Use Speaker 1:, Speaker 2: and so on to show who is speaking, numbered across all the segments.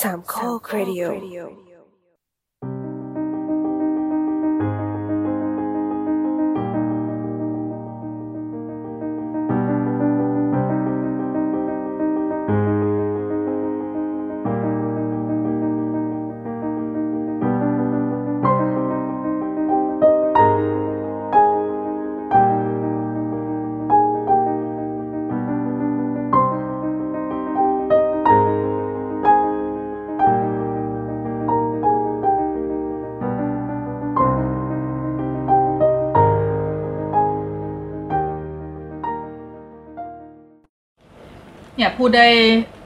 Speaker 1: สามข้อครดิโอ
Speaker 2: เนี่ยพูดได้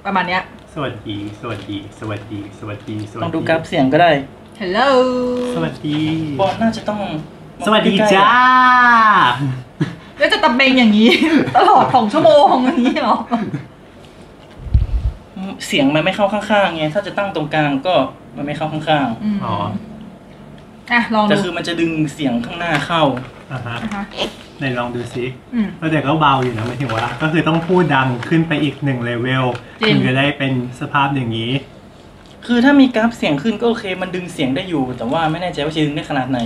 Speaker 2: ประมาณเนี้ย
Speaker 3: สวัสดี สวัสดี สวัสดี สวัสดี สวัสดี
Speaker 4: ลองดูกราฟเสียงก็ได้
Speaker 2: hello
Speaker 3: สวัสดี
Speaker 4: บอสน่าจะต้อง
Speaker 3: สวัสดีจ้า
Speaker 2: แล้วจะตำเบงอย่างนี้ ตลอดของชั่วโมงอย่างนี้เหรอ
Speaker 4: เสียงมันไม่เข้าข้างๆไงถ้าจะตั้งตรงกลางก็มันไม่เข้าข้าง
Speaker 2: ม
Speaker 3: อ๋อ
Speaker 2: อ่ะลอง
Speaker 4: ๆ
Speaker 2: ดู
Speaker 4: แต่คือมันจะดึงเสียงข้างหน้าเข้า
Speaker 3: อ่ะฮะ
Speaker 2: นะคะ
Speaker 3: ไหนลองดูซิ
Speaker 2: อืม
Speaker 3: แล้วแต่ก็เบาอยู่นะหมายถึงว่า ก็คือต้องพูดดังขึ้นไปอีกหนึ่งเลเวล
Speaker 2: จริง
Speaker 3: ถึงจะได้เป็นสภาพอย่างนี้
Speaker 4: คือถ้ามีกราฟเสียงขึ้นก็โอเค มันดึงเสียงได้อยู่ แต่ว่าไม่แน่ใจว่าจะดึงได้ขนาดไหน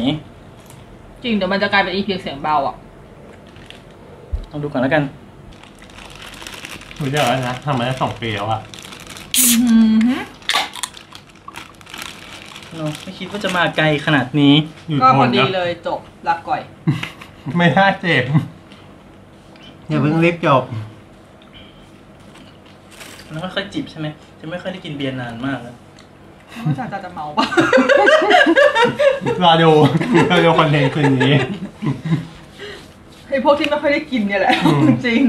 Speaker 2: จริงเดี๋ยวมันจะกลายเป็นอีเพียงเสียงเบาอ่ะ
Speaker 4: ลองดูก่อนแล้วกัน
Speaker 3: รู้จักแล้วนะทำมาได้สองปีแล้วอะ
Speaker 2: อืมฮึ
Speaker 4: เราไม่คิดว่าจะมาไกลขนาดนี้
Speaker 3: อยู่
Speaker 2: ก็พอ
Speaker 3: ทน
Speaker 2: ดี
Speaker 3: นะ
Speaker 2: เลยจบรักก่อย
Speaker 3: ไม่น่าเจ็บ อย่าเพิ่งรีบจบ
Speaker 4: แล้วไม่ค่อยจิบใช่ไหมจะไม่ค่อยได้กินเบียร์นานมากแล้ว
Speaker 2: ไม่ว่าจะจะเมาปะ
Speaker 3: รอดูรอดูคอนเทนต์คืนนี้
Speaker 2: ไอพวกที่ไม่ค่อยได้กินเนี่ยแหละ
Speaker 3: อืม
Speaker 2: จริง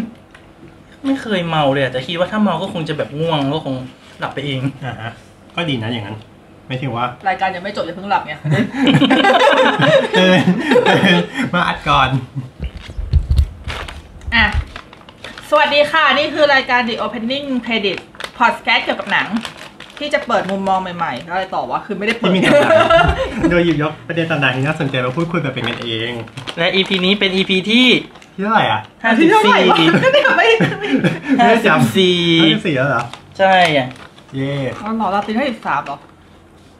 Speaker 4: ไม่เคยเมาเลยอะแต่คิดว่าถ้าเมาก็คงจะแบบง่วงก็คงหลับไปเอง
Speaker 3: อ่าฮะ ก็ดีนะอย่างนั้น ไม่ถึงว่า
Speaker 2: รายการยังไม่จบอย่าเพิ่งหลับไง
Speaker 3: เตือนเตือนมาอัดก่อน
Speaker 2: อ่ะ สวัสดีค่ะ นี่คือรายการ The Opening Credit Podcast เกี่ยวกับหนัง ที่จะเปิดมุมมองใหม่ๆแล้วอะไรต่อวะคือไม่ได้เปิ
Speaker 3: ที่
Speaker 2: ด
Speaker 3: มีต่างๆโดยหยิบยกประเด็นต่างๆที่น่าสนใจมาพูดคุยแบบเป็นกันเอง
Speaker 4: และ EP นี้เป็น EP ที่
Speaker 3: ที่เท่าไหร่อ่ะ
Speaker 4: ห้า
Speaker 2: อัน
Speaker 4: สิ
Speaker 2: ที่
Speaker 4: บ
Speaker 2: เท่าไหร่
Speaker 4: สี่
Speaker 2: วะก็เนี่ยไม่
Speaker 4: ห้า
Speaker 3: ไม่ได้
Speaker 4: สิบ
Speaker 3: จำ
Speaker 4: สี่
Speaker 3: ห้าสิบสี่แล้วเหรอ
Speaker 4: ใช่อะ
Speaker 3: เย่
Speaker 2: อ๋อเหรอเราตีให้สิบสามหรอ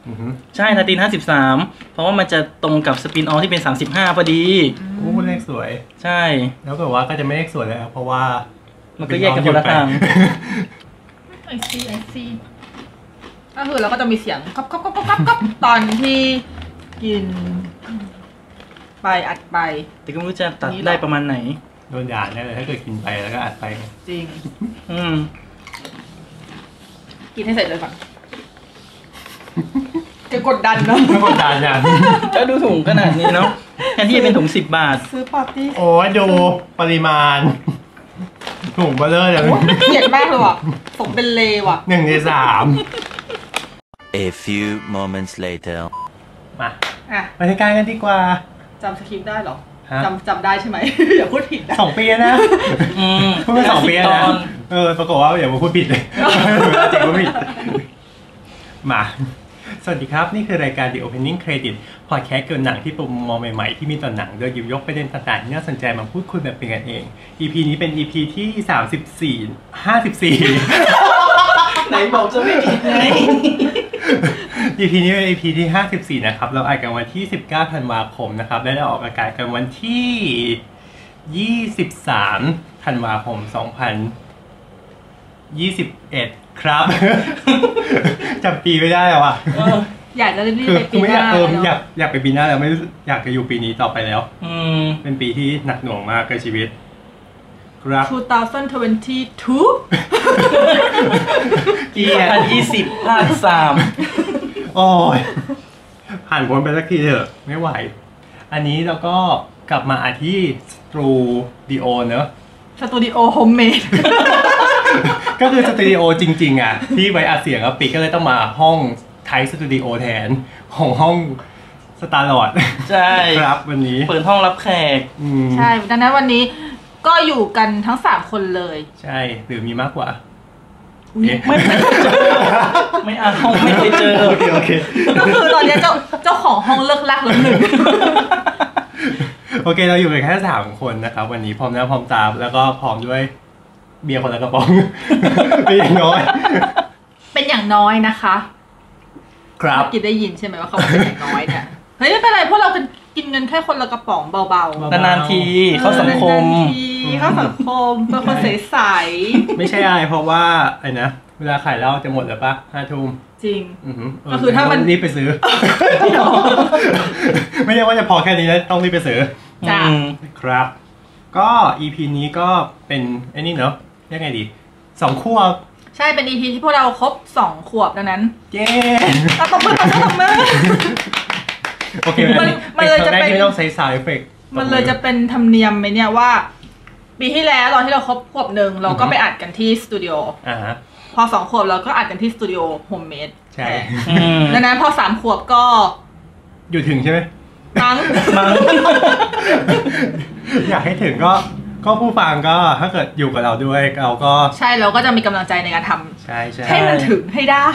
Speaker 3: อือหือ
Speaker 4: ใช่นาตีนห้าสิบสามเพราะว่ามันจะตรงกับสปินออฟที่เป็นสามสิบห้าพอดี
Speaker 3: โอ้เลขสวย
Speaker 4: ใช่
Speaker 3: แล้วแบบว่าก็จะไม่เลขสวยแล้ว เพราะว่า
Speaker 4: มั
Speaker 3: มัน
Speaker 4: ก็แยกกันคนละทาง
Speaker 2: ไอซีไอซีก็คือเราก็จะมีเสียงก๊อบก๊อบก๊อบก๊อบก๊อบก๊อบตอนที่กิน ไปอัดไป
Speaker 4: แต่ก็ไม่รู้จะตัดได้ประมาณไหน
Speaker 3: โดนด่าแน่เลยถ้าเกิดกินไปแล้วก็อัดไป
Speaker 2: จริง
Speaker 4: อืม
Speaker 2: กินให้เสร็จเลยก่อนจะกดดันเนาะ
Speaker 3: ไม่กดดันอ่ะ
Speaker 4: ก็ดูถุงขนาดนี้เนาะ แทนที่จะเป็นถุงสิบบาท
Speaker 2: ซื้อปาร์ตี้
Speaker 3: โอ้ยดูปริมาณ ถุงเบลเลอร์เลย
Speaker 2: โอ้ยเกลียดมากเลยว่ะผมเป็นเลวว่ะ
Speaker 3: หนึ่งในสาม
Speaker 5: A few moments later.
Speaker 3: มา
Speaker 2: อ่ะ
Speaker 3: ไปที่การกันดีกว่า
Speaker 2: จำสคริปต์ได้เหรอ
Speaker 3: ฮะ
Speaker 2: จำจำได้ใช่ไหม อย่าพูดผิดนะ
Speaker 3: สองปีแล้วนะ
Speaker 4: อืม
Speaker 3: พูดไปสองปีแล้วนะ
Speaker 4: ตอน
Speaker 3: เออ ปรากฏว่าอย่ามาพูดผิด เลย เจ๋งว่าผิด มา สวัสดีครับ นี่คือรายการ The Opening Credit Podcast เกี่ยวกับหนังที่ประมมองใหม่ๆ ที่มีต่อหนัง โดยหยิบยกประเด็นต่างๆที่น่าสนใจมาพูดคุยแบบเป็นกันเอง EP นี้เป็น EP ที่ 34 54
Speaker 4: ไหนบอกจะไม่ผิดไง
Speaker 3: EP นี้เป็น EP ที่ 54 นะครับ เราอัดกันวันที่ 19 ธันวาคมนะครับ และเราออกอากาศกันวันที่ 23 ธันวาคม 2021 ครับ จำปีไม่ได้แล้วอ่ะ
Speaker 4: เออ
Speaker 2: อยากจะรีบ
Speaker 3: คื
Speaker 2: ๆไปปี
Speaker 3: อคือไม่
Speaker 2: ห
Speaker 3: อยาก
Speaker 2: น้า
Speaker 3: เออ
Speaker 2: เน
Speaker 3: อยาก
Speaker 2: อะ
Speaker 3: อยากไปปีหน้าแล้วไม่รู้สึกอยากจะอยู่ปีนี้ต่อไปแล้ว
Speaker 4: อืม
Speaker 3: เป็นปีที่หนักหน่วงมากกับชีวิต ครับ
Speaker 2: 2022
Speaker 4: ปีพันยี่สิบภาคสาม
Speaker 3: โอ้ย ผ่านพ้นไปสักทีเถอะไม่ไหว อันนี้เราก็กลับมาอาที่สตูดิโอเนอะ
Speaker 2: สตูดิโอโฮมเมด
Speaker 3: ก็คือสตูดิโอจริงๆ อ่ะ ที่ไว้อัดเสียงอะปิกก็เลยต้องมาห้องไทยสตูดิโอแทน ของห้องสตาร์ลอด
Speaker 4: ใช่
Speaker 3: ครับวันนี้
Speaker 4: เปิดห้องรับแขก
Speaker 3: อืม
Speaker 2: ใช่ ดังนั้นวันนี้ก็อยู่กันทั้งสามคนเลย
Speaker 3: ใช่หรือมีมากกว่าเอ๊ะ
Speaker 4: ไม่เคยเจอไม่เอาไม่เคยเจอ
Speaker 3: โอเคโอเค
Speaker 2: ก็คือตอนเนี้ยเจ้าเจ้าของห้องเลิกลักแล้วหนึ่ง
Speaker 3: โอเค เราอยู่กันแค่สามคนนะครับวันนี้พร้อมหน้าพร้อมตาแล้วก็พร้อมด้วย เบียร์คนละกระป๋อง เป็นอย่างน้อย
Speaker 2: เป็นอย่างน้อยนะคะ
Speaker 3: ครับ
Speaker 2: กินได้ยินใช่ไหมว่าเขาบอกเป็นอย่างน้อยเนี่ย เฮ้ยไม่เป็นไรพวกเรากินกันแค่คนละกระป๋องเบาๆ
Speaker 4: นานๆทีเข้าสังคม
Speaker 2: นานๆทีเข้าสังคมเป็นคนใส
Speaker 3: ไม่ใช่อะไรเพราะว่าไอ้นะเวลาขายเหล้าจะหมดแล้วปะห้าทุ่ม
Speaker 2: ๆจริง
Speaker 3: หืเ
Speaker 2: ก็คือถ้ามัน
Speaker 3: รีบไปซื้อ ไม่ใช่ว่าจะพอแค่นี้นะต้องรีบไปซื้อ
Speaker 2: จ้ะ
Speaker 4: อืม
Speaker 3: ครับ ก็ EP นี้ก็เป็นไอ้นี่เนาะเรียกไงดีสองขั้วบ
Speaker 2: ใช่เป็นอีพีที่พวกเราครบสองขวบดังนั้น
Speaker 3: เย้
Speaker 2: เราตบมือตบมือตบมือ
Speaker 3: โอเคอันนี้
Speaker 2: มันเลยจะเป็น
Speaker 3: ครั้งแรกที่ไม่ต้องใช้สายเอฟเฟกต์
Speaker 2: มันเลยจะเป็นธรรมเนียมไหมเนี่ยว่า ปีที่แล้วตอนที่เราครบขวบหนึ่งเราก็
Speaker 3: อือฮึ
Speaker 2: ไปอัดกันที่สตูดิโอ
Speaker 3: อ่าฮะ
Speaker 2: พอสองขวบเราก็อัดกันที่สตูดิโอโฮมเมด
Speaker 3: ใช่
Speaker 4: อืม
Speaker 2: ดังนั้นพอสามขวบก็
Speaker 3: อยู่ถึงใช่ไหม
Speaker 2: มั้ง
Speaker 4: มั้ง
Speaker 3: อยากให้ถึงก็ก็ผู้ฟังก็ถ้าเกิดอยู่กับเราด้วยเราก็
Speaker 2: ใช่เราก็จะมีกำลังใจในการทำ
Speaker 3: ใช่ใช่
Speaker 2: ให้มันถึงให้ได้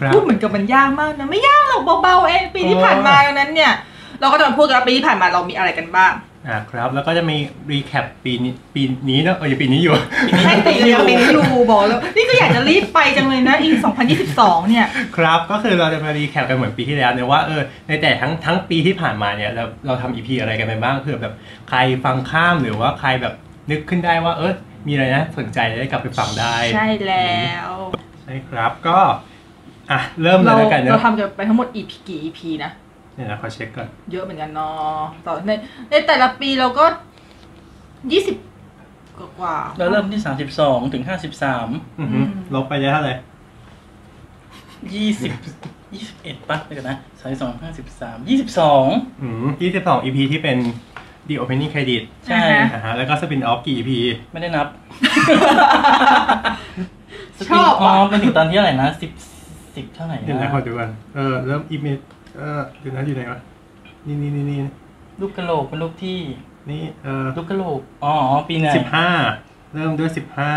Speaker 3: ครับ
Speaker 2: พูดเหมือนกับมันยากมากนะไม่ยากหรอกเบาๆเองปีที่ผ่านมา
Speaker 3: เออ
Speaker 2: ดังนั้นเนี่ย เราก็จะมาพูดกันว่าปีที่ผ่านมาเรามีอะไรกันบ้าง
Speaker 3: อ่าครับ แล้วก็จะมีรีแคปปีนี้ปีนี้เนอะเอออย่าปีนี้อยู่
Speaker 2: ใช่แต่ยังเป็นอยู่บอกแล้วนี่ก็อยากจะรีบไปจังเลยนะอีก2022 เนี่ย
Speaker 3: ครับก็คือเราจะมารีแคปกันเหมือนปีที่แล้วเนี่ยว่าเออในแต่ทั้งทั้งปีที่ผ่านมาเนี่ยเราเราทำอีพีอะไรกันไปบ้างเผื่อแบบใครฟังข้ามหรือว่าใครแบบนึกขึ้นได้ว่าเออมีอะไรนะสนใจจะได้กลับไปฟังได้
Speaker 2: ใช่แล้ว
Speaker 3: ใช่ครับก็อ่ะเริ่มเล
Speaker 2: เรา
Speaker 3: ยแล้วกัน
Speaker 2: เรา
Speaker 3: เนาะ
Speaker 2: ทำกันไปทั้งหมด EP กี่ EP นะ
Speaker 3: เนี่ยนะขอเช็คก่อน
Speaker 2: เยอะเหมือนกันเนาะต่อในในแต่ละปีเราก็ 20 กว่ากว่า
Speaker 4: เราเริ่มที่ 32 ถึง
Speaker 3: อือหือ
Speaker 2: อืม
Speaker 3: ลบไปได้เท่าไหร่
Speaker 4: 53 20 21ป่ะเดี๋ยวกันนะ32 53
Speaker 3: อืมยี่สิบสองอีพีที่เป็น The Opening Credit
Speaker 4: 22 ใช่
Speaker 2: อ่าฮะ
Speaker 3: อ่าฮะแล้วก็สปินออฟกี่ EP
Speaker 4: ไม่ได้นับ
Speaker 2: ชอบ
Speaker 4: อ๋อ
Speaker 2: อ่ะ
Speaker 4: มันถึงตอนที่เท่าไหร่นะ10 10เท่าไหร่
Speaker 3: เดี๋ยวนะ
Speaker 4: นะ
Speaker 3: ขอดูกันเออเริ่มอีเมจเออเดี๋ยวนะอยู่ไหนวะนี่นี่นี่นี่
Speaker 4: ลูกกะโหลกเป็นลูกที่
Speaker 3: นี่เออ
Speaker 4: ลูกกะโหลกอ๋อปีไหน
Speaker 3: สิบห้าเริ่มด้วยสิบห้า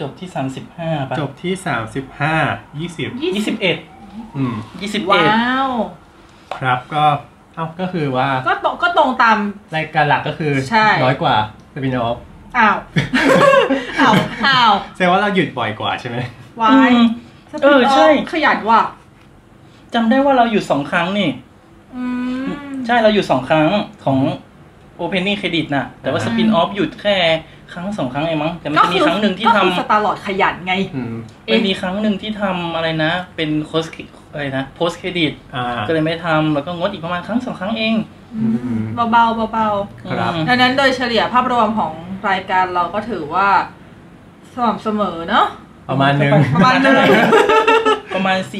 Speaker 4: จบที่ 35ป่ะ
Speaker 3: จบที่สามสิบห้ายี่สิบ
Speaker 2: 20
Speaker 4: 21
Speaker 3: อืม
Speaker 4: 21
Speaker 2: ว้าว
Speaker 3: ครับก็เอ้าก็คือว่า
Speaker 2: ก็ตรงก็ตรงตาม
Speaker 3: รายการหลักก็คือ
Speaker 2: ใช่
Speaker 3: น้อยกว่าสปินออฟ
Speaker 2: อ้าว อ้าวอ้าว
Speaker 3: แสดงว่าเราหยุดบ่อยกว่าใช่ไหม
Speaker 2: วา
Speaker 4: อื
Speaker 2: ย
Speaker 4: ม เออใช่
Speaker 2: ขยันว่ะ
Speaker 4: จำได้ว่าเราอยู่สองครั้งนี่
Speaker 2: อืม
Speaker 4: ใช่เราอยู่สองครั้งของ Opening Credit น่ะ แต่ว่า
Speaker 2: อืม
Speaker 4: Spin Off หยุดแค่ครั้งสองครั้งเองมั้ง แต่มันจะมีครั้งหนึ่งที่
Speaker 2: ก็
Speaker 4: ทำ
Speaker 2: คือสตาร์ลอดขยันไง
Speaker 3: อืม
Speaker 2: เอ๊ะ
Speaker 4: มันมีครั้งหนึ่งที่ทำอะไรนะ เป็น Post อะไรนะ Post Credit
Speaker 3: อ่า
Speaker 4: ก็เลยไม่ทำแล้วก็งดอีกประมาณครั้งสองครั้งเอง
Speaker 3: อืม
Speaker 2: เบาๆเบา
Speaker 3: ครับ
Speaker 4: อืม
Speaker 2: ๆดังนั้นโดยเฉลี่ยภาพรวมของรายการเราก็ถือว่าสม่ำเสมอเนาะ
Speaker 3: ประมาณหนึ่ง
Speaker 2: ประมาณหนึ่ง
Speaker 4: ประมาณ 44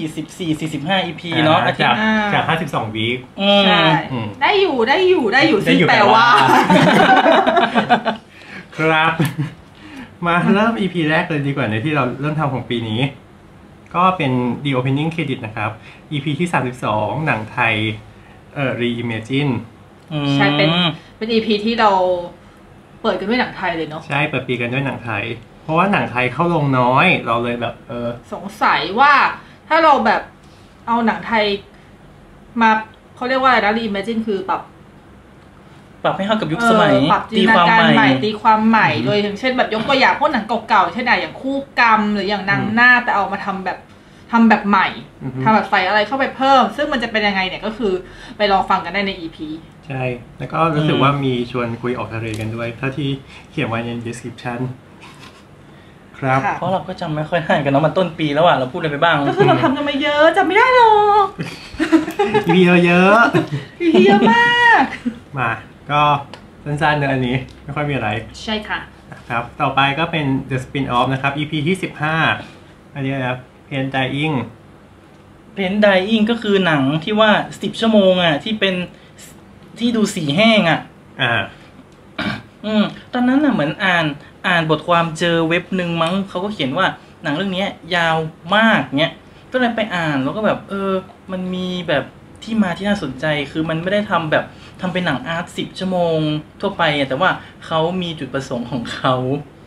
Speaker 4: 45 EP เนาะอาทิต
Speaker 3: จาก
Speaker 4: ย์
Speaker 3: จากห้าสิบสองวีค
Speaker 4: อืม
Speaker 2: ใช่
Speaker 3: อืม
Speaker 2: ได้อยู่ได้อยู่ได้อยู่ซึ่งแปลว่า
Speaker 3: ครับ มาเริ่ม EP แรกเลยดีกว่าในที่เราเริ่มทำของปีนี้ ก็เป็น The Opening Credit นะครับ EP ที่ 32 หนังไทยเอ่อ Reimagine
Speaker 4: อืม
Speaker 2: ใช่เป็น เป็นอีพีที่เราเปิดกันด้วยหนังไทยเลยเนาะ
Speaker 3: ใช่เปิดปีกันด้วยหนังไทย เพราะว่าหนังไทยเข้าลงน้อย เราเลยแบบเออ
Speaker 2: สงสัยว่าถ้าเราแบบเอาหนังไทยมาเขาเรียกว่าอะไรนะรีเมจินคือปรับ
Speaker 4: ปรับให้เข้ากับยุคสมัย
Speaker 2: เออปรับจินตนา
Speaker 4: ความ
Speaker 2: การ
Speaker 4: ให
Speaker 2: ให
Speaker 4: ม่
Speaker 2: ม่ตีความใหม่
Speaker 3: อืม
Speaker 2: โดยอย่างเช่นแบบยกตัวอย่างพวกหนังเก่าๆเช่นอะอย่างคู่กรรมหรืออย่างนาง
Speaker 3: อืม
Speaker 2: หน้าแต่เอามาทำแบบทำแบบใหม่
Speaker 3: อือฮึ
Speaker 2: ทำแบบใส่อะไรเข้าไปเพิ่ม ซึ่งมันจะเป็นยังไงเนี่ยก็คือไปลองฟังกันได้ใน EP
Speaker 3: ใช่ แล้วก็รู้สึก
Speaker 4: อืม
Speaker 3: ว่ามีชวนคุยออกทะเลกันด้วย ถ้าที่เขียนไว้ใน description ครับ
Speaker 2: ค่ะ
Speaker 4: เพราะเราก็จำไม่ค่อยได้กันเนาะมันต้นปีแล้วอ่ะเราพูดอะไรไป บ้าง
Speaker 2: ก็คือเราทำกันมาเยอะจำไม่ได้หรอก
Speaker 3: EP เราเยอะ
Speaker 2: EP เยอะมาก
Speaker 3: มาก็สั้นๆเนอะอันนี้ ไม่ค่อยมีอะไร
Speaker 2: ใช่ค่ะ
Speaker 3: นะครับ ต่อไปก็เป็น The Spin Off นะครับ EP ที่ 15 อันนี้นะครับเพนไดอิง
Speaker 4: เพนไดอิงก็คือหนังที่ว่าสิบชั่วโมงอ่ะ ที่เป็นที่ดูสีแห้งอ่ะ
Speaker 3: อ่า
Speaker 4: อืมตอนนั้นน่ะเหมือนอ่านอ่านบทความเจอเว็บหนึ่งมั้งเขาก็เขียนว่าหนังเรื่องเนี้ย ยาวมากเนี้ยก็เลยไปอ่านแล้วก็แบบเออ มันมีแบบที่มาที่น่าสนใจคือมันไม่ได้ทำแบบทำเป็นหนังอาร์ตสิบชั่วโมงทั่วไปอะแต่ว่าเขามีจุดประสงค์ของเขา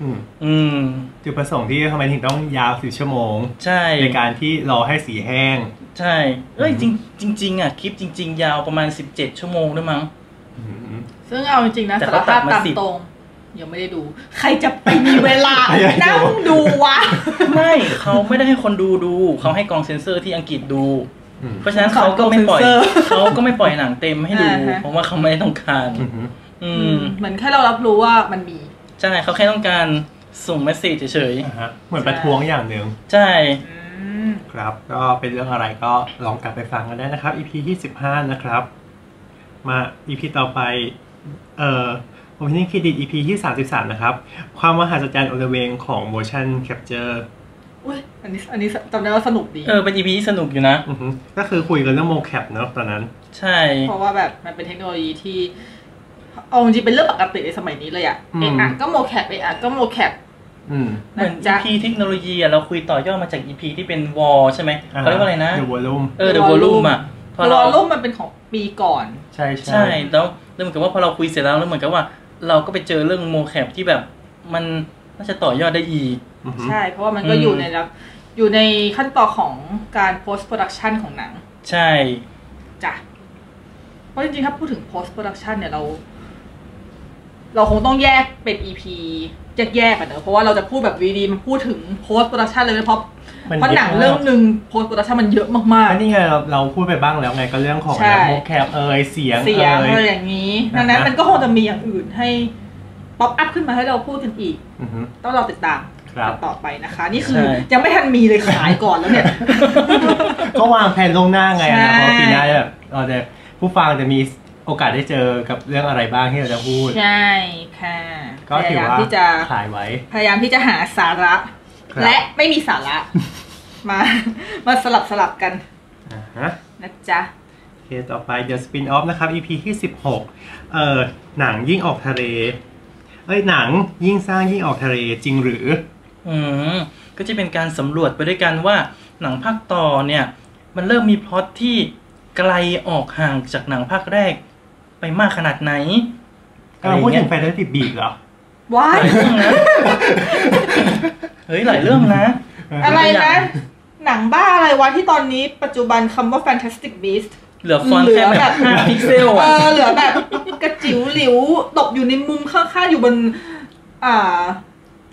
Speaker 3: อืม
Speaker 4: อืม
Speaker 3: จุดประสงค์ที่ทำไมถึงต้องยาวสิชั่วโมง
Speaker 4: ใช่
Speaker 3: ในการที่รอให้สีแห้ง
Speaker 4: ใช่เอ้ยจริงจริง ๆ อ่ะ คลิปจริง ๆ ยาวประมาณสิบเจ็ดชั่วโมงด้วยมั้ง
Speaker 3: อืม
Speaker 2: ซึ่งเอาจริงๆนะ
Speaker 4: แต่
Speaker 2: สาร
Speaker 4: เขาตั
Speaker 2: ภา
Speaker 4: ด
Speaker 2: พ
Speaker 4: มา
Speaker 2: ตาม
Speaker 4: สิบ
Speaker 2: ตรงยังไม่ได้ดู ใครจะไปมีเวลา
Speaker 3: ใครจะดู
Speaker 2: นั่งดูวะ
Speaker 4: ไม่เขาไม่ได้ให้คนดูดู เขาให้กองเซนเซอร์ที่อังกฤษดู
Speaker 3: อ อืม
Speaker 4: เพราะฉะนั้นเขาก็ไม่ปล่อย
Speaker 2: เซ็นเซอร์
Speaker 4: เขาก็ไม่ปล่อยหนังเต็มให้ดู
Speaker 2: อ่าฮะ
Speaker 4: เพราะว่าเขาไม่ได้ต้องการ
Speaker 3: อือหือ
Speaker 4: อื
Speaker 2: อื
Speaker 4: ม
Speaker 2: มเหมือนแค่เรารับรู้ว่ามันมี
Speaker 4: ใช่เขาแค่ต้องการส่งเมสเซจเฉย
Speaker 3: นะฮะเหมือนประท้วงอย่างหนึ่ง
Speaker 4: ๆใช่
Speaker 2: อืม
Speaker 3: ครับ ก็เป็นเรื่องอะไรก็ลองกลับไปฟังกันได้นะครับ EP ที่สิบห้านะครับ มา EP ต่อไป เอ่อ opening credit EP ที่สามสิบสามนะครับ ความมหัศจรรย์อลเวงของ motion capture
Speaker 2: อุ้ยอันนี้อันนี้จำได้ว่าสนุกดี
Speaker 4: เออเป็นอีพีที่สนุกอยู่นะ
Speaker 3: อือฮึก็คือคุยกันเรื่องโมแคปเนอะตอนนั้น
Speaker 4: ใช่
Speaker 2: เพราะว่าแบบมันเป็นเทคโนโลยีที่เอาจริงๆเป็นเรื่องปกติในสมัยนี้เลยอะ
Speaker 3: อืม
Speaker 2: เอะอะก็โมแคปเอะอะก็โมแคป
Speaker 3: อืม
Speaker 4: เหมือน
Speaker 2: จ๊ะ
Speaker 4: EP เทคโนโลยีอะเราคุยต่อย่อมาจาก EP ที่เป็นวอลใช่ไหมเขาเรียกว่าอะไรนะ
Speaker 3: เดอะวอลลุ่ม
Speaker 4: เออ The Volume อ่ะพอ
Speaker 2: ตัว
Speaker 4: เรา
Speaker 2: รูปมันเป็นของปีก่อน
Speaker 3: ใช่
Speaker 4: ใช่แล้วแล้วเหมือนกับว่าพอเราคุยเสร็จแล้วแล้วเหมือนกับว่า เราก็ไปเจอเรื่องโมแคปที่แบบมันน่าจะต่อยอดได้อีก
Speaker 3: อือฮึ
Speaker 2: ใช่ เพราะว่ามันก็
Speaker 4: อืม
Speaker 2: อยู่ในระอยู่ในขั้นตอนของการ post production ของหนัง
Speaker 4: ใช่
Speaker 2: จ้ะเพราะจริงๆ ถ้าพูดถึง post production เนี่ยเรา เราคงต้องแยกเป็น EP แยกๆกันเนอะเพราะว่าเราจะพูดแบบวีดีมันพูดถึง post production เลยนะเพราะเพราะหนังเรื่องหนึ่ง post production มันเยอะมากๆ
Speaker 3: อันนี้ไงเราเราพูดไปบ้างแล้วไงก็เรื่องของ
Speaker 2: ใช่
Speaker 3: โมแคปเอ่ยเสียง
Speaker 2: เสียงอะไร
Speaker 3: เอ่ย
Speaker 2: อย่างนี้
Speaker 3: นะฮะ
Speaker 2: ดังนั้นมันก็คงจะมีอย่างอื่นให้ป๊อปอัพขึ้นมาให้เราพูดกันอีก
Speaker 3: อือฮึ
Speaker 2: ต้องรอติดตาม
Speaker 3: ครับ
Speaker 2: ต่อไปนะคะ นี่คือยังไม่ทันมีเลยขายก่อนแล้วเนี่ย
Speaker 3: ก็วางแผนล่วงหน้าไง
Speaker 2: ใช่
Speaker 3: นะเพราะปีหน้าแบบเราจะผู้ฟังจะมีโอกาสได้เจอกับเรื่องอะไรบ้างที่เราจะพูด
Speaker 2: ใช่ค่ะ
Speaker 3: ก็ถือ
Speaker 2: พา
Speaker 3: ย
Speaker 2: ยาม
Speaker 3: ว่า
Speaker 2: ที่จะ
Speaker 3: ขายไว้
Speaker 2: พยายามที่จะหาสาระ
Speaker 3: ครับ
Speaker 2: และไม่มีสาระ มา มาสลับสลับกัน
Speaker 3: อ่าฮะ
Speaker 2: นะจ๊ะ
Speaker 3: โอเคต่อไป The Spin Off นะครับ EP ที่ 16เอ่อหนังยิ่งออกทะเล เอ้ยหนังยิ่งสร้างยิ่งออกทะเลจริงหรือ
Speaker 4: อืมก็จะเป็นการสำรวจไปด้วยกันว่าหนังภาคต่อเนี่ย มันเริ่มมีพล็อตที่ไกลออกห่างจากหนังภาคแรก ไปมากขนาดไหน
Speaker 3: กำลังพูดถึง
Speaker 4: อะไร
Speaker 3: แฟนตาซีบีบเหรอ
Speaker 2: ว้าย
Speaker 4: เงี้ยเฮ้ยหลายเรื่องนะ
Speaker 2: อะไรนะ หนังบ้าอะไรวะที่ตอนนี้ปัจจุบันคำว่า Fantastic Beast
Speaker 4: เหลือฟอนต์แค่แบบห้าพิกเซล
Speaker 2: เอ
Speaker 4: อ่ะ
Speaker 2: อเหลือแบบกระจิ๋วหลิวตกอยู่ในมุมข้างๆอยู่บน อ่า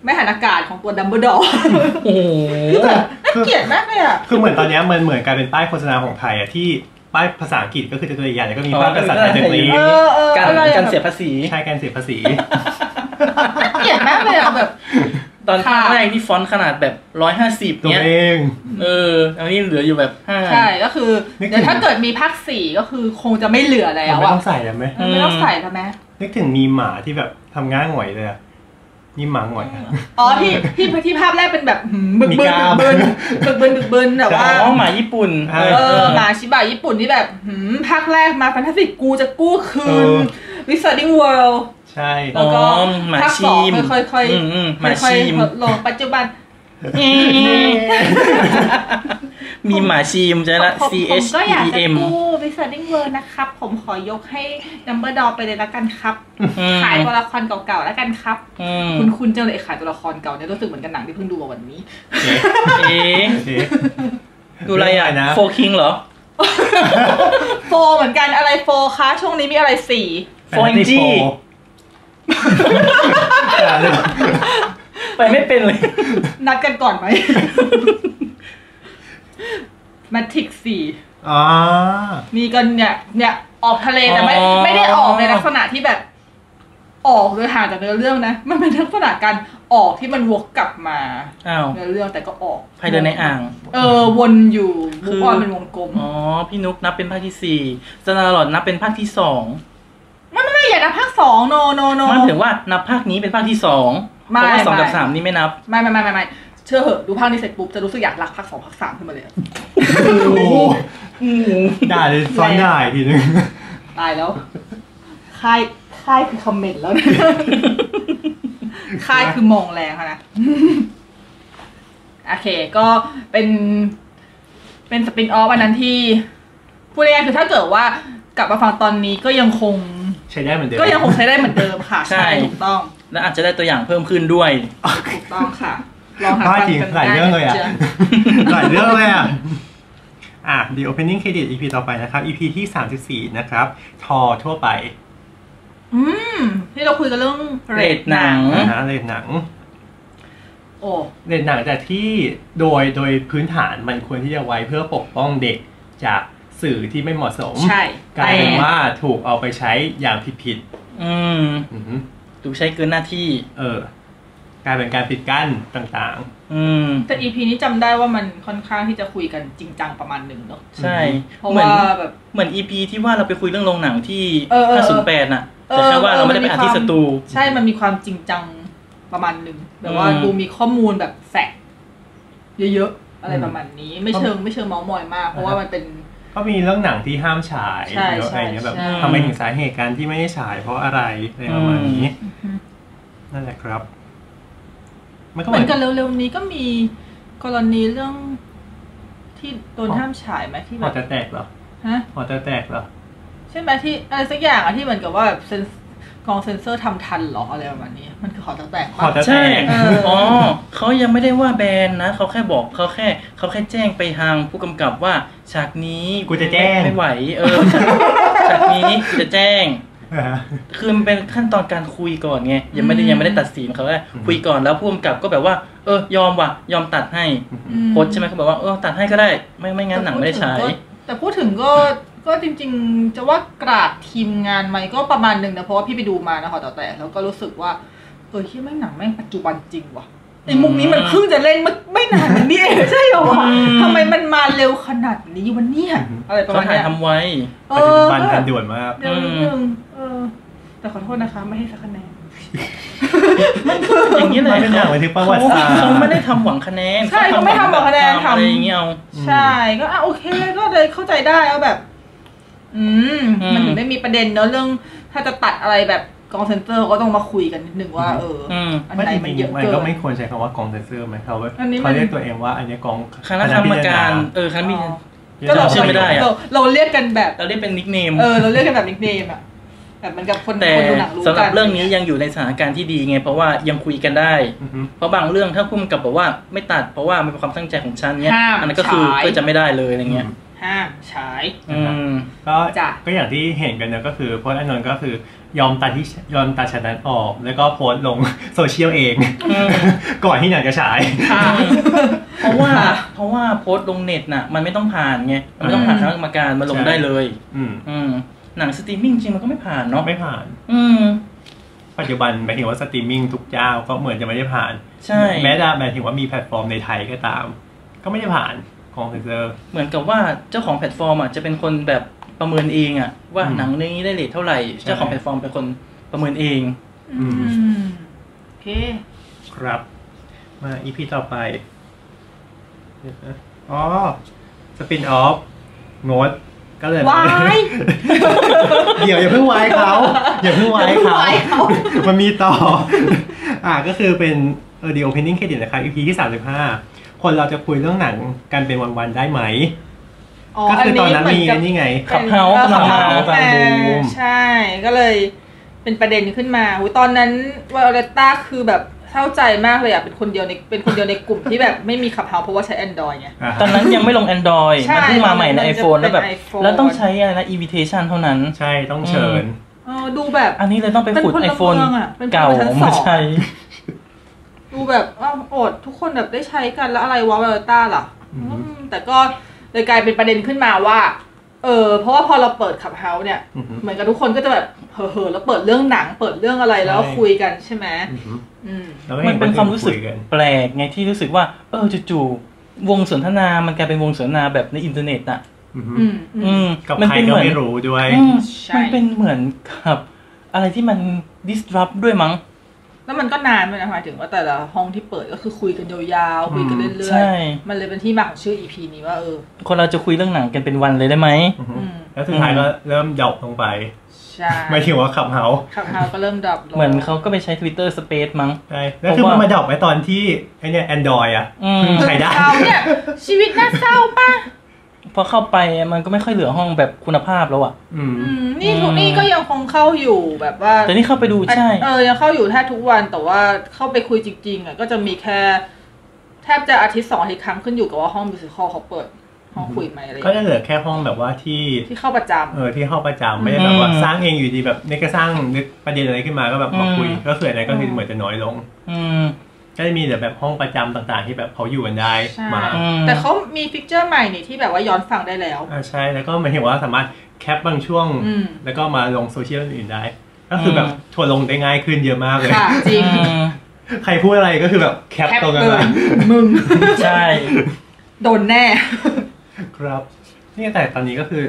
Speaker 2: ไม่หันอากาศของตัวดัมเบิลดอร์
Speaker 4: โอ้โห
Speaker 2: น่ าเกลียดมากเลยอ่ะ
Speaker 3: คือเหมือนตอนเนี้ยมันเหมือนกลายเป็นป้ายโฆษณาของไทยอะที่ป้ายภาษาอังกฤษก็คือจะตัวใหญ่ๆแล้วก็มีภาพกษัตริย์ไทยจะตี
Speaker 2: เออเออ
Speaker 4: การ
Speaker 2: อะไรอะ
Speaker 4: การเสียภาษี
Speaker 3: ใช่การเสียภาษี
Speaker 2: น่าเกลียดมากเลยอ่ะแบบ
Speaker 4: ตอน
Speaker 2: ค่ะ
Speaker 4: ภาคแรกที่ฟอนต์ขนาดแบบร้อยห้าสิบ
Speaker 3: ตัว
Speaker 4: เนี้ย
Speaker 3: เอง
Speaker 4: เออแล้วนี่เหลืออยู่แบบห้า
Speaker 2: ใช่ก็คือ
Speaker 3: นึกถึง
Speaker 2: เดี๋ยวถ้าเกิดมีภาคสี่ก็คือคงจะไม่เหลือแล้
Speaker 3: เรา
Speaker 2: ว
Speaker 3: ไม่
Speaker 2: อ่ะ
Speaker 3: ต้องใส่แล้วไหม
Speaker 2: เออไม่ต้องใส่แล้วไหม
Speaker 3: นึกถึงมีหมาที่แบบทำง่าหงอยเลยอะนี่หมาหงอยอะ
Speaker 2: อ๋อที่ที่ที่ภาพแรก เป็นแบบหืมบึกบึน
Speaker 3: มีกล้าม
Speaker 2: บึกบึนบึกบึนบึกบึนแต่ว่า
Speaker 4: อ๋อหมาญี่ปุ่น
Speaker 3: ใช่
Speaker 2: เออหมาชิบะญี่ปุ่นที่แบบหืมภาคแรกมาแฟนตาซีกูจะกู้คื
Speaker 3: เอน อ
Speaker 2: Wizarding World
Speaker 3: ใช่
Speaker 4: อ๋
Speaker 2: แล้ว
Speaker 4: อ
Speaker 2: ก็
Speaker 4: หมา
Speaker 2: ภาคส
Speaker 4: ชี
Speaker 2: อง
Speaker 4: ม
Speaker 2: ค่อยๆค่อย
Speaker 4: อืมอืมหมา
Speaker 2: ค่อย
Speaker 4: ชีม
Speaker 2: ๆลดลงปัจจุบัน
Speaker 4: มีหมาชีมใช่ละ
Speaker 2: ผม
Speaker 4: C
Speaker 2: ผม
Speaker 4: H
Speaker 2: ก็
Speaker 4: E
Speaker 2: อยาก
Speaker 4: E
Speaker 2: จะ
Speaker 4: M
Speaker 2: กู้ Wizarding World นะครับ ผมขอยกให้ Number d o ไปเลยละกันครับ
Speaker 4: อืม
Speaker 2: ขายตัวละครเก่าๆแล้วกันครับ
Speaker 4: อืม
Speaker 2: คุณคุณเจ้าเลยไอ้ขายตัวละครเก่าเนี่ยรู้สึกเหมือนกันหนังที่เพิ่งดูมาวันนี้
Speaker 4: เอ๊ะ
Speaker 3: โอเค
Speaker 4: ดูอะไร
Speaker 3: เรื่อง
Speaker 4: อ่ะ
Speaker 3: อะไรนะ
Speaker 4: โฟคิงเหรอ
Speaker 2: โฟเหมือนกันอะไรโฟคะช่วงนี้มีอะไรสี่
Speaker 4: โฟงจี้
Speaker 3: แต่เรื่อง
Speaker 4: ไปไม่เป็นเลย
Speaker 2: นัดกันก่อนไหม แมทริกสี่
Speaker 3: อ๋อ
Speaker 2: มีกันเนี่ยเนี่ยออกทะเลแต่ไม่
Speaker 4: อ๋อ
Speaker 2: ไม่ได้ออกในลักษณะที่แบบ ออกโดยห่างจากเนื้อเรื่องนะ มันเป็นลักษณะการออกที่มันวกกลับมา
Speaker 4: อ้าว
Speaker 2: เนื้อเรื่องแต่ก็ออก
Speaker 4: ภายเดินในอ่าง
Speaker 2: เออวนอยู่
Speaker 4: คื
Speaker 2: บุ
Speaker 4: อ
Speaker 2: กออนเป็นวงกลม
Speaker 4: อ๋อ พี่นุกนับเป็นภาคที่สี่สนาหลอดนับเป็นภาคที่สอง
Speaker 2: ไม่ไม่ไม่อย่านับภาคสองโนโนโน
Speaker 4: มันถึงว่านับภาคนี้เป็นภาคที่สอง
Speaker 2: ไม่
Speaker 4: เพราะว่าสอง
Speaker 2: ไม่
Speaker 4: กับสามนี่ไม่นับ
Speaker 2: ไม่ไม่ไม่ไม่ไม่เชื่อเหอะดูภาคนี้เสร็จปุ๊บจะรู้สึกอยากรักภาคสองภาคสามขึ้นมาเลยอะ
Speaker 3: โอ้โหด่าเลยซ้อนด่าอีกทีนึง
Speaker 2: ตายแล้ว ค่ายค่ายคือคอมเมนต์แล้วนะ ค่ายคือมองแรงค่ะนะ โอเค ก็เป็น เป็นสปินออฟอันนั้นที่พูดง่ายๆคือถ้าเกิดว่ากลับมาฟังตอนนี้ก็ยังคง
Speaker 3: ใช้ได้เหมือนเดิม
Speaker 2: ก็ยังคงใช้ได้เหมือนเดิมค่ะ
Speaker 4: ใช่
Speaker 2: ใช่ถูกต้อง
Speaker 4: และอาจจะได้ตัวอย่างเพิ่มขึ้นด้วย
Speaker 2: ถูกต้องค่ะ ลองหา
Speaker 3: พลาด
Speaker 2: ฟัง
Speaker 3: ทิ้ง
Speaker 2: กัน
Speaker 3: ห
Speaker 2: ได้
Speaker 3: ลายเรื่องเลยอ่ะ
Speaker 2: จ๊
Speaker 3: หลายเรื่องเลยอ่ะ อ่ะ The Opening Credit EP ต่อไปนะครับ EP ที่ 34 นะครับ ทอทั่วไป
Speaker 2: อืมที่เราคุยกันเรื่อง
Speaker 4: เรทหนัง
Speaker 3: นะฮะเรทหนัง
Speaker 2: โอ้
Speaker 3: เรทหนังแต่ที่โดยโดยพื้นฐานมันควรที่จะไว้เพื่อปกป้องเด็ก จากสื่อที่ไม่เหมาะสม
Speaker 2: ใช่
Speaker 3: กลายเป็น
Speaker 2: แต่
Speaker 3: ว่าถูกเอาไปใช้อย่างผิดผิด
Speaker 4: อืม
Speaker 3: ๆอือหือ
Speaker 4: ถูกใช้เกินหน้าที่
Speaker 3: เออกลายเป็นการปิดกั้นต่าง
Speaker 4: อืม
Speaker 2: แต่ EP นี้จำได้ว่ามันค่อนข้างที่จะคุยกันจริงจังประมาณหนึ่งเนอะ
Speaker 4: ใช่
Speaker 2: เพราะ
Speaker 4: เหมือ
Speaker 2: ว่าน แบบ
Speaker 4: เหมือนอีพีที่ว่าเราไปคุยเรื่องโรงหนังที่
Speaker 2: เออเออเออ
Speaker 4: 508น่ะ แต่แค่ว่าเราไม่ได้ไปอ่านที่สตู
Speaker 2: ใช่ มันมีความจริงจังประมาณหนึ่งแบบว่า
Speaker 4: อืม
Speaker 2: ดูมีข้อมูลแบบแฟกต์เยอะๆ อะไรประมาณนี้ ไม่เชิงไม่เชิงเมาส์มอยมาก เพราะว่ามันเป็น
Speaker 3: ๆ ก็มีเรื่องหนังที่ห้ามฉาย
Speaker 2: ใช่
Speaker 3: เยอะ
Speaker 2: ใช่
Speaker 3: อะไรเงี้ยแบบ
Speaker 2: ใช่
Speaker 3: ทำไมถึงสาเหตุการที่ไม่ได้ฉายเพราะอะไรอะไรประมาณนี้ นั่นแหละครับ มันก็
Speaker 2: เห
Speaker 3: เหมื
Speaker 2: มือ
Speaker 3: อน
Speaker 2: นกันเร็วๆนี้ก็มีกรณีเรื่องที่โดนห้ามฉายไหมที่
Speaker 3: ห
Speaker 2: แบ
Speaker 3: อบ จะแตกเหรอ
Speaker 2: ฮะ
Speaker 3: หอจะแตกเหรอ
Speaker 2: ใช่ไหมที่อะไรสักอย่างอะที่เหมือนกับว่าแบบเซนกองเซนเซอร์ทำทันเหรออะไรประมาณนี้ มันคือขอตั้งแต่
Speaker 3: ขอ
Speaker 2: ปะ
Speaker 3: ตั้ง
Speaker 4: ใช่
Speaker 2: เอออ๋
Speaker 4: อ๋อเขายังไม่ได้ว่าแบนนะเขาแค่บอกเขาแค่เขาแค่แจ้งไปทางผู้กำกับว่าฉากนี้
Speaker 3: กูจะแจ้ง
Speaker 4: ไม่ไหว เออฉากนี้กูจะแจ้ง
Speaker 3: อ่า
Speaker 4: คือมันเป็นขั้นตอนการคุยก่อนไงยังไม่ได้
Speaker 2: อืม
Speaker 4: ยังไม่ได้ตัดสินเขาแค่
Speaker 3: อืม
Speaker 4: คุยก่อนแล้วผู้กำกับก็แบบว่า เออยอมว่ะยอมตัดให้
Speaker 2: อืม
Speaker 4: โพสต์ใช่ไหมเขาบอกว่าเออตัดให้ก็ได้ ไม่ไม่งั้นหนังไม่ได้ฉาย
Speaker 2: แต่พูดถึงก็ก็จริง ๆ จะว่ากราดทีมงานไหมก็ประมาณหนึ่งนะเพราะว่าพี่ไปดูมานะขอตั้งแต่แล้วก็รู้สึกว่าเออที่แม่งหนังแม่งปัจจุบันจริงว่ะไอ้มุกนี้มันเพิ่งจะเล่นเมื่อไม่นานมานี้เอง ใช่เหรอวะ
Speaker 4: อืม
Speaker 2: ทำไมมันมาเร็วขนาดนี้วันนี้อะไรประ
Speaker 4: เขา
Speaker 2: มาณ
Speaker 4: ถ่าย
Speaker 2: เนี้ย
Speaker 4: ทำไว้
Speaker 2: เอ
Speaker 3: ปัจ
Speaker 2: อ
Speaker 3: จุบันทันด่วนมาก
Speaker 2: เดี๋ยวนิดนึงเออ แต่ขอโทษนะคะ ไม่ให้สักคะแนน
Speaker 4: อย่างนี้เล
Speaker 3: มั
Speaker 4: ย
Speaker 3: นเป็นอย่างบันทึกประวัติศาสตร์
Speaker 4: เขาไม่ได้ทำหวังคะแนน
Speaker 2: ใช่เขาไม่ทำหวังคะแนน
Speaker 4: ทำอะไร
Speaker 2: ทำ
Speaker 4: อย่างเงี้ยเอา
Speaker 2: ใช่ก็อ่ะโอเค ก็เลยเข้าใจได้ว่าแบบ อืม
Speaker 4: อืม
Speaker 2: มันถึงได้มีประเด็นเนอะเรื่อง ถ้าจะตัดอะไรแบบกองเซนเตอร์เขาก็ต้องมาคุยกันนิดนึงว่า เอออ
Speaker 4: อืม
Speaker 2: อันไหนมันเยอะ
Speaker 3: มัน
Speaker 2: เกิ
Speaker 3: ก็
Speaker 2: น
Speaker 3: ไม่ควรใช้คำว่ากองเซนเซอร์ไหมเขา
Speaker 2: อันนี้มัน
Speaker 3: เขาเรียกตัวเองว่า อันเนี้ยกอง
Speaker 4: คณะกรรมการเออคณะมี
Speaker 2: อ๋อ
Speaker 3: พิจ
Speaker 2: ก็
Speaker 3: ณ
Speaker 2: เรา
Speaker 4: จำชื่อไม่ได้อะ
Speaker 2: เราเราเรียกกันแบบ
Speaker 4: เราเรียกเป็นนิกเนม
Speaker 2: เออ เราเรียกกันแบบนิกเนมอะแบบเหมือนกับคน
Speaker 4: แต่
Speaker 2: คนดูหนังรู้
Speaker 4: สำห
Speaker 2: กั
Speaker 4: รับ
Speaker 2: น
Speaker 4: เรื่องนี้ยังอยู่ในสถานการณ์ที่ดีไง เพราะว่ายังคุยกันได้
Speaker 3: อือฮึ
Speaker 4: เพราะบางเรื่องถ้าพุ่มกับบอกว่าไม่ตัดเพราะว่ามันเป็นความตั้งใจของฉันเนี้ย
Speaker 2: ห้าม
Speaker 4: อันั้นก็คือ
Speaker 2: ฉาย
Speaker 4: ก็จะไม่ได้เลยอะไรเงี้ย
Speaker 2: ห้ามฉาย
Speaker 3: อื
Speaker 4: อื
Speaker 3: ม
Speaker 4: ม
Speaker 3: ก็
Speaker 2: จ้ะ
Speaker 3: ก็อย่างที่เห็นกันนะก็คือโพสต์อานนท์ก็คือยอมตัดที่ยอมตัดฉากนั้นออก แล้วก็โพสต์ลงโซเชียลเอง
Speaker 4: อืม
Speaker 3: ก่อนที่หนังจะฉาย
Speaker 2: ค่ะ
Speaker 4: เพราะว่าเพราะว่าโพสต์ลงเน็ตน่ะ มันไม่ต้องผ่านไงมันไม่ต้องผ่านคณะกรรมการมาลงได้เลย
Speaker 3: อืม
Speaker 4: อืมหนังสตรีมมิ่งจริงมันก็ไม่ผ่านเนาะ
Speaker 3: ไม่ผ่าน
Speaker 4: อืม
Speaker 3: ปัจจุบันหมายถึงว่าสตรีมมิ่งทุกเจ้าก็เหมือนจะไม่ได้ผ่าน
Speaker 4: ใช่
Speaker 3: แม้แต่หมายถึงว่ามีแพลตฟอร์มในไทยก็ตาม ก็ไม่ได้ผ่านกองเซนเซอร์
Speaker 4: เหมือนกับว่าเจ้าของแพลตฟอร์มอ่ะจะเป็นคนแบบประเมินเองอ่ะว่า
Speaker 3: อืม
Speaker 4: หนังเรื่องนี้ได้เรทเท่าไหร่
Speaker 3: ใช่
Speaker 4: เจ้าของแพลตฟอร์มเป็นคนประเมินเอง
Speaker 2: อื
Speaker 3: ม
Speaker 2: มโอเค
Speaker 3: ครับ มาอีพีต่อไปเดี๋ยวนะอ๋อสปินออฟโน้ตก็เลย
Speaker 2: ว้าย
Speaker 3: เดี๋ยวอย่าเพิ่งไว้เขาอย่าเพิ่งไว้
Speaker 2: อย่าเพิ่ง
Speaker 3: เขา
Speaker 2: ไว้เขา
Speaker 3: มันมีต่อ อ่ะก็คือเป็นเออ The Opening Credit นะครับ EP ที่ 35 คนเราจะคุยเรื่องหนังกันเป็นวัน ๆ ได้ไหม ก็คือตอนนั้นมี
Speaker 2: เหกั
Speaker 3: อั
Speaker 2: บ
Speaker 3: นนี่ไง
Speaker 4: ขับเฮ้าส์
Speaker 2: ป็น
Speaker 4: ขับเฮ้าส์
Speaker 2: ขับ
Speaker 3: ขั
Speaker 2: เฮ้า
Speaker 3: บเฮ้าส์
Speaker 2: ส์
Speaker 3: บูม
Speaker 2: ใช่ก็เลยเป็นประเด็นขึ้นมาหูตอนนั้นวาเลต้าคือแบบเศร้าใจมากเลยอ่ะเป็นคนเดียวในเป็นคนเดียวในกลุ่มที่แบบไม่มีขับเฮาส์เพราะว่าใช้ Android ไง
Speaker 3: อ่ะ
Speaker 4: ตอนนั้นยังไม่ลง Android
Speaker 2: ใช่
Speaker 4: มันเพิ่งมาใหม่ใน
Speaker 2: มันจะ
Speaker 4: iPhone
Speaker 2: เป็
Speaker 4: แล้
Speaker 2: น
Speaker 4: วแบบ
Speaker 2: iPhone
Speaker 4: แล้วต้องใช้อะไรนะ invitation เท่านั้น
Speaker 3: ใช่ต้องเชิญ
Speaker 2: เออดูแบบ
Speaker 4: อันนี้เลยต้องไปขุด
Speaker 2: เป็นพลเมือง
Speaker 4: iPhone
Speaker 2: อะเป็นพลเมือง
Speaker 4: เก่า
Speaker 2: ชั้นสอง
Speaker 4: มาใช้
Speaker 2: ดูแบบอ้าวอดทุกคนแบบได้ใช้กันแล้วอะไรวะวาเลต้าล่ะ
Speaker 3: อืม
Speaker 2: อืมแต่ก็เลยกลายเป็นประเด็นขึ้นมาว่า เออเพราะว่าพอเราเปิดขับเฮาส์เนี่ย
Speaker 3: อือหือ
Speaker 2: เหมือนกับทุกคนก็จะแบบเห่อๆแล้วเปิดเรื่องหนัง เปิดเรื่องอะไรแล้ว
Speaker 3: ใช่
Speaker 2: คุยกันใช่ไหม
Speaker 3: อือหือ
Speaker 2: อืม
Speaker 3: แล้ว
Speaker 4: มันเป็นความรู้สึก
Speaker 3: ยกัน
Speaker 4: แปลกไงที่รู้สึกว่าเออจู่ๆวงสนทนา มันกลายเป็นวงสนทนาแบบในอินเทอร์เน็ตอ่ะ
Speaker 3: อือหือ
Speaker 2: อืมอื
Speaker 4: อื
Speaker 2: ม
Speaker 4: ม
Speaker 3: กับ
Speaker 4: มัน
Speaker 3: ใคร
Speaker 4: เป็
Speaker 3: ก็
Speaker 4: นเหมือน
Speaker 3: ไม่รู้ด้วย
Speaker 4: อืม
Speaker 2: ใช่
Speaker 4: มันเป็นเหมือนกับ อะไรที่มัน disrupt ด้วยมั้ง
Speaker 2: แล้วมันก็นานไปนะหมายถึงว่าแต่ละห้องที่เปิดก็คือคุยกันยาวๆคุยกันเรื่
Speaker 4: ใช่
Speaker 2: อยๆมันเลยเป็นที่มาของชื่อ EP นี้ว่าเออ
Speaker 4: คนเราจะคุยเรื่องหนังกันเป็นวันเลยได้ไหม
Speaker 3: อือหือ
Speaker 2: อืม
Speaker 3: แล้วสุดท้ายก็เริ่มดรอปลงไป
Speaker 2: ใช่
Speaker 3: ไม่ถึงว่าขับเฮา
Speaker 2: ขับเฮาก็เริ่มดับลง
Speaker 4: เหมือนเขาก็ไปใช้ Twitter Space มั้ง
Speaker 3: ใช่แล้วคือมัน
Speaker 4: ผมว่า
Speaker 3: มาดรอปไว้ตอนที่ไอเนี่ยแอนดรอยอ่ะ
Speaker 4: อืม
Speaker 3: ใครได้
Speaker 2: เราเนี่ยชีวิตน่าเศร้าป่ะ
Speaker 4: พอเข้าไปมันก็ไม่ค่อยเหลือห้องแบบคุณภาพแล้วอะ
Speaker 3: อืม
Speaker 2: อืมนี่ทุกนี่ก็ยังคงเข้าอยู่แบบว่า
Speaker 4: แต่นี่เข้าไปดูใช่
Speaker 2: เออยังเข้าอยู่แทบทุกวันแต่ว่าเข้าไปคุยจริงๆอ่ะก็จะมีแค่ แทบจะอาทิตย์สองอาทิตย์ครั้งขึ้นอยู่กับว่าห้องมิวสิคอลเขาเปิดห้องคุยไหมอะไรอย่าง
Speaker 3: ก็
Speaker 2: เงี้ย
Speaker 3: จะเหลือแค่ห้องแบบว่าที่
Speaker 2: ที่เข้าประจำ
Speaker 3: เออที่เข้าประจำไม่ได้แบบว่า
Speaker 4: อืม
Speaker 3: สร้างเองอยู่ดีแบบนึกก็สร้างนึกประเด็นอะไรขึ้นมาก็แบบมาคุย
Speaker 4: อืม
Speaker 3: ก็ส่วนอะไรก็คือ
Speaker 2: ม
Speaker 3: เหมือนจะน้อยลง
Speaker 4: อืม
Speaker 3: ก็จะมีแต่แบบห้องประจำต่างๆ ที่แบบเขาอยู่กันได้
Speaker 2: ใช่
Speaker 3: มา
Speaker 4: อืม
Speaker 2: แต่เขามีฟิกเจอร์ใหม่นี่ที่แบบว่าย้อนฟังได้แล้ว
Speaker 3: อ่าใช่แล้วก็หมายถึงว่าสามารถแคปบางช่วง
Speaker 2: อืม
Speaker 3: แล้วก็มาลงโซเชียลอื่นๆได้ ก็คืออ
Speaker 4: ม
Speaker 3: แบบทัวร์ลงได้ง่ายขึ้นเยอะมากเลย
Speaker 2: ค่ะ จริง
Speaker 4: อืม
Speaker 3: ใครพูดอะไรก็คือแบบแคป
Speaker 2: แคป
Speaker 3: ตรงกัน
Speaker 2: เกิ
Speaker 3: มาน
Speaker 2: มึง
Speaker 4: ใช่
Speaker 2: โดนแน่
Speaker 3: ครับ นี่แต่ตอนนี้ก็คือ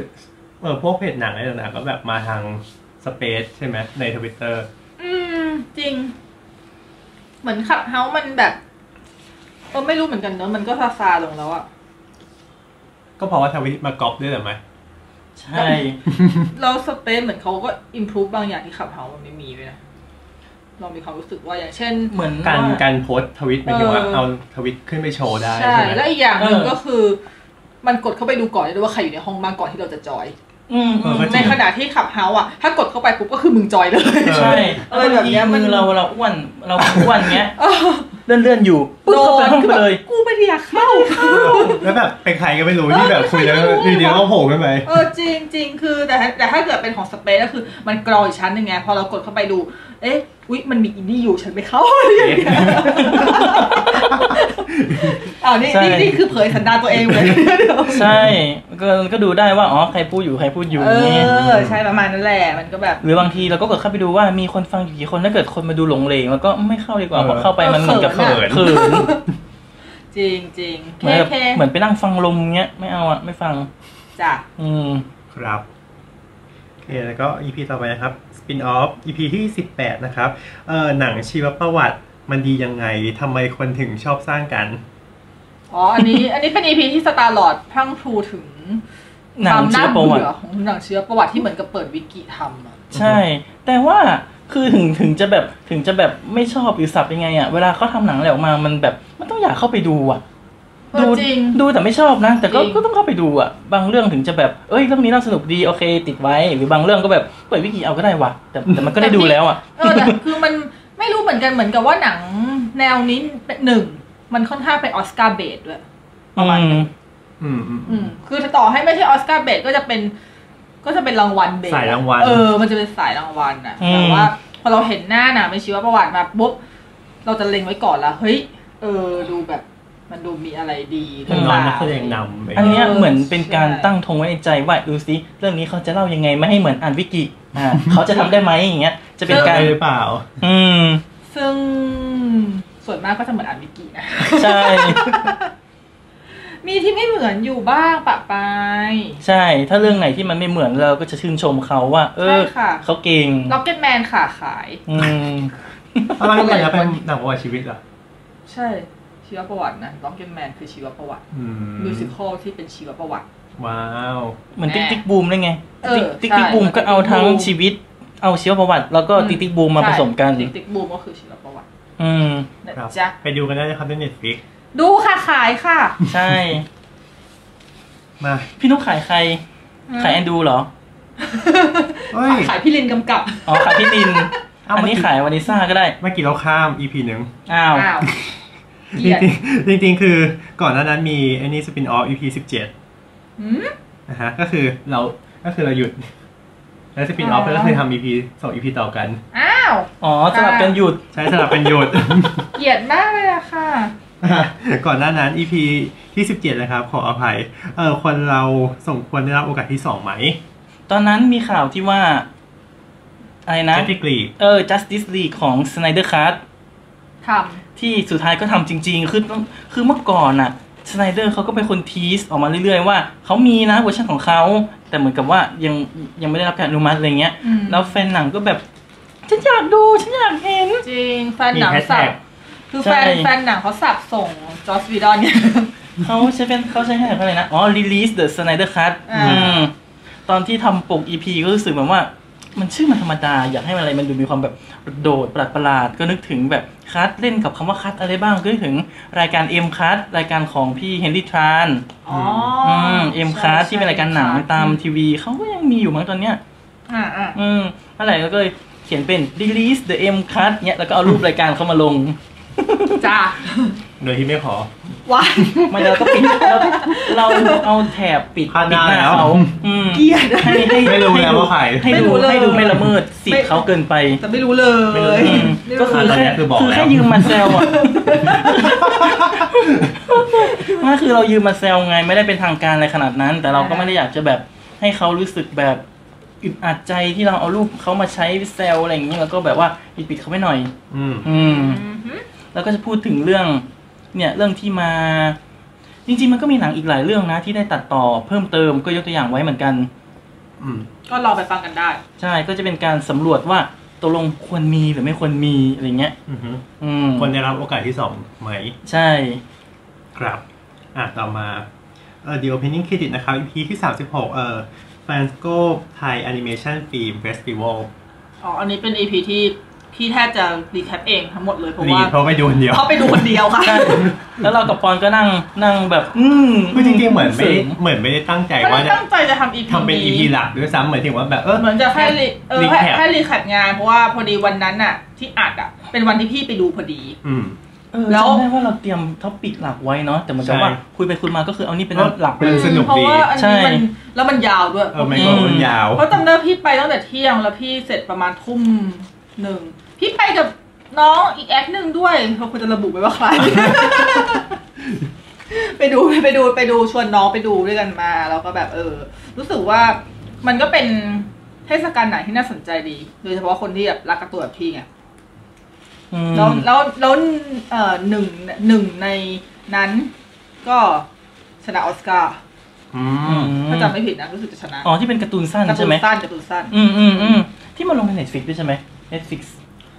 Speaker 3: เออพวกเพจหนังอะไรต่างๆก็แบบมาทางสเปซใช่ไหมในทวิตเตอร์
Speaker 2: อืม จริง เหมือนขับเฮามันแบบเออไม่รู้เหมือนกันเนอะมันก็ซาซาลงแล้วอะ
Speaker 3: ก็เพราะว่าทวิตมากอบด้วยเหรือไหม
Speaker 4: ใช่
Speaker 2: เราสเปซเหมือนเขาก็อิมพ o ู e บางอย่างที่ขับเฮามันไม่มีเลยนะ เรามีความรู้สึกว่าอย่างเช่น
Speaker 4: เหมือน
Speaker 3: การ
Speaker 4: ว่
Speaker 3: การโพสต์ทวิตหมายถึงว่า
Speaker 2: เออ
Speaker 3: เอาทวิตขึ้นไปโชว์ได้
Speaker 2: ใช่
Speaker 3: ใช่ไหม
Speaker 2: และอีกอย่างหนึ่ง
Speaker 4: เออ
Speaker 2: ก็คือ มันกดเข้าไปดูก่อนได้ด้วยว่าใครอยู่ในห้องบ้างก่อนที่เราจะจอย
Speaker 4: อืม
Speaker 3: เออก็จ
Speaker 2: ใน
Speaker 3: ริง
Speaker 2: ขณะที่ขับเฮาอะถ้ากดเข้าไปปุ๊บก็คือมึงจอยเลย
Speaker 3: เออ
Speaker 4: ใช่
Speaker 2: เออแบบเนี้ยมัน
Speaker 4: มือเราเราอ้วนเราอ้วนเงี้ยเลื่อนเลื่อนๆอยู่ปุ๊บเข้าไปห้องไปเลย
Speaker 2: กูไม่ได้อยากเข้า
Speaker 3: แล้วแบบเป็นใครก็ไม่รู้
Speaker 2: เออ
Speaker 3: ที่แบบคุยแล้ว
Speaker 2: ไม่รู้
Speaker 3: อยู่ดีๆก็โผล่ขึ้นไป
Speaker 2: เออจริงจริงคือแต่ถ้าแต่ถ้าเกิดเป็นของสเปซก็คือมันกรองอีกชั้นหนึ่งไงพอเรากดเข้าไปดู เอ๊ะอุ๊ยมันมีอินดี้อยู่ฉัน ไม่เข้าอะไรอย่างเงี้ยอ้าวนี่
Speaker 4: ใช่
Speaker 2: นี่นี่คือเผยสันดานตัวเองเลย
Speaker 4: ใช่ก็ก็ดูได้ว่าอ๋อใครพูดอยู่ใครพูดอยู่
Speaker 2: เอ
Speaker 4: นี่
Speaker 2: อใช่ประมาณนั้นแหละมันก็แบบ
Speaker 4: หรือบางทีเราก็กดเข้าไปดูว่ามีคนฟังอยู่กี่คนถ้าเกิดคนมาดูหลงเหลงแล้วก็ไม่เข้าดีกว่า
Speaker 3: เออ
Speaker 4: เพราะเข้าไปมันเหมือนกับ
Speaker 2: เออ
Speaker 3: เขิ
Speaker 4: เขิ
Speaker 3: น
Speaker 4: น
Speaker 2: จริงจริงๆ
Speaker 4: เหมือนแบบ
Speaker 2: เค
Speaker 4: เหมือนไปนั่งฟังลมเงี้ยไม่เอาอ่ะไม่ฟัง
Speaker 2: จ้ะ
Speaker 4: อืม
Speaker 3: ครับ โอเค แล้วก็ EP ต่อไปนะครับ Spin Off EP ที่ 18 นะครับเอ่อหนังชีวประวัติมันดียังไงทำไมคนถึงชอบสร้างกัน
Speaker 2: อ๋ออันนี้ อันนี้เป็นอีพีที่สตาร์ลอดพรั่งพรูถึง
Speaker 4: หนัง
Speaker 2: ค
Speaker 4: เชื้
Speaker 2: วา
Speaker 4: อ
Speaker 2: ม
Speaker 4: ประวั
Speaker 2: น่า
Speaker 4: ติ
Speaker 2: เบื่อของหนังเชื้อประวัติที่เหมือนกับเปิดวิกิทำอะ
Speaker 4: ใช่ แต่ว่าคือถึงถึงจะแบบถึงจะแบบไม่ชอบหรือสับยังไงอ่ะเวลาเขาทำหนังอะไรออกมามันแบบมันต้องอยากเข้าไปดูอ่ะ
Speaker 2: เออจริง
Speaker 4: ดูแต่ไม่ชอบนะ แต่ก็
Speaker 2: จริง
Speaker 4: ก็ต้องเข้าไปดูอ่ะ บางเรื่องถึงจะแบบ เอ้ยเรื่องนี้น่าสนุกดีโอเค ติดไว้ หรือบางเรื่องก็แบบเปิดวิกิเอาก็ได้ว่ะ แต่แต่มันก็ได้ดูแล้วอ่ะ
Speaker 2: เออแต่คือมันไม่รู้เหมือนกันเหมือนกับว่าหนังแนวนี้เป็นหนึ่ง มันค่อนข้างเป็นออสการ์เบสด้วย ประมาณนึง
Speaker 3: อืมอืม
Speaker 2: อืม คือต่อให้ไม่ใช่ออสการ์เบสก็จะเป็น ก็จะเป็นรางวัลเบส
Speaker 3: สายรางวัล
Speaker 2: เออ มันจะเป็นสายรางวัลนะ
Speaker 4: อืม
Speaker 2: แต่ว่าพอเราเห็นหน้าหนะไม่ชีวประวัติมาปุ๊บเราจะเล็งไว้ก่อนละเฮ้ย เออ ดูแบบ มันดูมีอะไรดีห
Speaker 3: เป็
Speaker 2: รือน เป
Speaker 3: นอน
Speaker 2: ล่า
Speaker 3: นักแสดงนำ
Speaker 4: อันเนี้ย
Speaker 2: เออ
Speaker 4: เหมือนเป็นการ
Speaker 2: ใช่
Speaker 4: ตั้งธงไว้ในใจว่าดูสิเรื่องนี้เขาจะเล่ายังไงไม่ให้เหมือนอ่านวิกิอ่า เขาจะทำได้ไหมอย่างเงี้ย จะเป็น
Speaker 3: กา
Speaker 4: การร
Speaker 3: หรือเปล่า
Speaker 4: อืม
Speaker 2: ซึ่งส่วนมากก็จะเหมือนอ่านวิกินะ
Speaker 4: ใช่
Speaker 2: มีที่ไม่เหมือนอยู่บ้างปะปาย
Speaker 4: ใช่ ถ้าเรื่องไหนที่มันไม่เหมือนเราก็จะชื่นชมเขาว่า เออ
Speaker 2: ใช่ค่ะ
Speaker 4: เขาเก่ง
Speaker 2: ล็อกเก็ตแมนค่ะขาย
Speaker 4: อืม
Speaker 3: อะไรกันนะเป็นหนังประวัติชีวิตเหรอ
Speaker 2: ใช่ ชีวประวัตินะล็อกเก็ตแมนคือชีวประวัติ
Speaker 3: อืม
Speaker 2: มิวสิควลที่เป็นชีวประวัติ
Speaker 3: ว้าว
Speaker 4: เหมือน
Speaker 2: แน่
Speaker 4: ติ๊กติ๊กบูมได้ไง
Speaker 2: เออ
Speaker 4: ติ๊ก
Speaker 2: ใช่
Speaker 4: ติ๊กติ๊กบูมก็เอาทั้ง
Speaker 2: ติ๊กติ๊กบูม
Speaker 4: ชีวิต เอาชีวประวัติ แล้วก็ติ๊กติ๊กบูมมาผสมกัน
Speaker 2: ติ๊กติ๊กบูมก็คือชีวประวัติ
Speaker 4: อืม
Speaker 2: นะครับ จ๊ะ
Speaker 3: ไปดูกันได้นะครับใน Netflix
Speaker 2: ดูค่ะขายค่ะ
Speaker 4: ใช่
Speaker 3: มา
Speaker 4: พี่นุ๊กขายใคร ขายแอนดูเหรอ
Speaker 3: เฮ้ย
Speaker 2: ขายพี่ลินกำกับ
Speaker 4: อ๋อ ขายพี่ลิน
Speaker 3: เอ้า
Speaker 4: อันนี้ขายวานิซ่าก็ได้
Speaker 3: เมื่อกี้เราข้าม EP หนึ่ง
Speaker 4: อ้าว
Speaker 2: อ้าวเก
Speaker 3: จ
Speaker 2: ลียด
Speaker 3: ริงๆจริงๆ คือก่อนหน้านั้นมีไอ้นี่สปินออฟ EP สิบเจ็ด
Speaker 2: หืม
Speaker 3: นะฮะก็คือเราก็คือเราหยุด แล้วสปินออฟ
Speaker 2: อ๋อ
Speaker 3: ก็คือทำอีพีสองอีพีต่อกัน
Speaker 2: อ้าว
Speaker 4: อ๋อสลับกันหยุด
Speaker 3: ใช้สลับเป็นหยุด
Speaker 2: เกลียดมากเลยอะค่ะ
Speaker 3: ก่อนหน้านั้นอีพีที่สิบเจ็ดนะครับ ขออภัยเออคนเราสมควรได้รับโอกาสที่สองไหม
Speaker 4: ตอนนั้นมีข่าวที่ว่า อะไรนะ
Speaker 3: แคตติกรี
Speaker 4: เออ justice league ของ snyder cut
Speaker 2: ท
Speaker 4: ที่สุดท้ายก็ทำจริง ๆ คือต้องคือเมื่อก่อนน่ะสไนเดอร์เขาก็เป็นคนทีสออกมาเรื่อยๆ ว่าเขามีนะเวอร์ชันของเขา แต่เหมือนกับว่ายังยังไม่ได้รับการอนุมัติอะไรเงี้ย
Speaker 2: ำอืม
Speaker 4: แล้วแฟนหนังก็แบบ ฉันอยากดู ฉันอยากเห็น
Speaker 2: จริงแฟน
Speaker 3: มี
Speaker 2: หนัง
Speaker 3: แฮช
Speaker 2: สับ
Speaker 3: แท็ก
Speaker 2: คือแฟน
Speaker 4: ใช่
Speaker 2: แฟนหนังเขาสับส่งจอร์จวีดอนเนี่ย
Speaker 4: เขาใช้เป็นเขาใช้ให้อะไรนะ อ๋อ release the Snyder cut
Speaker 2: อ่า
Speaker 4: อืมตอนที่ทำปก EP ก็รู้สึกแบบว่า มันชื่อมันธรรมดา อยากให้มันอะไรมันดูมีความแบบโดดประหลาดประหลาดๆก็นึกถึงแบบคัดเล่นกับคำว่าคัดอะไรบ้าง ก็นึกถึงรายการ M คัดรายการของพี่เฮนรี่ทราน
Speaker 2: อ๋อ
Speaker 4: อืมเอ็มคาที่เป็นรายการหนังตาม
Speaker 2: ที่
Speaker 4: ทีวีเขาก็ยังมีอยู่มั้งตอนเนี้ย
Speaker 2: อ่าอ่า
Speaker 4: อืมอะไรแล้วก็เลยเขียนเป็น release the M cut เนี่ยแล้วก็เอารูปรายการเข้ามาลง
Speaker 2: จ้า
Speaker 3: โดยที่ไม่ขอ
Speaker 2: ว้าย
Speaker 4: มันเราต้องปิด เราเราเอาแถบปิด
Speaker 3: พา
Speaker 4: ปิด
Speaker 3: นา
Speaker 4: หน้า
Speaker 3: แล้ว
Speaker 4: เขาอืม
Speaker 2: เกลียด
Speaker 4: ให้ให้
Speaker 3: ไม่รู้แล้วว่าใคร
Speaker 4: ให้ดู
Speaker 2: ไม่รู้เลย
Speaker 4: ให้ดูไม่ละเมิดสิทธิ์เขาเกินไป
Speaker 2: แต่ไม่รู้เลย
Speaker 4: อืม
Speaker 2: ไม่รู้
Speaker 4: ก็คือ
Speaker 3: ตอน
Speaker 4: แค่
Speaker 3: เนี้ยคือบอกแล้ว
Speaker 4: แค่ยืมมาแซวอ่ะว่าคือเรายืมมาแซวไงไม่ได้เป็นทางการอะไรขนาดนั้น แต่เราก็ไม่ได้อยากจะแบบให้เขารู้สึกแบบอึดอัดใจที่เราเอารูปเขามาใช้แซวอะไรอย่างนี้แล้วก็แบบว่าปิดปิดๆเขาไม่หน่อย
Speaker 3: อืม
Speaker 4: อืม
Speaker 2: อือหือ
Speaker 4: แล้วก็จะพูดถึงเรื่อง เนี่ยเรื่องที่มา จริงๆมันก็มีหนังอีกหลายเรื่องนะ ที่ได้ตัดต่อเพิ่มเติมก็ยกตัวอย่างไว้เหมือนกัน
Speaker 3: อืม
Speaker 2: ก็ลองไปฟังกันได้
Speaker 4: ใช่ก็จะเป็นการสำรวจว่าตกลงควรมีหรือไม่ควรมีอะไรเงี้ย
Speaker 3: อือฮึ
Speaker 4: อืม
Speaker 3: คนได้รับโอกาสที่สองไหม
Speaker 4: ใช่
Speaker 3: ครับ อ่ะ ต่อมาเอ่อ The Opening Credit นะครับ EP ที่ 36 เอ่อ Fansco Thai Animation Film Festival
Speaker 2: อ๋อ อันนี้เป็น EP ที่พี่แทบจะรีแคปเองทั้งหมดเลยเพราะ
Speaker 3: รี
Speaker 2: ว่า
Speaker 3: ดเพราะไม่ดูคนเดียว
Speaker 2: เขาไปดูคนเดียวค่ะ
Speaker 4: ใช่ แล้วเรากับปอนก็นั่งนั่งแบบ อืม
Speaker 3: คือจริงๆ เหมือนไม่
Speaker 4: ส
Speaker 3: ได้
Speaker 4: ริ
Speaker 3: เหมือนไม่ได้ตั้งใจ
Speaker 2: ไม่
Speaker 3: ว่า
Speaker 2: ได้
Speaker 3: จะ
Speaker 2: ตั้งใจจะทำ EP
Speaker 3: ทำเป็น EP
Speaker 2: นี้
Speaker 3: หลักด้วยซ้ำเหมือนถึงว่าแบบ เออ
Speaker 2: เหมือนจะแค่รีเออ
Speaker 3: รี
Speaker 2: แค่
Speaker 3: แคป
Speaker 2: แค่รีแคปงาน เพราะว่าพอดีวันนั้นน่ะ ที่อัดอ่ะ เป็นวันที่พี่ไปดูพอดี
Speaker 3: อืม
Speaker 4: เออ
Speaker 2: แล้ว
Speaker 4: จำได้ว่าเราเตรียมท็อปิกหลักไว้เนาะแต่เหมือนกับ
Speaker 3: ใช่
Speaker 4: ว่าคุยไปคุยมาก็คือเอานี่เป็นหลักไป
Speaker 3: มั
Speaker 4: เลย
Speaker 3: นสนุกดี
Speaker 2: เพราะว่าอัน
Speaker 4: ใช่
Speaker 2: นี้มันแล้วมันยาวด้วย
Speaker 3: เออไม่ก็มันยาว
Speaker 2: เพราะจำได้พี่ไปตั้งแต่เที่ยงแล้วพี่เสร็จประมาณทุ่มหนึ่ง พี่ไปกับน้องอีกแอคหนึ่งด้วยเราควรจะระบุไว้ว่าใคร ไปดูไปดูไปดูชวนน้องไปดูด้วยกันมา แล้วก็แบบเออ รู้สึกว่ามันก็เป็นเทศกาลไหนงที่น่าสนใจดีโดยเฉพาะคนที่แบบรักการะตูนแบบพี่ไง
Speaker 4: อืม
Speaker 2: แล้วแล้วแล้วเอ่อหนึ่งหนึ่งในนั้นก็ชนะออสการ์
Speaker 3: อื
Speaker 4: อื
Speaker 3: ม
Speaker 4: ม
Speaker 2: ถ้าจำไม่ผิดนะรู้สึกจะชนะ
Speaker 4: อ๋อที่เป็นการ์ตูนสั้น
Speaker 2: การ์ตู
Speaker 4: ใช่
Speaker 2: น
Speaker 4: ไหม
Speaker 2: สั้นการ์ตูนสั้น
Speaker 4: อืมอืมอืมที่มาลงในเน็ตฟิกด้วยใช่ไหมเน็ตฟิก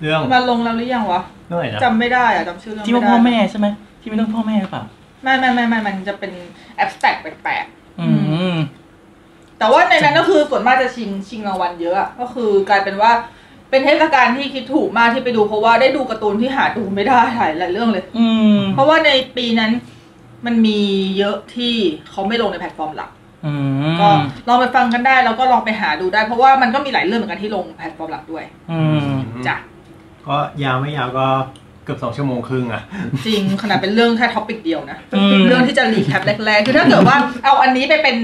Speaker 3: เรื่อง
Speaker 2: มาลงแล้วหรือยังวะ
Speaker 3: เรื่องอะไรนะ
Speaker 2: จำไม่ได้อะจำชื่อเรื่อง
Speaker 4: ที่
Speaker 2: ไม่
Speaker 4: ว่า
Speaker 2: ได้
Speaker 4: พ่อแม่ใช่ไหมที่เป็นเรื่องพ่อแม่หรือเปล่า
Speaker 2: ไม่ไม่ไม่ไม่มันจะเป็นแอบสแต็กแปลก
Speaker 4: อืม
Speaker 2: ๆแต่ว่าในนั้นก็คือส่วนมากจะชิงชิงรางวัลเยอะอะก็คือกลายเป็นว่าเป็นเทศกาลที่คิดถูกมากที่ไปดูเพราะว่าได้ดูการ์ตูนที่หาดูไม่ได้หลายหลายเรื่องเลย
Speaker 4: อืม
Speaker 2: เพราะว่าในปีนั้นมันมีเยอะที่เขาไม่ลงในแพลตฟอร์มหลัก
Speaker 4: อืม
Speaker 2: ก็ลองไปฟังกันได้แล้วก็ลองไปหาดูได้ เพราะว่ามันก็มีหลายเรื่องเหมือนกันที่ลงแพลตฟอร์มหลักด้วย
Speaker 4: อืม
Speaker 2: จ้ะ
Speaker 3: ก็ยาวไม่ยาวก็เกือบสองชั่วโมงครึ่งอะ
Speaker 2: จริงขนาดเป็นเรื่องแค่ท็อปิกเดียวนะ เรื่องที่จะรีแคปแรกๆ คือถ้าเกิดว่าเอาอันนี้ไปเป็น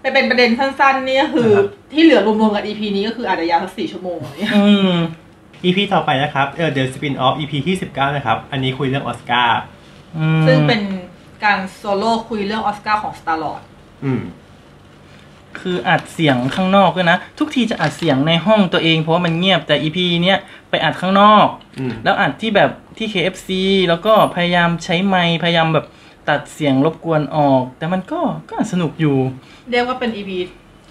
Speaker 2: ไปเป็นประเด็นสั้นๆ นี่ก็คือ
Speaker 3: ครับ
Speaker 2: ที่เหลือรวมๆ กับ EP นี้ก็คืออาจจะยาวสักสี่ชั่วโมงอะไรเงี้ย
Speaker 4: อืม
Speaker 3: EP ต่อไปนะครับเออ The Spin Off EP ที่ 19 นะครับ อันนี้คุยเรื่องออสการ์
Speaker 4: อืม
Speaker 2: ซึ่งเป็นการโซโล่คุยเรื่องออสการ์ของ Star Lord
Speaker 3: อืม
Speaker 4: คืออัดเสียงข้างนอกด้วยนะ ทุกทีจะอัดเสียงในห้องตัวเองเพราะว่ามันเงียบแต่อีพีเนี้ยไปอัดข้างนอก
Speaker 3: อืม
Speaker 4: แล้วอัดที่แบบที่ KFC แล้วก็พยายามใช้ไมค์พยายามแบบตัดเสียงรบกวนออก แต่มันก็ก็สนุกอยู่
Speaker 2: เรียกว่าเป็น EP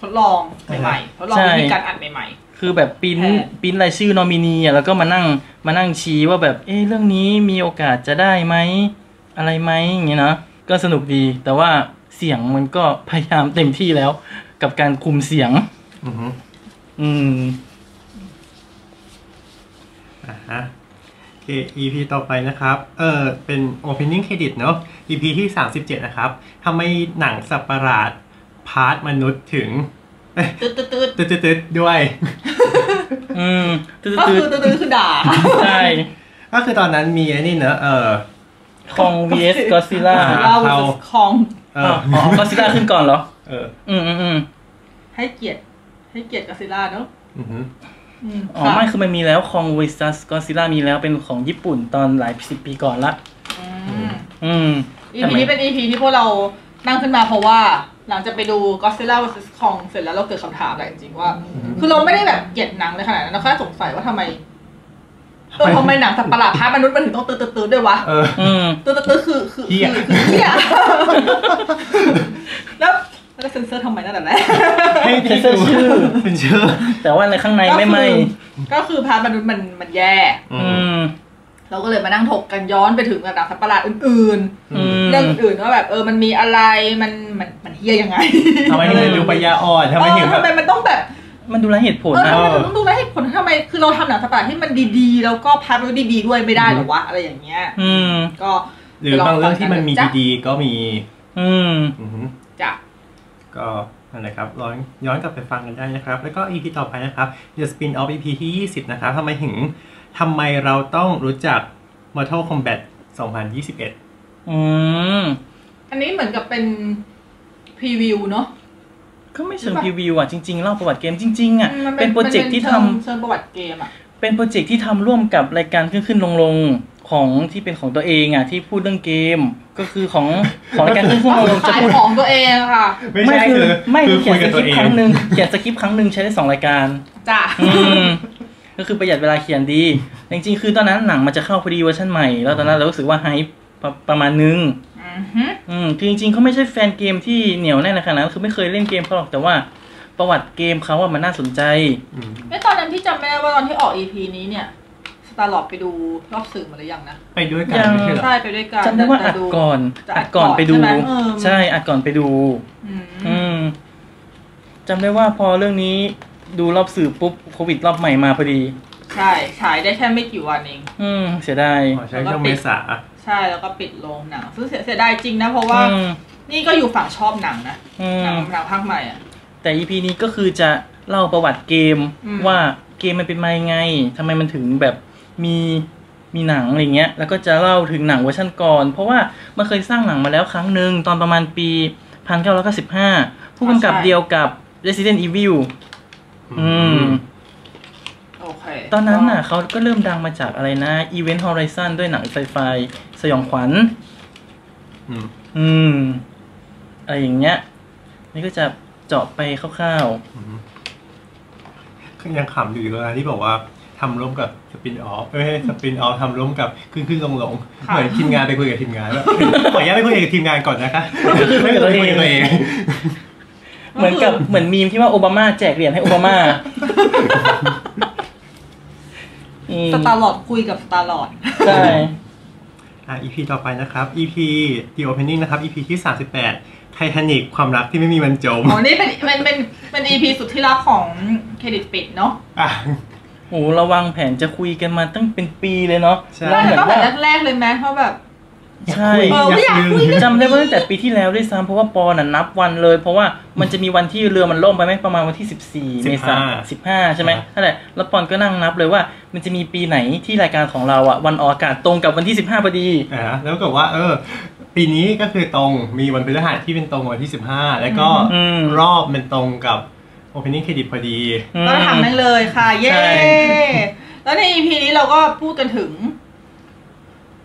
Speaker 2: ทดลองใหม่ๆ ทดลอง
Speaker 4: ใช่
Speaker 2: วิธีการอัดใหม่
Speaker 4: คือแบบปริ้น
Speaker 2: แพร่
Speaker 4: ปริ้นรายชื่อนอมินีอ่ะแล้วก็มานั่งมานั่งชี้ว่าแบบเอ๊ะเรื่องนี้มีโอกาสจะได้ไหมอะไรไหมอย่างเงี้ยเนอะก็สนุกดี แต่ว่าเสียงมันก็พยายามเต็มที่แล้ว กับการคุมเสียง
Speaker 3: อือฮึ
Speaker 4: อืม
Speaker 3: อ่าฮะโอเค EP ต่อไปนะครับ เออเป็น Opening Credit เนอะ EP ที่ 37 นะครับทำไมหนังสัปหราดพาร์ทมนุษย์ถึงเอ้ย
Speaker 2: ๆ ตืดๆๆ
Speaker 3: ตึ๊ดตึ๊ดๆๆด้วย
Speaker 4: อืมตืด
Speaker 2: ก็
Speaker 4: ตื
Speaker 2: คื
Speaker 4: ด
Speaker 2: อตืดๆคือด่า
Speaker 4: ใช่
Speaker 3: ก็คือตอนนั้นมีไอ้นี่เนอะเออ
Speaker 4: คอง vs ก็ซิล่า
Speaker 3: อ่ะ
Speaker 2: เราของ
Speaker 3: เอ
Speaker 4: อ๋
Speaker 3: อ
Speaker 4: อก็ซิล่าขึ้นก่อนเหรอ
Speaker 3: เออ
Speaker 4: อืมอืมอืม
Speaker 2: ให้เกียรติให้เกียรติกัสซิลล่าเนอะ
Speaker 3: อือฮึ
Speaker 2: อืม
Speaker 4: อ๋อไม่คือมันมีแล้วคอง vs ก็ซิล่ามีแล้วเป็นของญี่ปุ่นตอนหลายสิบปีก่อนละ
Speaker 2: อืม
Speaker 4: อืม
Speaker 2: EP นี้เป็น EP ที่พวกเรานั่งขึ้นมาเพราะว่าหลังจากไปดู Godzilla vs Kong เสร็จแล้วเราเกิดคำถามอะไรจริงๆว่า คือเราไม่ได้แบบเกลียดหนังเลยขนาดนั้นเราแค่สงสัยว่าทำไมเออทำไมหนังสัตว์ประหลาดพาร์ทมนุษย์มันถึงต้องตื้อๆๆด้วยวะ
Speaker 3: เอ อ
Speaker 4: อืม
Speaker 2: ตื้อๆๆคือคือ
Speaker 3: เหี้
Speaker 2: คือ
Speaker 3: ย
Speaker 2: คือเหี้ยแล้วแล้วเซ็นเซอร์ทำไมนั่นแหละแหละ
Speaker 3: ให้ที่
Speaker 4: เซ็นเซอร์ชื่อ
Speaker 3: เป็นชื่อ
Speaker 4: แต่ว่าในข้างในไม่ไหม
Speaker 2: ก็คือพาร์ทมนุษย์มันมันแย่
Speaker 3: อื
Speaker 4: อื
Speaker 3: ม
Speaker 4: ม
Speaker 2: เราก็เลยมานั่งถกกันย้อนไปถึงระดับสัตว์ประหลาดอื่น
Speaker 4: อื
Speaker 2: ๆ
Speaker 4: ม
Speaker 2: เรื่องอื่นว่าแบบเออมันมีอะไรมันมันมันเฮี้ยยังไง
Speaker 3: ทำไมถึงเป็นดูปยาอ่อนทำไม
Speaker 2: เอ
Speaker 3: ถึ
Speaker 2: อง
Speaker 3: แบ
Speaker 2: ทำ
Speaker 3: บ
Speaker 2: ไมมันต้องแบบ
Speaker 4: มันดูไร้เหตุผล
Speaker 2: เออ
Speaker 4: นะ
Speaker 2: ทำไมมันต้องดูแลให้ผลทำไมคือเราทำหนังสปาร์ให้มันดีๆ แล้วก็พาร์ทมันดีๆด้วยไม่ได้เหรอวะอะไรอย่างเงี้ย
Speaker 4: อืม
Speaker 2: ก็
Speaker 3: หรือบางเรื่องที่มันมี
Speaker 2: จ้ะ
Speaker 3: ดีๆ ก็มี
Speaker 4: อืม
Speaker 3: อือฮึ
Speaker 2: จ้ะ
Speaker 3: ก็นั่นแหละครับย้อนย้อนกลับไปฟังกันได้นะครับ แล้วก็ EP ต่อไปนะครับ The Spin Off EP ที่ 20 นะครับทำไมถึงทำไมเราต้องรู้จัก Mortal Kombat 2021
Speaker 4: อืม
Speaker 2: อันนี้เหมือนกับเป็นพรีวิวเนาะ
Speaker 4: ก็ไม่เชิ
Speaker 2: ห
Speaker 4: ง
Speaker 2: รือเปล่า
Speaker 4: พรีวิวอ่ะจริงๆเล่าประวัติเกมจริงๆอ่ะ
Speaker 2: มั
Speaker 4: เป็นโปรเจกต์
Speaker 2: มั
Speaker 4: ที่
Speaker 2: ชิ
Speaker 4: ทำ
Speaker 2: งเชิงประวัติเกมอ่ะ
Speaker 4: เป็นโปรเจกต์ที่ทำร่วมกับรายการขึ้นขึ้นลงลงๆของที่เป็นของตัวเองอ่ะที่พูดเรื่องเกม ก็คือของของรายการขึ้นขึ้นลงลงๆจะ
Speaker 2: ขาย
Speaker 4: พูด
Speaker 2: ของตัวเองค่ะ
Speaker 3: ไม่ใช่คือ
Speaker 4: ไม่
Speaker 3: คือ
Speaker 4: เขี
Speaker 3: คุ
Speaker 4: ยน
Speaker 3: ย
Speaker 4: ส
Speaker 3: กับ
Speaker 4: ค
Speaker 3: ตั
Speaker 4: ริ
Speaker 3: วเอ
Speaker 4: ปต์ค
Speaker 3: ง
Speaker 4: รั้งหนึ่งเขียนสคริปต์ครั้งหนึ่งใช้ได้สองรายการ
Speaker 2: จ้ะ
Speaker 4: อืมก็คือประหยัดเวลาเขียนดี จริงๆ คือตอนนั้นหนังมันจะเข้าพอดีเวอร์ชันใหม่ แล้วตอนนั้นเรารู้สึกว่าไฮป์ประประมาณนึง
Speaker 2: อือหือ
Speaker 4: อืมคือจริงๆเขาไม่ใช่แฟนเกมที่เหนียวแน่นขนาดนั้นคือไม่เคยเล่นเกมเขาหรอกแต่ว่าประวัติเกมเขาว่ามันน่าสนใจ
Speaker 3: อืม
Speaker 2: ไม่ตอนนั้นที่จำไม่ได้ว่าตอนที่ออก EP นี้เนี่ยสตาร์ลอดไปดูรอบสื่อมาหรือยังนะ
Speaker 3: ไปด้วยกัน
Speaker 4: ยัง
Speaker 3: ไม่ใช่เห
Speaker 2: ใช่
Speaker 3: รอ
Speaker 2: ไปด้วยกัน
Speaker 4: จำได้ว่า
Speaker 2: แต่
Speaker 4: อัดก่อน
Speaker 2: แต่
Speaker 4: อัดก่อนไปดู
Speaker 2: ใช่หมเออ
Speaker 4: ใช่อัดก่อนไปดู
Speaker 2: อืม
Speaker 4: อืมจำได้ว่าพอเรื่องนี้ดูรอบสื่อปุ๊บโควิดรอบใหม่มาพอดี
Speaker 2: ใช่ฉายได้แค่ไม่กี่วันเอง
Speaker 4: อืม เสียดาย
Speaker 3: อ๋อใช่ช่วงเมษา
Speaker 2: ใช่แล้วก็ปิดโรงหนังซึ่งเสียเสียดายจริงนะ เพราะว่า
Speaker 4: อืม
Speaker 2: นี่ก็อยู่ฝั่งชอบหนังนะ
Speaker 4: อื
Speaker 2: หนัง
Speaker 4: ม
Speaker 2: หนังภาคใหม่อ่ะ
Speaker 4: แต่ EP นี้ก็คือจะเล่าประวัติเกม
Speaker 2: อืม
Speaker 4: ว่าเกมมันเป็นมายังไงทำไมมันถึงแบบมีมีหนังอะไรเงี้ย แล้วก็จะเล่าถึงหนังเวอร์ชันก่อน เพราะว่ามันเคยสร้างหนังมาแล้วครั้งหนึ่งตอนประมาณปี 1995 ผู้กำกับเดียวกับ Resident Evil อืม
Speaker 2: โอเค
Speaker 4: ตอนนั้นน่ะเขาก็เริ่มดังมาจากอะไรนะ Event Horizon ด้วยหนังไซไฟสยองขวัญ
Speaker 3: อืม
Speaker 4: อืมอะไรอย่างเงี้ย นี่ก็จะเจาะไปคร่าว
Speaker 3: อืมก็ยังขำอยู่อีกแล้วนะที่บอกว่าทำร่วมกับสปินออฟเอ้ยสปินออฟทำร่วมกับขึ้นขึ้นลงลงๆเหมือนทีมงานไปคุยกับทีมงานแล้ว ขออนุญาตไปคุยกับทีมงานก่อนนะคะไม่ได้ คุยกับตัวเอง
Speaker 4: ๆ เหมือนกับเหมือนมีมที่ว่าโอบามาแจกเหรียญให้โอบามาอืม
Speaker 2: สตาร์ลอดคุยกับสตาร์ลอ ด
Speaker 4: ใช่
Speaker 3: อ่ะ EP ต่อไปนะครับ EP The Opening นะครับ EP ที่ 38 Titanic ความรักที่ไม่มีวันจม
Speaker 2: อ๋อนี่เป็นเป็นเป็นเป็นอีพีสุดที่รักของเครดิตปิดเนาะ
Speaker 3: อ่ะ
Speaker 4: โอ้เราวางแผนจะคุยกันมาตั้งเป็นปีเลยเนาะ
Speaker 3: ใช่
Speaker 4: เราเหมือ
Speaker 2: ตั้ง
Speaker 4: น
Speaker 2: แต่
Speaker 4: ว่า
Speaker 2: แรกๆเลยไหมเพราะแบบ
Speaker 4: ใช่
Speaker 2: เออไม่อยากคุย
Speaker 4: จำได้ว่าตั้งแต่ปีที่แล้วด้วยซ้ำเพราะว่าปอน่ะนับวันเลย เพราะว่ามันจะมีวันที่เรือมันล่มไปไหมประมาณวันที่ 14 เมษายน15 ใช่ไหมนั่นแหละแล้วปอนก็นั่งนับเลยว่า มันจะมีปีไหนที่รายการของเราอ่ะวันออกอากาศตรงกับวันที่ 15พอดี
Speaker 3: อ่ะแล้วก็ว่า เออ ปีนี้ก็คือตรงมีวันพฤหัสที่เป็นตรงวันที่ 15 แล้วก็
Speaker 4: อืม
Speaker 3: รอบมันตรงกับ Opening Credit พอดี
Speaker 2: ก็ทำนั่นเลยค่ะ เย้
Speaker 4: ใช่
Speaker 2: แล้วในอีพีนี้เราก็พูดกันถึง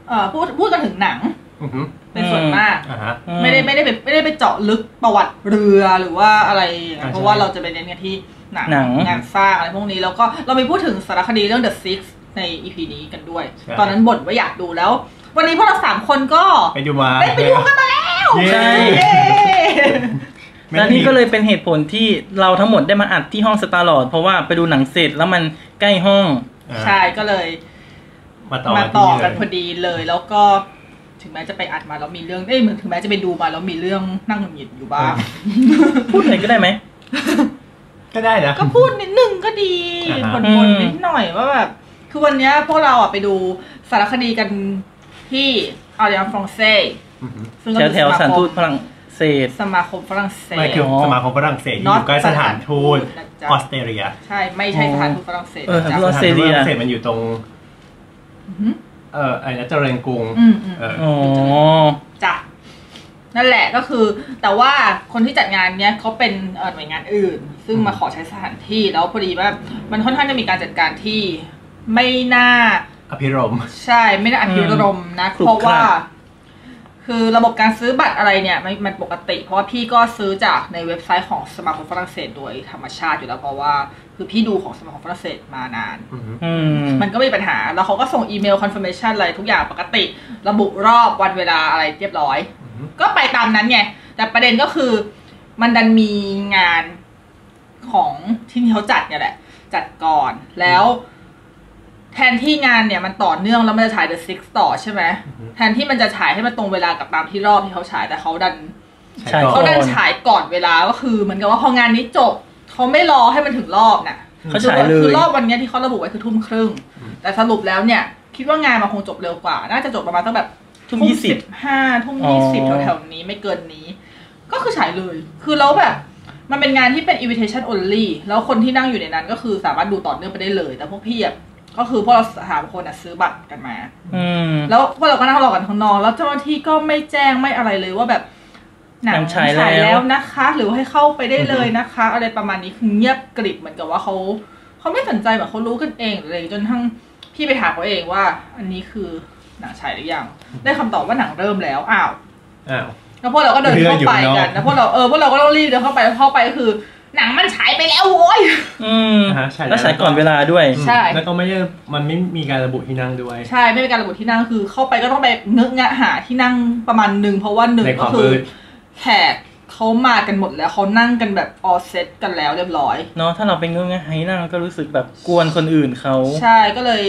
Speaker 2: เอ่อพูดพูดกันถึงหนัง
Speaker 3: อือหือ
Speaker 2: เป็นส่วนมาก
Speaker 3: อ่ะฮะ
Speaker 4: อื
Speaker 2: ไม่ได้ไม่ได้ไปไม่ได้ไปเจาะลึกประวัติเรือหรือว่าอะไรอย่างเงี้ย
Speaker 3: อ่าใช่
Speaker 2: เพราะว่าเราจะไปเน้นกันที่หนัง
Speaker 4: หนัง
Speaker 2: งานสร้างอะไรพวกนี้แล้วก็เรามีพูดถึงสารคดีเรื่อง The Six ใน EP นี้กันด้วย ตอนนั้นบ่นว่าอยากดูแล้ว วันนี้พวกเราสามคนก็
Speaker 3: ไปดูมา
Speaker 2: ได้ไปดูกันมาแล้ว
Speaker 4: ใช่
Speaker 2: เย้
Speaker 4: และนี่ก็เลยเป็นเหตุผลที่เราทั้งหมดได้มาอัดที่ห้องสตาร์ลอดเพราะว่าไปดูหนังเสร็จแล้วมันใกล้ห้อง
Speaker 3: อ่ะ
Speaker 2: ใช่ก็เลย
Speaker 3: มาต่อ
Speaker 2: มาต่อกัน
Speaker 3: ที่
Speaker 2: พอดีเลย แล้วก็ถึงแม้จะไปอัดมาแล้วมีเรื่องเอ้ยเหมือนถึงแม้จะไปดูมาแล้วมีเรื่องนั่งหงุดหงิดอยู่บ้าง
Speaker 4: พูดหน่อยก็ได้ไห ม
Speaker 3: ก็ได้นะ
Speaker 2: ก็พูดนิดนึงก็ดี
Speaker 3: อ่าฮะ
Speaker 2: บ่
Speaker 4: อื
Speaker 2: น
Speaker 4: ม
Speaker 2: ๆนิดหน่อยว่าแบบคือวันเนี้ยพวกเราอ่ะไปดูสารคดีกันที่อารียฟรองเซ่
Speaker 3: อือหือ
Speaker 2: ซึ่งก็
Speaker 4: แถ
Speaker 2: คื
Speaker 4: ว
Speaker 2: อ
Speaker 4: แถว
Speaker 2: ส
Speaker 4: สถาน
Speaker 2: มาค
Speaker 4: ทูต
Speaker 2: ม
Speaker 4: ฝรั่งเศส
Speaker 2: สมาคมฝรั่งเศ
Speaker 3: ไม่
Speaker 2: ส
Speaker 3: คือสมาคมฝรั่งเศสที่อยู่ใกล้สถานทูต
Speaker 2: นะจ๊ะ
Speaker 3: ออสเตรเลีย
Speaker 2: ใช่ไม่ใช่สถานทูตฝรั่งเศส
Speaker 4: เออ
Speaker 2: จ้ะ
Speaker 4: อสเตรเลีย
Speaker 3: สถานทูตฝรั่งเศสมันอยู่ตรง
Speaker 2: อืม
Speaker 3: เออไอ้นะเจริญกรุง
Speaker 2: อืมอืม
Speaker 3: เอออ
Speaker 4: อ๋อ
Speaker 2: จ้ะนั่นแหละก็คือ แต่ว่าคนที่จัดงานเนี้ยเขาเป็นเอ่อหน่วยงานอื่น ซึ่งมาขอใช้สถานที่แล้วพอดีว่ามันค่อนข้างจะมีการจัดการที่ไม่น่า
Speaker 3: อภิรมย์
Speaker 2: ใช่ไม่น่าอภิรมย์นะ
Speaker 4: ขรุ
Speaker 2: เพราะ
Speaker 4: ขระ
Speaker 2: ว่า คือระบบการซื้อบัตรอะไรเนี่ยมันมันปกติ เพราะว่าพี่ก็ซื้อจากในเว็บไซต์ของสมาคมฝรั่งเศสโดยธรรมชาติอยู่แล้วเพราะว่า คือพี่ดูของสมาคมฝรั่งเศสมานาน
Speaker 4: อืม
Speaker 2: มันก็มีปัญหา แล้วเขาก็ส่งอีเมลคอนเฟิร์มชันอะไรทุกอย่างปกติ ระบุรอบวันเวลาอะไรเรียบร้อย
Speaker 3: อือฮึ
Speaker 2: ก็ไปตามนั้นไง แต่ประเด็นก็คือมันดันมีงานของที่นี่เขาจัดเนี่ยแหละ จัดก่อน แล้ว แทนที่งานเนี่ยมันต่อเนื่องแล้วมันจะฉาย The Six ต่อใช่ไหม แทนที่มันจะฉายให้มันตรงเวลากับตามที่รอบที่เขาฉายแต่เขาดัน
Speaker 4: ใช่
Speaker 3: ก่อน
Speaker 2: เขาดันฉายก่อนเวลาก็คือเหมือนกับว่าพองานนี้จบเขาไม่รอให้มันถึงรอบน่ะ
Speaker 4: เขาฉายเล
Speaker 2: คื
Speaker 4: ย
Speaker 2: อรอบวันเนี้ยที่เขาระบุไว้คือทุ่มครึ่ง แต่สรุปแล้วเนี่ย คิดว่างานมันคงจบเร็วกว่า น่าจะจบประมาณตั้งแบบ
Speaker 4: ทุ่มยี่สิบ
Speaker 2: ห้าทุ่ม
Speaker 4: อ๋อ
Speaker 2: ยี่สิบแถวๆนี้ไม่เกินนี้ ก็คือฉายเลย คือแล้วแบบ มันเป็นงานที่เป็น invitation only แล้วคนที่นั่งอยู่ในนั้นก็คือสามารถดูต่อเนื่องไปได้เลย แต่พวกพี่อะ ก็คือพวกเราสามคนอ่ะซื้อบัตรกันมา
Speaker 4: อืม
Speaker 2: แล้วพวกเราก็นั่งรอกันข้างนอกแล้วเจ้าหน้าที่ก็ไม่แจ้งไม่อะไรเลยว่าแบบหนั
Speaker 4: หนั
Speaker 2: ง
Speaker 4: งฉายแล้ว
Speaker 2: ฉายแล้วนะคะ หรือให้เข้าไปได้เลยนะคะ อะไรประมาณนี้คือเงียบกริบเหมือนกับว่าเขาเขาไม่สนใจแบบเขารู้กันเองหรืออะไรจนทั้งพี่ไปถามเขาเองว่า อันนี้คือหนังฉายหรือยังได้คำตอบว่าหนังเริ่มแล้วอ้าว
Speaker 3: อ้าว
Speaker 2: แล้วพวกเราก็เดินเข้าไป
Speaker 3: เรืออยู่
Speaker 2: กัน
Speaker 3: เนอะ
Speaker 2: แล้วพวกเราเออพวกเราก็ต้องรีบเดินเข้าไปเข้าไปก็คือ หนังมันฉายไปแล้วโว้ย
Speaker 4: อืม
Speaker 3: อ่าฮะใช่แล้ว
Speaker 4: แล้วฉายก่อนเวลาด้วย
Speaker 2: ใช่
Speaker 3: แล้วก็ไม่ได้มันไม่มีการระบุที่นั่งด้วย
Speaker 2: ใช่ไม่เป็นการระบุที่นั่งคือ เข้าไปก็ต้องไปเงอะงะหาที่นั่งประมาณหนึ่งเพราะว่าหนึ่ง
Speaker 3: ในค
Speaker 2: ก็
Speaker 3: วาม
Speaker 2: คื
Speaker 3: มื
Speaker 2: อ
Speaker 3: ด
Speaker 2: แขกเขามากันหมดแล้วเขานั่งกันแบบออเซตกันแล้วเรียบร้อย
Speaker 4: เนาะถ้าเราเป็นเงื้องไห้นั่งก็รู้สึกแบบกวนคนอื่นเขา
Speaker 2: ใช่ก็เลย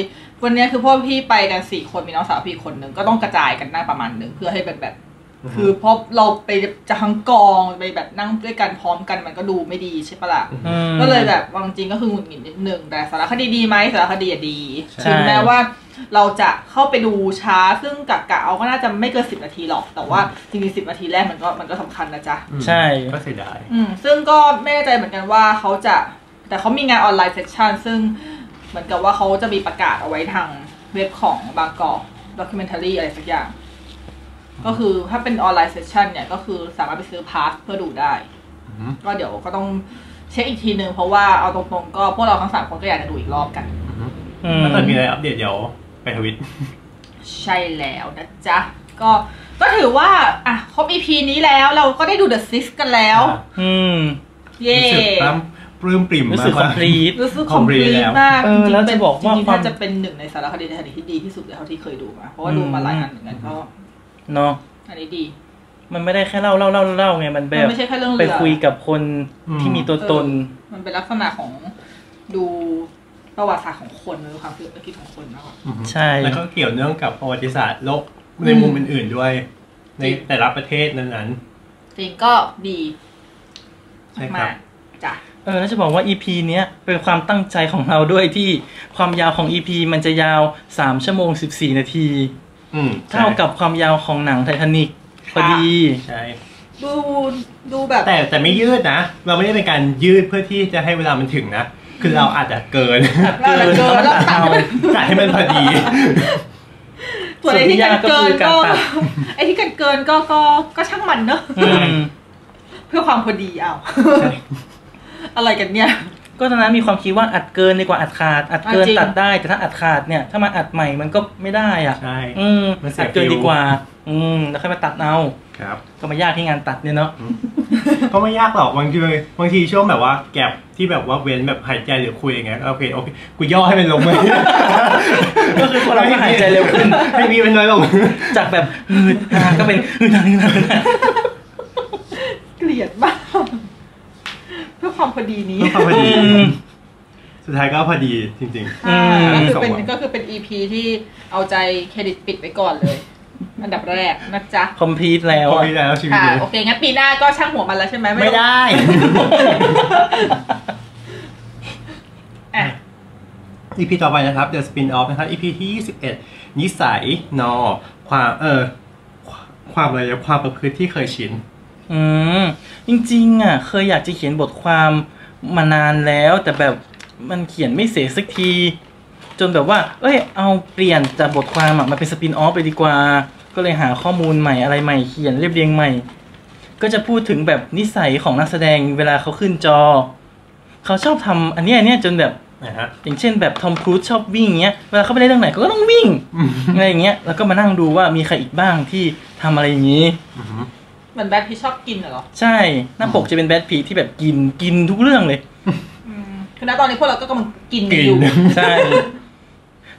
Speaker 2: วันเนี้ยคือพ่อพี่ไปกันสี่คนมีน้องสาวพี่คนหนึ่งก็ต้องกระจายกันนั่งประมาณหนึ่งเพื่อให้แบบแบบ คือเพราะเราไปจะทั้งกองไปแบบนั่งด้วยกันพร้อมกันมันก็ดูไม่ดีใช่ปะล่ะ
Speaker 4: อืม
Speaker 2: ก็เลยแบบวางจริงก็คือหงุดหงิดนิดนึงแต่สารคดีดีไหมสารคดีอะดี
Speaker 4: ใช่
Speaker 2: ถึงแม้ว่าเราจะเข้าไปดูช้าซึ่งกะกะเอาก็น่าจะไม่เกินสิบนาทีหรอก แต่ว่าจริงๆสิบนาทีแรกมันก็มันก็สำคัญนะจ๊ะ
Speaker 3: ม
Speaker 4: ใช่
Speaker 3: ก็เสียดาย
Speaker 2: อืมซึ่งก็ไม่แน่ใจเหมือนกันว่าเขาจะแต่เขามีงานออนไลน์เซสชันซึ่งเหมือนกับว่าเขาจะมีประกาศเอาไว้ทางเว็บของบางกอกด็อกิเมนทารีอะไรสักอย่าง ก็คือถ้าเป็นออนไลน์เซสชันเนี่ยก็คือสามารถไปซื้อพาสเพื่อดูได้
Speaker 3: อืม
Speaker 2: ก็เดี๋ยวก็ต้องเช็คอีกทีนึง เพราะว่าเอาตรงๆก็พวกเราทั้งสามคนก็อยากจะดูอีกรอบกัน
Speaker 4: อืม
Speaker 3: แล้วตอนมีอะไรอัปเดตเดี๋ยวไปทวิต
Speaker 2: ใช่แล้วนะจ๊ะ ก็ก็ถือว่าอ่ะครบ EP นี้แล้วเราก็ได้ดู The Six กันแล้ว
Speaker 4: อืม
Speaker 2: เย่
Speaker 3: รู้สึกปลื้มปลื้มปริ่ม
Speaker 4: รู้
Speaker 3: มา
Speaker 4: สึก
Speaker 3: ก
Speaker 4: คอมพลีท
Speaker 2: รู้สึกค
Speaker 3: ค
Speaker 2: อ
Speaker 3: อ
Speaker 2: ม
Speaker 3: ม
Speaker 2: พ
Speaker 3: พ
Speaker 2: ลี
Speaker 3: ลี
Speaker 2: ท
Speaker 3: แล้ว
Speaker 2: มาก
Speaker 4: เออแล้วจะบอกว่า
Speaker 2: จริงๆ
Speaker 4: ความ
Speaker 2: น่าจะเป็นหนึ่งในสารคดีไทยที่ดีที่สุดแล้วที่เคยดูมาเพราะว่าดูมาหลายอันเหมือนกันก็
Speaker 4: เนาะ
Speaker 2: อันนี้ดี
Speaker 4: มันไม่ได้แค่เล่าเล่าเล่าเล่าไงมันแบ
Speaker 2: มัน
Speaker 4: บ
Speaker 2: ไม่ใช่แค่เรื่อง
Speaker 4: ไป
Speaker 2: เรือ
Speaker 4: คุยกับคน
Speaker 3: อืม
Speaker 4: ที่มีตัวตน
Speaker 2: มันเป็นลักษณะของดูประวัติศาสตร์ของคนหรือความคิดของคนมากกว่า
Speaker 3: อือฮึ
Speaker 4: ใช่
Speaker 3: แล้วก็เกี่ยวเนื่องกับประวัติศาสตร์โลกในมุมอื่นๆด้วย ใน
Speaker 2: จริง
Speaker 3: แต่ละประเทศนั้น
Speaker 2: จริงก็ดี
Speaker 3: ใช่ครับ
Speaker 2: มากจ้ะ
Speaker 4: เออแล้วจะบอกว่า EP เนี้ยเป็นความตั้งใจของเราด้วยที่ความยาวของ EP มันจะยาว 3 ชั่วโมง 14 นาที
Speaker 3: ๆอืมใช่
Speaker 4: เท่ากับความยาวของหนังไททานิกพอดี
Speaker 3: ใช่
Speaker 2: ดูดูแบบ
Speaker 3: แต่แต่ไม่ยืดนะ เราไม่ได้เป็นการยืดเพื่อที่จะให้เวลามันถึงนะ คือเราอาจจะเกิน
Speaker 2: เราจะเกินแล้วตัด
Speaker 3: จ่ายให้มันพอดี
Speaker 2: ส่วนไอ้ที่กันเกินก็
Speaker 4: ส่วนที่ยากก็คือการตัด
Speaker 2: ไอ้ที่กันเกินก็ก็ก็ช่างมันเนอะ
Speaker 4: อื
Speaker 3: ใช่
Speaker 4: ม
Speaker 2: เพื่อความพอดีเอาอะไรกันเนี่ย
Speaker 4: ก็ตอนนั้นมีความคิดว่าอัดเกินดีกว่าอัดขาด อัดเกิน
Speaker 2: อ่ะจริง
Speaker 4: ตัดได้แต่ถ้าอัดขาดเนี่ย ถ้ามาอัดใหม่มันก็ไม่ได้อ่ะ
Speaker 3: ใช่
Speaker 4: อืม
Speaker 3: มันเสีย
Speaker 4: อัดเกิน
Speaker 3: ฟิล
Speaker 4: ดีกว่า อืมแล้วค่อยมาตัดเอา
Speaker 3: ครับ
Speaker 4: ก็มายากที่งานตัดเนี่ยเนาะ
Speaker 3: ก็ไม่ยากหรอกบางทีบางทีช่วงแบบว่าแก็บที่แบบว่าเว้นแบบหายใจหรือคุยอย่างเงี้ยโอเคโอเคกูย่อให้มันลงมา
Speaker 4: ก็คือคนเราก็หายใจเร็วขึ้น
Speaker 3: ให้มีมันน้อย ลง
Speaker 4: จากแบบหืดหาก็เป็น หืดหาหืดหาหืดหา
Speaker 2: เกลียดมากเพื่อความพอดีนี้
Speaker 3: เพื่อความพอ
Speaker 4: อื
Speaker 3: ดี
Speaker 4: ม
Speaker 3: สุดท้ายก็พอดีจริง
Speaker 2: ใช่
Speaker 4: อืม
Speaker 2: ก็คือเป็น
Speaker 3: สองวัน
Speaker 2: ก็คือเป็น EP ที่เอาใจเครดิตปิดไปก่อนเลย อันดับแรกนะจ๊ะ
Speaker 4: คอมพลีทแล้
Speaker 3: ๆ
Speaker 4: ว
Speaker 3: พอ
Speaker 4: อะ
Speaker 3: ดีแล้วชีวิต
Speaker 2: ค่ะ
Speaker 3: นี้
Speaker 2: โอเคงั้นปีหน้าก็ช่างหัวมันแล้วใช่ไหม
Speaker 3: ไม่
Speaker 2: ต้อง
Speaker 3: ได้
Speaker 2: อ่ะ
Speaker 3: EP ต่อไปนะครับ The Spin Off นะครับ EP ที่ 21 นิสัยนอ ความเออความอะไรนะความประพฤติที่เคยชิน
Speaker 4: อืมจริงๆอ่ะเคยอยากจะเขียนบทความมานานแล้ว แต่แบบมันเขียนไม่เสร็จสักที จนแบบว่า เอ้ย เอาเปลี่ยนจากบทความอะมาเป็นสปินออฟไปดีกว่า ก็เลยหาข้อมูลใหม่อะไรใหม่เขียนเรียบเรียงใหม่ ก็จะพูดถึงแบบนิสัยของนักแสดงเวลาเขาขึ้นจอ เขาชอบทำอันเนี้ยอันเนี้ยจนแบบ
Speaker 3: นะฮะ
Speaker 4: อย่างเช่นแบบทอมครูซชอบวิ่งเงี้ยเวลาเขาไปเล่นเรื่องไหนเขาก็ต้องวิ่ง
Speaker 3: อืม
Speaker 4: อะไรอย่างเงี้ยแล้วก็มานั่งดูว่ามีใครอีกบ้างที่ทำอะไรอย่างนี้
Speaker 3: อือหือ
Speaker 2: เหมือนแบทพี่ชอบกินน่ะเหรอ
Speaker 4: ใช่หน้าปกจะเป็นแบทพีทที่แบบกินกินทุกเรื่องเลย
Speaker 2: อืมคือณตอนนี้พวกเราก็กำลังกิน
Speaker 3: กิน
Speaker 2: อยู่
Speaker 4: ใช่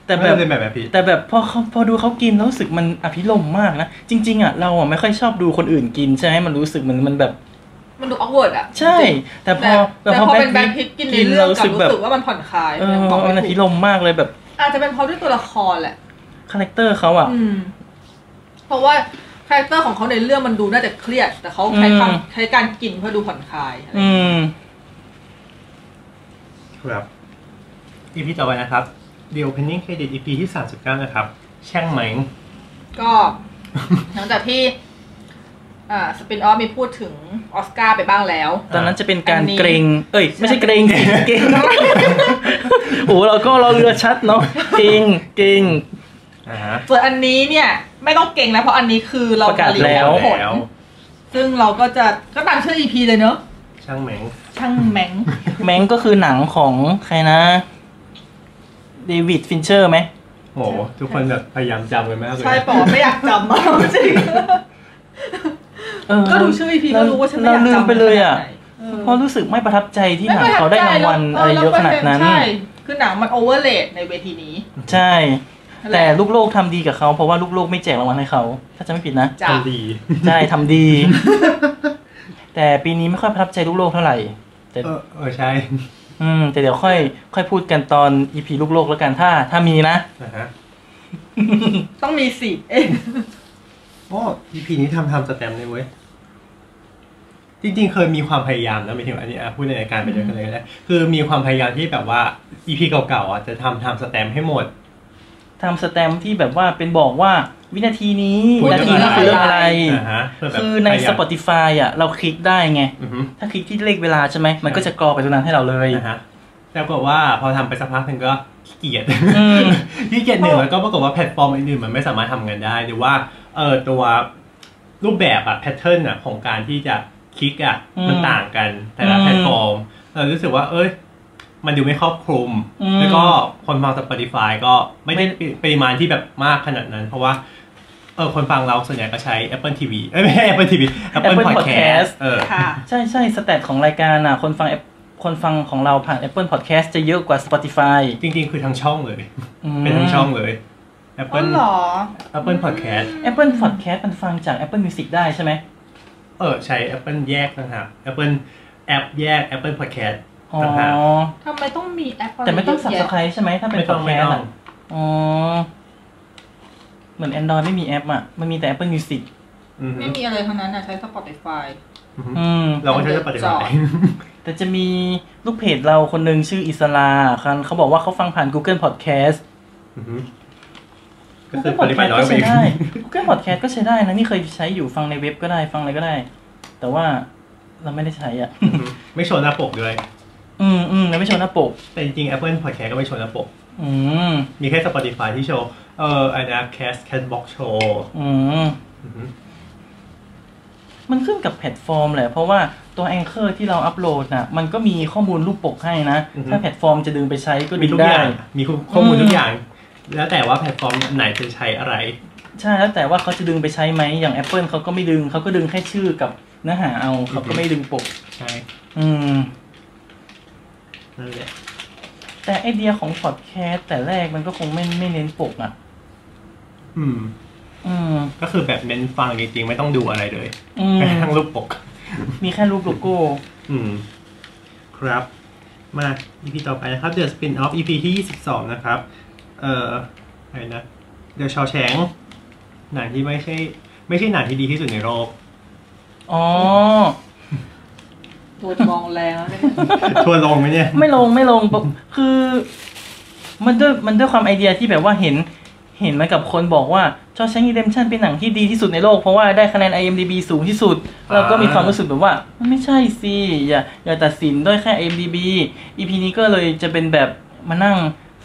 Speaker 4: แต่แบบ
Speaker 3: ไม่ได้แบบแบบพี่
Speaker 4: แต่แบบพอเขาพอดูเขากินแล้วรู้สึกมันอภิรมย์มากนะ จริง ๆอ่ะเราอ่ะไม่ค่อยชอบดูคนอื่นกินใช่ไหมมันรู้สึกเหมือนมันแบบ
Speaker 2: มันดูออกเวิร์ดอ่ะ
Speaker 4: ใช่ แต่พ
Speaker 2: แต่
Speaker 4: อ
Speaker 2: แต่พอเป็นแบ
Speaker 4: ท
Speaker 2: ทพิ
Speaker 4: ท
Speaker 2: ทกินในเรื่อง
Speaker 4: รู้
Speaker 2: กลับ
Speaker 4: สึก
Speaker 2: รู้
Speaker 4: แบบ
Speaker 2: สึกว่ามันผ่อนคลาย
Speaker 4: เออ
Speaker 2: ยังบอก
Speaker 4: มันอ
Speaker 2: ไม่
Speaker 4: ภิร
Speaker 2: ถูก
Speaker 4: มย์มากเลยแบบ
Speaker 2: อาจจะเป็นเพราะด้วยตัวละครแหละ
Speaker 4: คาแรคเตอร์เขาอ่ะ
Speaker 2: อืม เพราะว่าคาแรคเตอร์ของเขาในเรื่องมันดูน่าจะเครียด แต่เขาใช้
Speaker 4: อืม
Speaker 2: คำใช้การกินเพื่อดูผ่อนคลายอะไร
Speaker 4: อืม
Speaker 3: ครับ EP ต่อไปนะครับ The Opening Credit EP ที่ 39 นะครับ แช่งไหมง
Speaker 2: ก็หลังจากที่อ่าสปินออฟมีพูดถึงออสการ์ไปบ้างแล้ว
Speaker 4: ตอนนั้นจะเป็นการ
Speaker 2: อันนี้
Speaker 4: เกรง เอ้ย ไม่ใช่เกรงสิเกรง โอ้เราก็เราเรือชัดเนาะเก่งเก่ง
Speaker 3: อ่าฮะ
Speaker 2: ส่วนอันนี้เนี่ยไม่ต้องเก่งแล้วเพราะอันนี้คือเรา
Speaker 4: ประกาศ
Speaker 2: ผต
Speaker 4: แล้ว
Speaker 2: ผล
Speaker 3: แล้ว
Speaker 2: ซึ่งเราก็จะก็ตามชื่อ EP เลยเนอะ
Speaker 3: ช่างแหมง
Speaker 2: ช่างแมง
Speaker 4: แมงก็คือหนังของใครนะ เดวิดฟินเชอร์ไหม
Speaker 3: โหทุกคนแบบพยายามจำกันมากเลย
Speaker 2: ใช่ปอไม่อยากจำมากจริง
Speaker 4: เออ
Speaker 2: ก็ดูชื่อ EP ก็รู้ว่าฉันไม่อ
Speaker 4: เรา
Speaker 2: ยาก
Speaker 4: ลืม
Speaker 2: จำ
Speaker 4: ไปเลยอ่ะ
Speaker 2: เออ
Speaker 4: เพราะรู้สึกไม่ประทับใจที่หนังเขาได้รางวัล
Speaker 2: ม่
Speaker 4: อะไรเยอะขนาดนั้น
Speaker 2: ใช่คือหนังมันโอเวอร์เลดในเวทีนี้
Speaker 4: ใช่
Speaker 2: นั่นหะ
Speaker 4: แต่ลูกโลกทำดีกับเขาเพราะว่าลูกโลกไม่แจกรางวัลให้เขา ถ้าจะไม่ผิดนะ
Speaker 2: จ้ะ
Speaker 3: ทำดี
Speaker 4: ใช่ทำ ดี แต่ปีนี้ไม่ค่อยประทับใจลูกโลกเท่าไหร่ แต่
Speaker 3: เออเออใช่
Speaker 4: อืม แต่เดี๋ยวค่อย ค่อยพูดกันตอนอีพีลูกโลกแล้วกันถ้า ถ้ามี นะ
Speaker 3: อ่าฮะ
Speaker 2: ต้องมีสิเอ๊ะ
Speaker 3: โอ้ EP นี้ทำทำสแตมป์เลยเว้ย จริงๆ เคยมีความพยายามนะไม่ถึงอันนี้อ่ะพูดในรายการไปด้วยกันเลยก็ได้คือมีความพยายามที่แบบว่า EP เก่าๆอ่ะจะทำทำสแตมป์ให้หมด
Speaker 4: ทำสแตมป์ที่แบบว่าเป็นบอกว่าวินาทีนี้
Speaker 3: ควร
Speaker 4: นา
Speaker 3: จะ
Speaker 4: ทีน
Speaker 3: อะไร
Speaker 4: ี้คือเรื่องอะไร
Speaker 3: อ่าฮะเพื่แบบ
Speaker 4: คือใน
Speaker 3: พยายาม
Speaker 4: Spotify อ่ะ เราคลิกได้ไง
Speaker 3: อือฮึ
Speaker 4: ถ้าคลิกที่เลขเวลาใช่ไหม มันก็จะกรอไปตรงนั้นให้เราเลย
Speaker 3: นะฮะแต่ปรากฏว่าพอทำไปสักพักหนึ่งก็ขี้เกี ยจ
Speaker 4: อืม
Speaker 3: ขี้เกียจหนึ่งแล้วก็ปรากฏว่าแพลตฟอร์มอื่นๆมันไม่สามารถทำงานได้หรือว่าเออตัวรูปแบบอะแพทเทิร์นอะของการที่จะคลิกอะ
Speaker 4: อืม
Speaker 3: มันต่างกันแต่ละ
Speaker 4: อืม
Speaker 3: แพลตฟอร์มเรารู้สึกว่า เอ้ย มันดูไม่ครอบคลุม
Speaker 4: อืม
Speaker 3: แล้วก็คนฟัง Spotify ก็ไม่ได้
Speaker 4: ไม่
Speaker 3: ปริมาณที่แบบมากขนาดนั้น เพราะว่าเออคนฟังเราส่วนใหญ่ก็ใช้ Apple TV เอ้ยไม่ใช่ Apple TV Apple
Speaker 4: Apple
Speaker 3: Podcast
Speaker 4: Podcast
Speaker 3: เออ
Speaker 2: ค่ะ
Speaker 4: ใช่ใช่สแตทของรายการอ่ะ คนฟัง App- คนฟังของเราผ่าน Apple Podcast จะเยอะกว่า Spotify
Speaker 3: จริงๆ คือทั้งช่องเลย
Speaker 4: อืม
Speaker 3: เป็นทั้งช่องเลย
Speaker 2: อ๋อ
Speaker 3: Apple
Speaker 2: เหรอ
Speaker 3: Apple Podcast
Speaker 4: Apple Podcast มันฟังจาก Apple Music ได้ใช่ไหม
Speaker 3: เออใช้ Apple แยกต่างหาก Apple แอปแยก Apple Podcast
Speaker 4: อ๋อ
Speaker 3: ต่างหาก
Speaker 2: ทำไมต้องมีแอปะร
Speaker 4: แต่ไม่ต้อง
Speaker 2: เยะแยะ
Speaker 4: subscribe ใช่ไหมถ้าเป็น
Speaker 3: ไม่ต้องไม่
Speaker 4: podcast
Speaker 3: ต้อง
Speaker 4: อ่ะอ๋อ เหมือน Android ไม่มีแอปอ่ะ มันมีแต่ Apple Music
Speaker 3: อือฮึ
Speaker 2: ไม่มีอะไรทั้งนั้นนะใช้ Spotify
Speaker 3: อือฮึ
Speaker 4: อืม
Speaker 3: เราก็ใช้ปฏิบัติ
Speaker 4: แต่จะมีลูกเพจเราคนหนึ่งชื่ออิสลาคันเขาบอกว่าเขาฟังผ่าน Google Podcast
Speaker 3: อือฮึก็คือปฏิบัติน้อย
Speaker 4: ก็
Speaker 3: ไปอี
Speaker 4: ใช้
Speaker 3: ก
Speaker 4: ได้ Google Podcast ก็ใช้ได้นะ นี่เคยใช้อยู่ฟังในเว็บก็ได้ฟังอะไรก็ได้ แต่ว่าเราไม่ได้ใช้อ่ะ
Speaker 3: อือฮึไม่ชนหน้าปกด้วย
Speaker 4: อืมอืมแล้วไม่โชว์หน้าปก
Speaker 3: แต่จริงๆ Apple Podcast ก็ไม่ชนหน้าปก
Speaker 4: อืม
Speaker 3: มีแค่ Spotify ที่โชว์ เอออันนะ Cast Catbox Show
Speaker 4: อืม
Speaker 3: อือฮึ
Speaker 4: มันขึ้นกับแพลตฟอร์มแหละ เพราะว่าตัวแองเกอร์ที่เราอัปโหลดน่ะ มันก็มีข้อมูลรูปปกให้นะ ถ้าแพลตฟอร์มจะดึงไปใช้ก็
Speaker 3: มีทุ
Speaker 4: ดึง
Speaker 3: กอ
Speaker 4: ได้
Speaker 3: ย่าง มีข้อมูล
Speaker 4: อืม
Speaker 3: ทุกอย่าง แล้วแต่ว่าแพลตฟอร์มไหนจะใช้อะไร
Speaker 4: ใช่แล้วแต่ว่าเขาจะดึงไปใช้ไหมอย่าง Apple เขาก็ไม่ดึงเขาก็ดึงแค่ชื่อกับเนื้อหาเอาเขาก็ไม่ดึงปก
Speaker 3: ใช่
Speaker 4: อืม
Speaker 3: นั่นแหละ
Speaker 4: แต่ไอเดียของพอดแคสต์แต่แรกมันก็คงไม่ไม่เน้นปกอ่ะ
Speaker 3: อืม
Speaker 4: อืม
Speaker 3: ก็คือแบบเน้นฟังจริงๆ ไม่ต้องดูอะไรเลย
Speaker 4: อืม
Speaker 3: แม้กระทั้งรูปปก
Speaker 4: มีแค่รูปโลโก้
Speaker 3: อืม ครับ มา EP ต่อไปนะครับ The Spin Off EP ที่ 22 นะครับ เอ่ออะไรนะ The Shawshank หนังที่ไม่ใช่ ไม่ใช่หนังที่ดีที่สุดในโลก
Speaker 4: อ๋อ
Speaker 2: ตัวมองแรงแล้วเนี่ย
Speaker 3: ทัวร์ลงไหมเนี่ย
Speaker 4: ไม่ลงไม่ลงปกคือ มันด้วยมันด้วยความไอเดียที่แบบว่าเห็น เห็นมากับคนบอกว่าชอ s แชง k ีเดมชันเป็นหนังที่ดีที่สุดในโลก เพราะว่าได้คะแนน IMDB สูงที่สุด
Speaker 3: อ่า
Speaker 4: เราก็มีความรู้สึกแบบว่า มันไม่ใช่สิอย่าอย่าตัดสินด้วยแค่ IMDB EP นี้ก็เลยจะเป็นแบบมานั่ง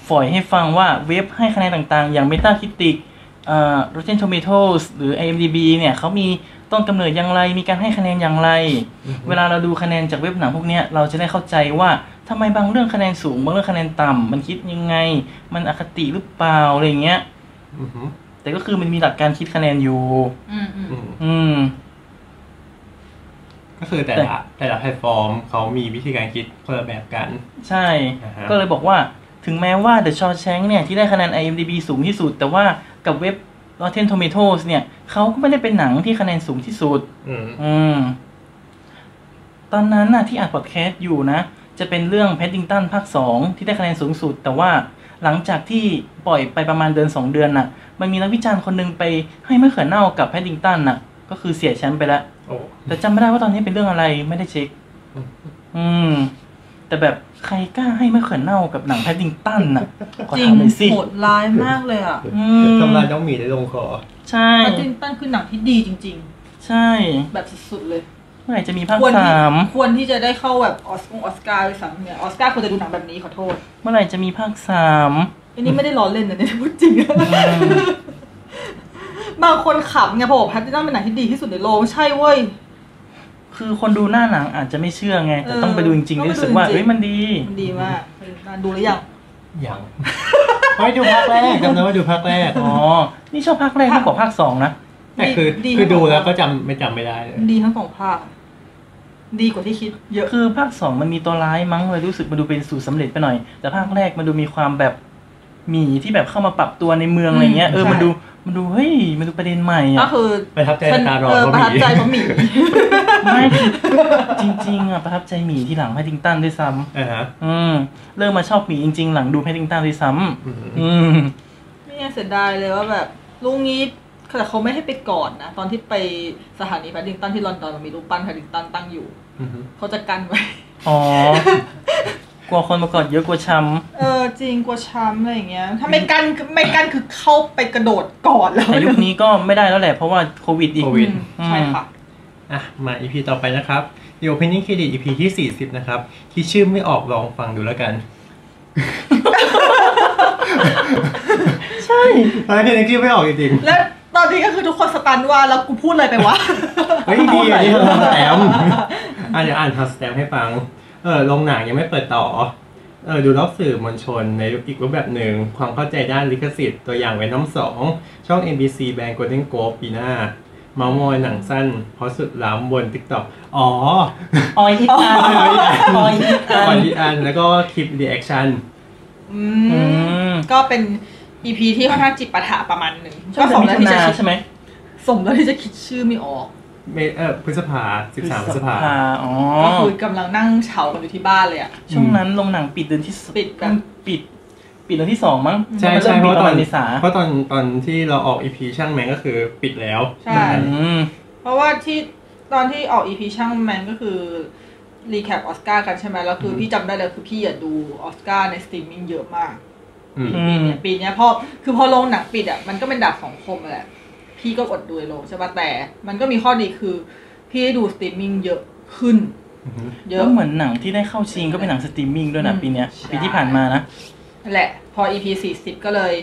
Speaker 4: ฝอยให้ฟังว่าเว็บให้คะแนนต่างๆ อย่าง Meta Critic เอ่อ Rotten Tomatoes หรือ IMDB เนี่ยเขามีต้นกำเนิดอย่างไร มีการให้คะแนนอย่างไร เวลาเราดูคะแนนจากเว็บหนังพวกเนี้ยเราจะได้เข้าใจว่าทำไมบางเรื่องคะแนนสูง บางเรื่องคะแนนต่ำมันคิดยังไง มันอคติหรือเปล่าอะไรอย่างเงี้ย
Speaker 3: อือหือ
Speaker 4: แต่ก็คือมันมีหลักการคิดคะแนนอยู่
Speaker 2: อืมอืม
Speaker 3: อืม
Speaker 4: อืม
Speaker 3: ก็คือแต่ละ แต่ละแพลตฟอร์มเขามีวิธีการคิดคนละแบบกัน
Speaker 4: ใช่
Speaker 3: อ่าฮะ
Speaker 4: ก็เลยบอกว่าถึงแม้ว่า The Shawshank เนี่ย ที่ได้คะแนน IMDb สูงที่สุด แต่ว่ากับเว็บ Rotten Tomatoes เนี่ยเขาก็ไม่ได้เป็นหนังที่คะแนนสูงที่สุด
Speaker 3: อืม
Speaker 4: อืม ตอนนั้นน่ะที่อัดพอดแคสต์อยู่นะ จะเป็นเรื่อง Paddington ภาค 2 ที่ได้คะแนนสูงสุด แต่ว่าหลังจากที่ปล่อยไปประมาณเดือน 2 เดือนน่ะ มันมีนักวิจารณ์คนหนึงไปให้มะเขือเน่ากับ Paddington น่ะ ก็คือเสียแชมป์ไปแล้ว
Speaker 3: โอ้
Speaker 4: แต่จำไม่ได้ว่าตอนนี้เป็นเรื่องอะไรไม่ได้เช็ค
Speaker 3: อืม
Speaker 4: อืม แต่แบบใครกล้าให้มะเขือเน่ากับหนัง Paddington น่ะขอถามหน่อยสิ
Speaker 2: โหดร้ายมากเลยอ่ะ
Speaker 4: อืม
Speaker 3: ทำลายน้องหมีได้ลงคอ
Speaker 4: ใช่
Speaker 2: แพดดิงตันคือหนังที่ดีจริง
Speaker 4: ใช่
Speaker 2: ๆ แบบสุดๆเลย
Speaker 4: เมื่อไหร่จะมีภาค
Speaker 2: ควรที่
Speaker 4: สาม
Speaker 2: ควรที่จะได้เข้าแบบออสกงออสการ์ด้วยซ้ำเนี่ยออสการ์ควรจะดูหนังแบบนี้ขอโทษ
Speaker 4: เมื่อไหร่จะมีภาคสาม
Speaker 2: อันนี้ไม่ได้ล้อเล่นนะเนี่ย พูดจริงอะบางคนขำไงพอบอกแพทตินัมเป็นหนังที่ดีที่สุดในโลกไม่ใช่เว้ย
Speaker 4: คือคนดูหน้าหนังอาจจะไม่เชื่อไง แต่
Speaker 2: เออ
Speaker 4: ต้องไปดูจริง
Speaker 2: ต้องไป
Speaker 4: ๆรู้สึกว่า
Speaker 2: ดูจริง
Speaker 4: เฮ้ยมันดี
Speaker 2: มันดีมากนานดูหรือยัง
Speaker 3: อย่าง ไม่ดูภาคแรกจำได้ว่าดูภาคแร ก
Speaker 4: อ๋อ นี่ชอบภาคแรกมากกว่าภาคสองนะ
Speaker 3: แต่คือ
Speaker 2: ดี
Speaker 3: คือดู
Speaker 2: ทั้งสง
Speaker 3: แล้วก็จำไม่จำไม่ได้เลย
Speaker 2: ดีทั้งสองภาคดีกว่าที่คิด เยอะ
Speaker 4: คือภาคสองมันมีตัวร้ายมั้งเลยรู้สึกมันดูเป็นสูตรสำเร็จไปหน่อย แต่ภาคแรกมันดูมีความแบบหมีที่แบบเข้ามาปรับตัวในเมืองอะไรเงี้ย
Speaker 2: อืม
Speaker 4: เออ
Speaker 2: ใช่
Speaker 4: มันดูมันดูเฮ้ยมันดูประเด็นใหม่
Speaker 2: ก็
Speaker 4: อ่ะ
Speaker 2: คือ
Speaker 3: ประทับใจในตารอ
Speaker 2: เออ
Speaker 3: เพราะ
Speaker 2: ประ
Speaker 3: หมี
Speaker 2: ทับใจเพราะห มี
Speaker 4: ไม่คือจริงๆอ่ะประทับใจหมีที่หลังแพตติงตันด้วยซ้ำ
Speaker 3: อ่าฮะ
Speaker 4: อืมเริ่มมาชอบหมีจริง ๆ หลังดูแพตติงตันด้วยซ้ำ
Speaker 3: อืม
Speaker 4: อืม
Speaker 2: เนี่ยเสียดายเลยว่าแบบลูกนี้แต่เขาไม่ให้ไปกอดนะ ตอนที่ไปสถานีแพดดิงตันที่ลอนดอนมันมีรูปปั้นแพดดิงตันตั้งอยู่
Speaker 3: อือฮึ
Speaker 2: เขาจะกันไว้
Speaker 4: อ๋อ กลัวคนมากอดเยอะกลัวช้
Speaker 2: เออจริงกลัวช้ำอะไรอย่างเงี้ย ถ้าไม่กันไม่กันคือเข้าไปกระโดดกอดแล้ว
Speaker 4: ำแต่ยุคนี้ก็ไม่ได้แล้วแหละเพราะว่าโควิดอีก
Speaker 3: โค
Speaker 2: อื
Speaker 3: วิด
Speaker 2: มใช่ค่ะ
Speaker 3: อ่ะ มา EP ต่อไปนะครับ The Opening Credit EP ที่ 40 นะครับ ที่ชื่อไม่ออกลองฟังดูแล้วกัน
Speaker 4: ใช่
Speaker 3: ตอนนี้ที่ไม่ออกจริง
Speaker 2: แล้วตอนนี้ก็คือทุกคนสตันว่าแล้วกูพูดอะไรไปวะ
Speaker 3: ๆเฮ้ยดีอันนี้เราทำสแตมป์อ่ะเดี๋ยวอ่านทำสแตมป์ให้ฟัง เออลงหนังยังไม่เปิดต่อ เออดูรอบสื่อมวลชนในอีกรูปแบบหนึ่ง ความเข้าใจด้านลิขสิทธิ์ตัวอย่างไว้น้ำสองช่อง NBC แบง Golden Globe ปีหน้า เมามอยหนังสั้น เพราะสุดล้ำบน TikTok อ๋อ
Speaker 4: ออยอีกอันออยอีก
Speaker 3: ก่อ
Speaker 4: อั
Speaker 3: น
Speaker 4: น
Speaker 3: ที่อันแล้วก็คลิป reaction
Speaker 2: อื
Speaker 4: อื
Speaker 2: ม
Speaker 4: ม
Speaker 2: ก็เป็นอีพีที่ค่อนข้างจิบปะถะประมาณหนึ่ง
Speaker 4: ก็
Speaker 2: ก็
Speaker 4: ส
Speaker 2: ส
Speaker 4: อ
Speaker 2: ม
Speaker 4: ง
Speaker 2: แล้ว
Speaker 4: ที่
Speaker 2: ที่จะ
Speaker 4: จะ
Speaker 2: คิด
Speaker 4: ใช่ไหม
Speaker 2: สมแล้วที่จะคิดชื่อไม่ออก
Speaker 3: เมเออพฤษภา13พฤษภา
Speaker 4: อ๋อ
Speaker 2: ก็คือกำลังนั่งเฉากันอยู่ที่บ้านเลยอะ
Speaker 4: ช่วงนั้นโรงหนังปิดเดือนที่ส
Speaker 2: ปิดแบบ
Speaker 4: ปิด ปิดเดือนที่สองมั้ง
Speaker 3: ใช่
Speaker 4: มัน
Speaker 3: ใช่
Speaker 4: ม
Speaker 3: เพ
Speaker 4: ปิด
Speaker 3: ราะต
Speaker 4: ประ
Speaker 3: อ
Speaker 4: มาน ณเมษา
Speaker 3: เพราะตอนตอนที่เราออก EP ช่างแมงก็คือปิดแล้ว
Speaker 2: ใช่
Speaker 4: อืม
Speaker 2: เพราะว่าที่ตอนที่ออกอีพีช่างแมนก็คือรีแคปออสการ์กันใช่ไหมแล้วคือพี่จำได้เลยคือพี่อยากดูออสการ์ในสตรีมมิ่งเยอะมาก
Speaker 3: อืม
Speaker 4: อืม
Speaker 2: เนี่ยปีเนี้ยพอคือพอโรงหนังปิดอ่ะมันก็เป็นดาบสองคมแหละ พี่ก็อดดูในโรงใช่ป่ะแต่ มันก็มีข้อดีคือ พี่ได้ดูสตรีมมิ่งเยอะขึ้น เย
Speaker 4: แล้
Speaker 2: อะ
Speaker 4: วเหมือนหนังที่ได้เข้าชิงก็เป็นหนังสตรีมมิ่งด้วยนะ
Speaker 2: อืม
Speaker 4: ปีเนี้ย
Speaker 2: ใช่
Speaker 4: ปีที่ผ่านมานะ
Speaker 2: นั่นแหละ พอ EP สี่สิบก็เลย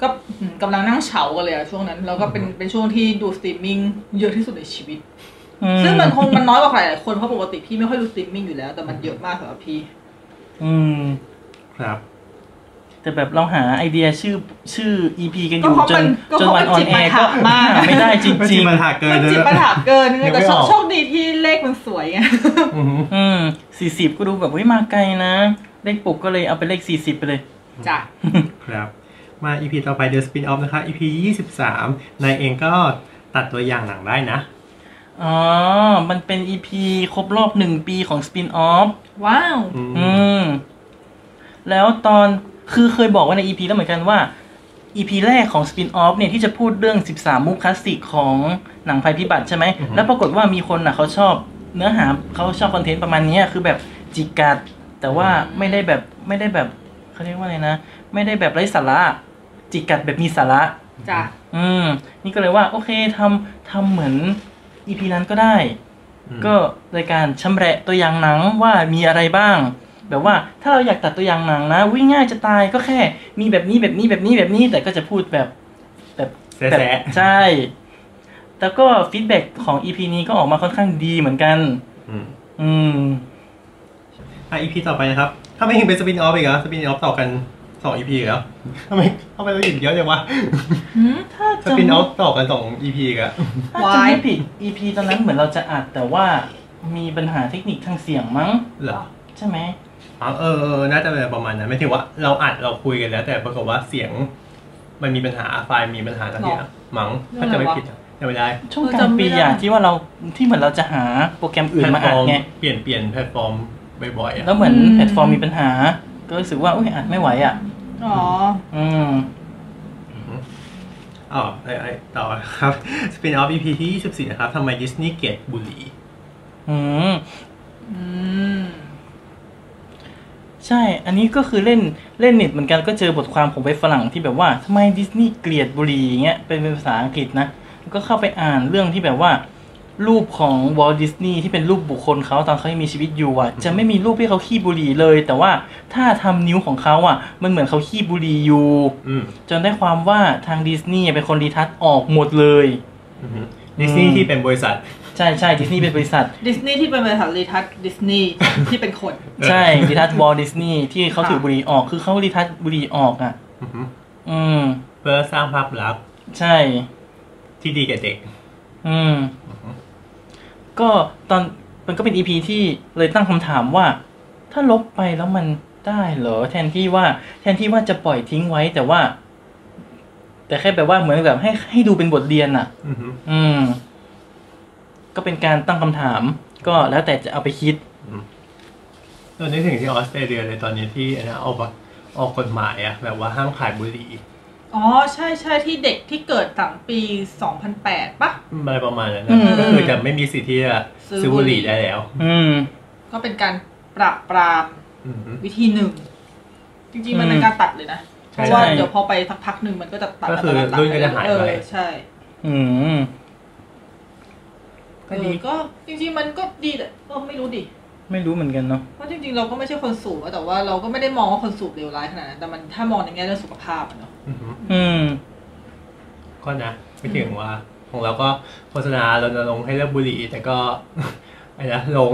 Speaker 2: ก็อืมกำลังนั่งเฉากันเลยอะช่วงนั้น แล้วก็เป็นเป็นช่วงที่ดูสตรีมมิ่งเยอะที่สุดในชีวิต
Speaker 4: อื
Speaker 2: ซึ่งมันคงมันน้อยกว่าใครหลายคน เพราะปกติพี่ไม่ค่อยดูสตรีมมิ่งอยู่แล้ว แต่มันเยอะมากสำหรับพี่
Speaker 4: อืม
Speaker 3: ครับ
Speaker 4: แต่แบบเราหาไอเดียชื่อชื่อ EP กันอ
Speaker 2: ก็
Speaker 4: ยู่
Speaker 2: เพราะ
Speaker 4: จ
Speaker 2: มัน นก็
Speaker 4: จน
Speaker 2: เพราะ
Speaker 4: วัน
Speaker 2: มัน
Speaker 4: ออ
Speaker 2: จิ
Speaker 4: น
Speaker 2: ต
Speaker 4: แอ
Speaker 2: มัน
Speaker 4: ร์ก็
Speaker 2: หามาก
Speaker 4: หไม่ได้จริง
Speaker 3: ก็
Speaker 4: จ
Speaker 3: จิ
Speaker 4: ริง
Speaker 3: มันถากเกิน
Speaker 2: มัน
Speaker 3: เลย
Speaker 2: จิต
Speaker 3: นะ
Speaker 2: ปัญหาเกิน
Speaker 3: ยัง
Speaker 2: แต่
Speaker 3: ไม่
Speaker 2: โช
Speaker 3: อ
Speaker 2: ค
Speaker 3: อก
Speaker 2: โชคดีที่เลขมันสวยไง
Speaker 3: อืม
Speaker 4: อืมสี่สิบก็ดูแบบเฮ้ยมาไกลนะ เลขปลุกก็เลยเอาไปเลขสี่สิบไปเลย
Speaker 2: จ้ะ
Speaker 3: ครับ มา EP ต่อไป The Spin Off นะคะ EP 23 นายเองก็ตัดตัวอย่างหนังได้นะ
Speaker 4: อ๋อ มันเป็น EP ครบรอบหนึ่งปีของสปินออฟ
Speaker 2: ว้าว
Speaker 3: อืม
Speaker 4: อืม แล้วตอนคือเคยบอกไว่าใน EP แล้วเหมือนกันว่า EP แรกของ Spin Off เนี่ยที่จะพูดเรื่อง 13 มุกคลาสสิกของหนังภัยพิบัติใช่ไหม
Speaker 3: อือฮึ
Speaker 4: แล้วปรากฏว่ามีคนน่ะเขาชอบเนื้อหาเขาชอบคอนเทนต์ประมาณเนี้ยคือแบบจิกกัด แต่ว่าไม่ได้แบบไม่ได้แบบเขาเรียกว่าอะไรนะ ไม่ได้แบบไร้สาระ จิกกัดแบบมีสาระ
Speaker 2: จ้ะ
Speaker 4: อืม นี่ก็เลยว่า โอเคทำทำเหมือน EP นั้นก็ได้
Speaker 3: อืม
Speaker 4: ก็รายการชำแหละตัวอย่างหนังว่ามีอะไรบ้าง แบบว่าถ้าเราอยากตัดตัวอย่างหนังนะ วิ่งง่ายจะตายก็แค่มีแบบนี้แบบนี้แบบนี้แบบนี้ แต่ก็จะพูดแบบแบบ
Speaker 3: แซ่
Speaker 4: แบบ
Speaker 3: แซ่
Speaker 4: ใช่ แล้วก็ฟีดแบ็ของ EP นี้ก็ออกมาค่อนข้างดีเหมือนกัน
Speaker 3: อืม
Speaker 4: อืม
Speaker 3: อ่ะ EP ต่อไปนะครับทำไมถึงเป็น Spin Off อีกเหรอ Spin Off ต่อกัน 2 EP อีกแล้วทำไมทำไมเราหยุดเยอะจังวะ
Speaker 4: ถ้า
Speaker 3: Spin Off ต่อกัน 2 EP อีกอะ
Speaker 4: ถ้าจำ
Speaker 2: Why?
Speaker 4: ไม่ผิด EP ตอนนั้นเหมือนเราจะอัดแต่ว่ามีปัญหาเทคนิคทางเสียงมั้ง
Speaker 3: เหรอ
Speaker 4: ใช่ไหม
Speaker 3: อ๋อเออเออ น่าจะเป็นประมาณนั้นไม่ถึงว่าเราอัดเราคุยกันแล้ว แต่ปรากฏว่าเสียง มันมีปัญหาไฟล์มีปัญหาตอนนี้
Speaker 2: หรอ
Speaker 3: มั้ง
Speaker 2: เรื่อ
Speaker 3: ถ้าง
Speaker 2: อะไรวะ
Speaker 3: จะไม่ผิดอะจะไม่ได้
Speaker 4: ช่วงกลางปีอะที่ว่าเราที่เหมือนเราจะหาโปรแกรมอื่น
Speaker 3: แพล
Speaker 4: มา
Speaker 3: ตฟ
Speaker 4: อั
Speaker 3: อ
Speaker 4: ด
Speaker 3: ร์ม
Speaker 4: ไง
Speaker 3: เปลี่ยนเปลี่ยนแพลตฟอร์มบ่อยๆอะ
Speaker 4: แล้วเหมือน
Speaker 2: อืม
Speaker 4: แพลตฟอร์มมีปัญหา ก็รู้สึกว่าอุ้ยอัดไม่ไหวอ่ะ
Speaker 2: อ๋อ
Speaker 4: อืม
Speaker 3: อ๋อไอไอต่อครับ สปินออฟ EP ที่ 24 นะครับทำไมดิสนีย์เกตบุหรี่
Speaker 4: อืม
Speaker 2: อืม
Speaker 4: ใช่ อันนี้ก็คือเล่นเล่นเน็ตเหมือนกันก็เจอบทความของเว็บฝรั่งที่แบบว่าทำไมดิสนีย์เกลียดบุหรี่เงี้ยเป็นภาษาอังกฤษนะ ก็เข้าไปอ่านเรื่องที่แบบว่า รูปของวอลดิสนีย์ที่เป็นรูปบุคคลเขาตอนเขายังมีชีวิตอยู่อ่ะ จะไม่มีรูปที่เขาขี้บุหรี่เลย แต่ว่าถ้าทำนิ้วของเขาอ่ะ มันเหมือนเขาขี้บุหรี่อยู่
Speaker 3: อืม
Speaker 4: จนได้ความว่าทางดิสนีย์เป็นคนรีทัชออกหมดเลย
Speaker 3: อืมดิสนีย์ที่เป็นบริษัท
Speaker 4: ใช่ใช่ดิสนีย์เป็นบริษัท
Speaker 2: ดิสนีย์ที่เป็นบริษัทรีทัชดิส นีย์ที่เป็นคน
Speaker 4: ใช่รีทัชวอลดิสนีย์ที่เขาถือบุหรี่ออกคือเขารีทัชบุหรี่ออกอ่ะ
Speaker 3: อือฮึ
Speaker 4: อืม
Speaker 3: เพื่อสร้างภาพลักษณ์
Speaker 4: ใช่
Speaker 3: ที่ดีแก่เด็ก
Speaker 4: อืม ก็ตอนมันก็เป็นอีพีที่เลยตั้งคำถามว่า ถ้าลบไปแล้วมันได้เหรอ แทนที่ว่า แทนที่ว่าจะปล่อยทิ้งไว้ แต่ว่า แต่แค่แบบว่าเหมือนแบบให้ให้ดูเป็นบทเรียนอ่ะ
Speaker 3: อือฮึ
Speaker 4: อืม ก็เป็นการตั้งคำถาม ก็แล้วแต่จะเอาไปคิด
Speaker 3: เรานึกถึงที่ออสเตรเลียเลยตอนนี้ที่อันนะออกออกกฎหมายอะแบบว่าห้ามขายบุหรี่
Speaker 2: อ๋อ ใช่ใช่ที่เด็กที่เกิดตั้งปี 2008ปะ
Speaker 3: อะไรประมาณนั้น
Speaker 4: อื
Speaker 3: นะ
Speaker 4: ม
Speaker 3: ก็คือจะไม่มีสิทธิ์ที่จะ
Speaker 2: ซื้อ
Speaker 3: ซื้อบุหรี่ได้แล้ว
Speaker 4: อืม
Speaker 2: ก็เป็นการปราบปราม
Speaker 3: อือฮึ
Speaker 2: วิธีหนึ่ง จริง ๆ มัน
Speaker 4: อืม
Speaker 2: เป็นการตัดเลยนะ เพ
Speaker 3: ใช่
Speaker 2: ราะว่า
Speaker 4: ใช่
Speaker 2: เดี๋ยวพอไปสักพักหนึ่งมันก็จะตัด
Speaker 3: ก็คือ
Speaker 2: ตัดตัดตัด
Speaker 3: รุ่นก็จะหายไป
Speaker 2: เออใช่
Speaker 4: อืม
Speaker 3: ก็ดี
Speaker 2: เออก็จริง ๆ มันก็ดีแต่ก็ไม่รู้ดิ
Speaker 4: ไม่รู้เหมือนกันเนาะ
Speaker 2: เพราะจริง ๆ เราก็ไม่ใช่คนสูบอะแต่ว่าเราก็ไม่ได้มองว่าคนสูบเลวร้ายขนาดนั้น แต่มันถ้ามองในแง่เรื่องสุขภาพอะเนาะ
Speaker 3: อือฮึ
Speaker 4: อืม
Speaker 3: ก็นะไม่ถึงว่า ของเราก็โฆษณารณรงค์ให้เลิกบุหรี่แต่ก็ ไอ้นะลง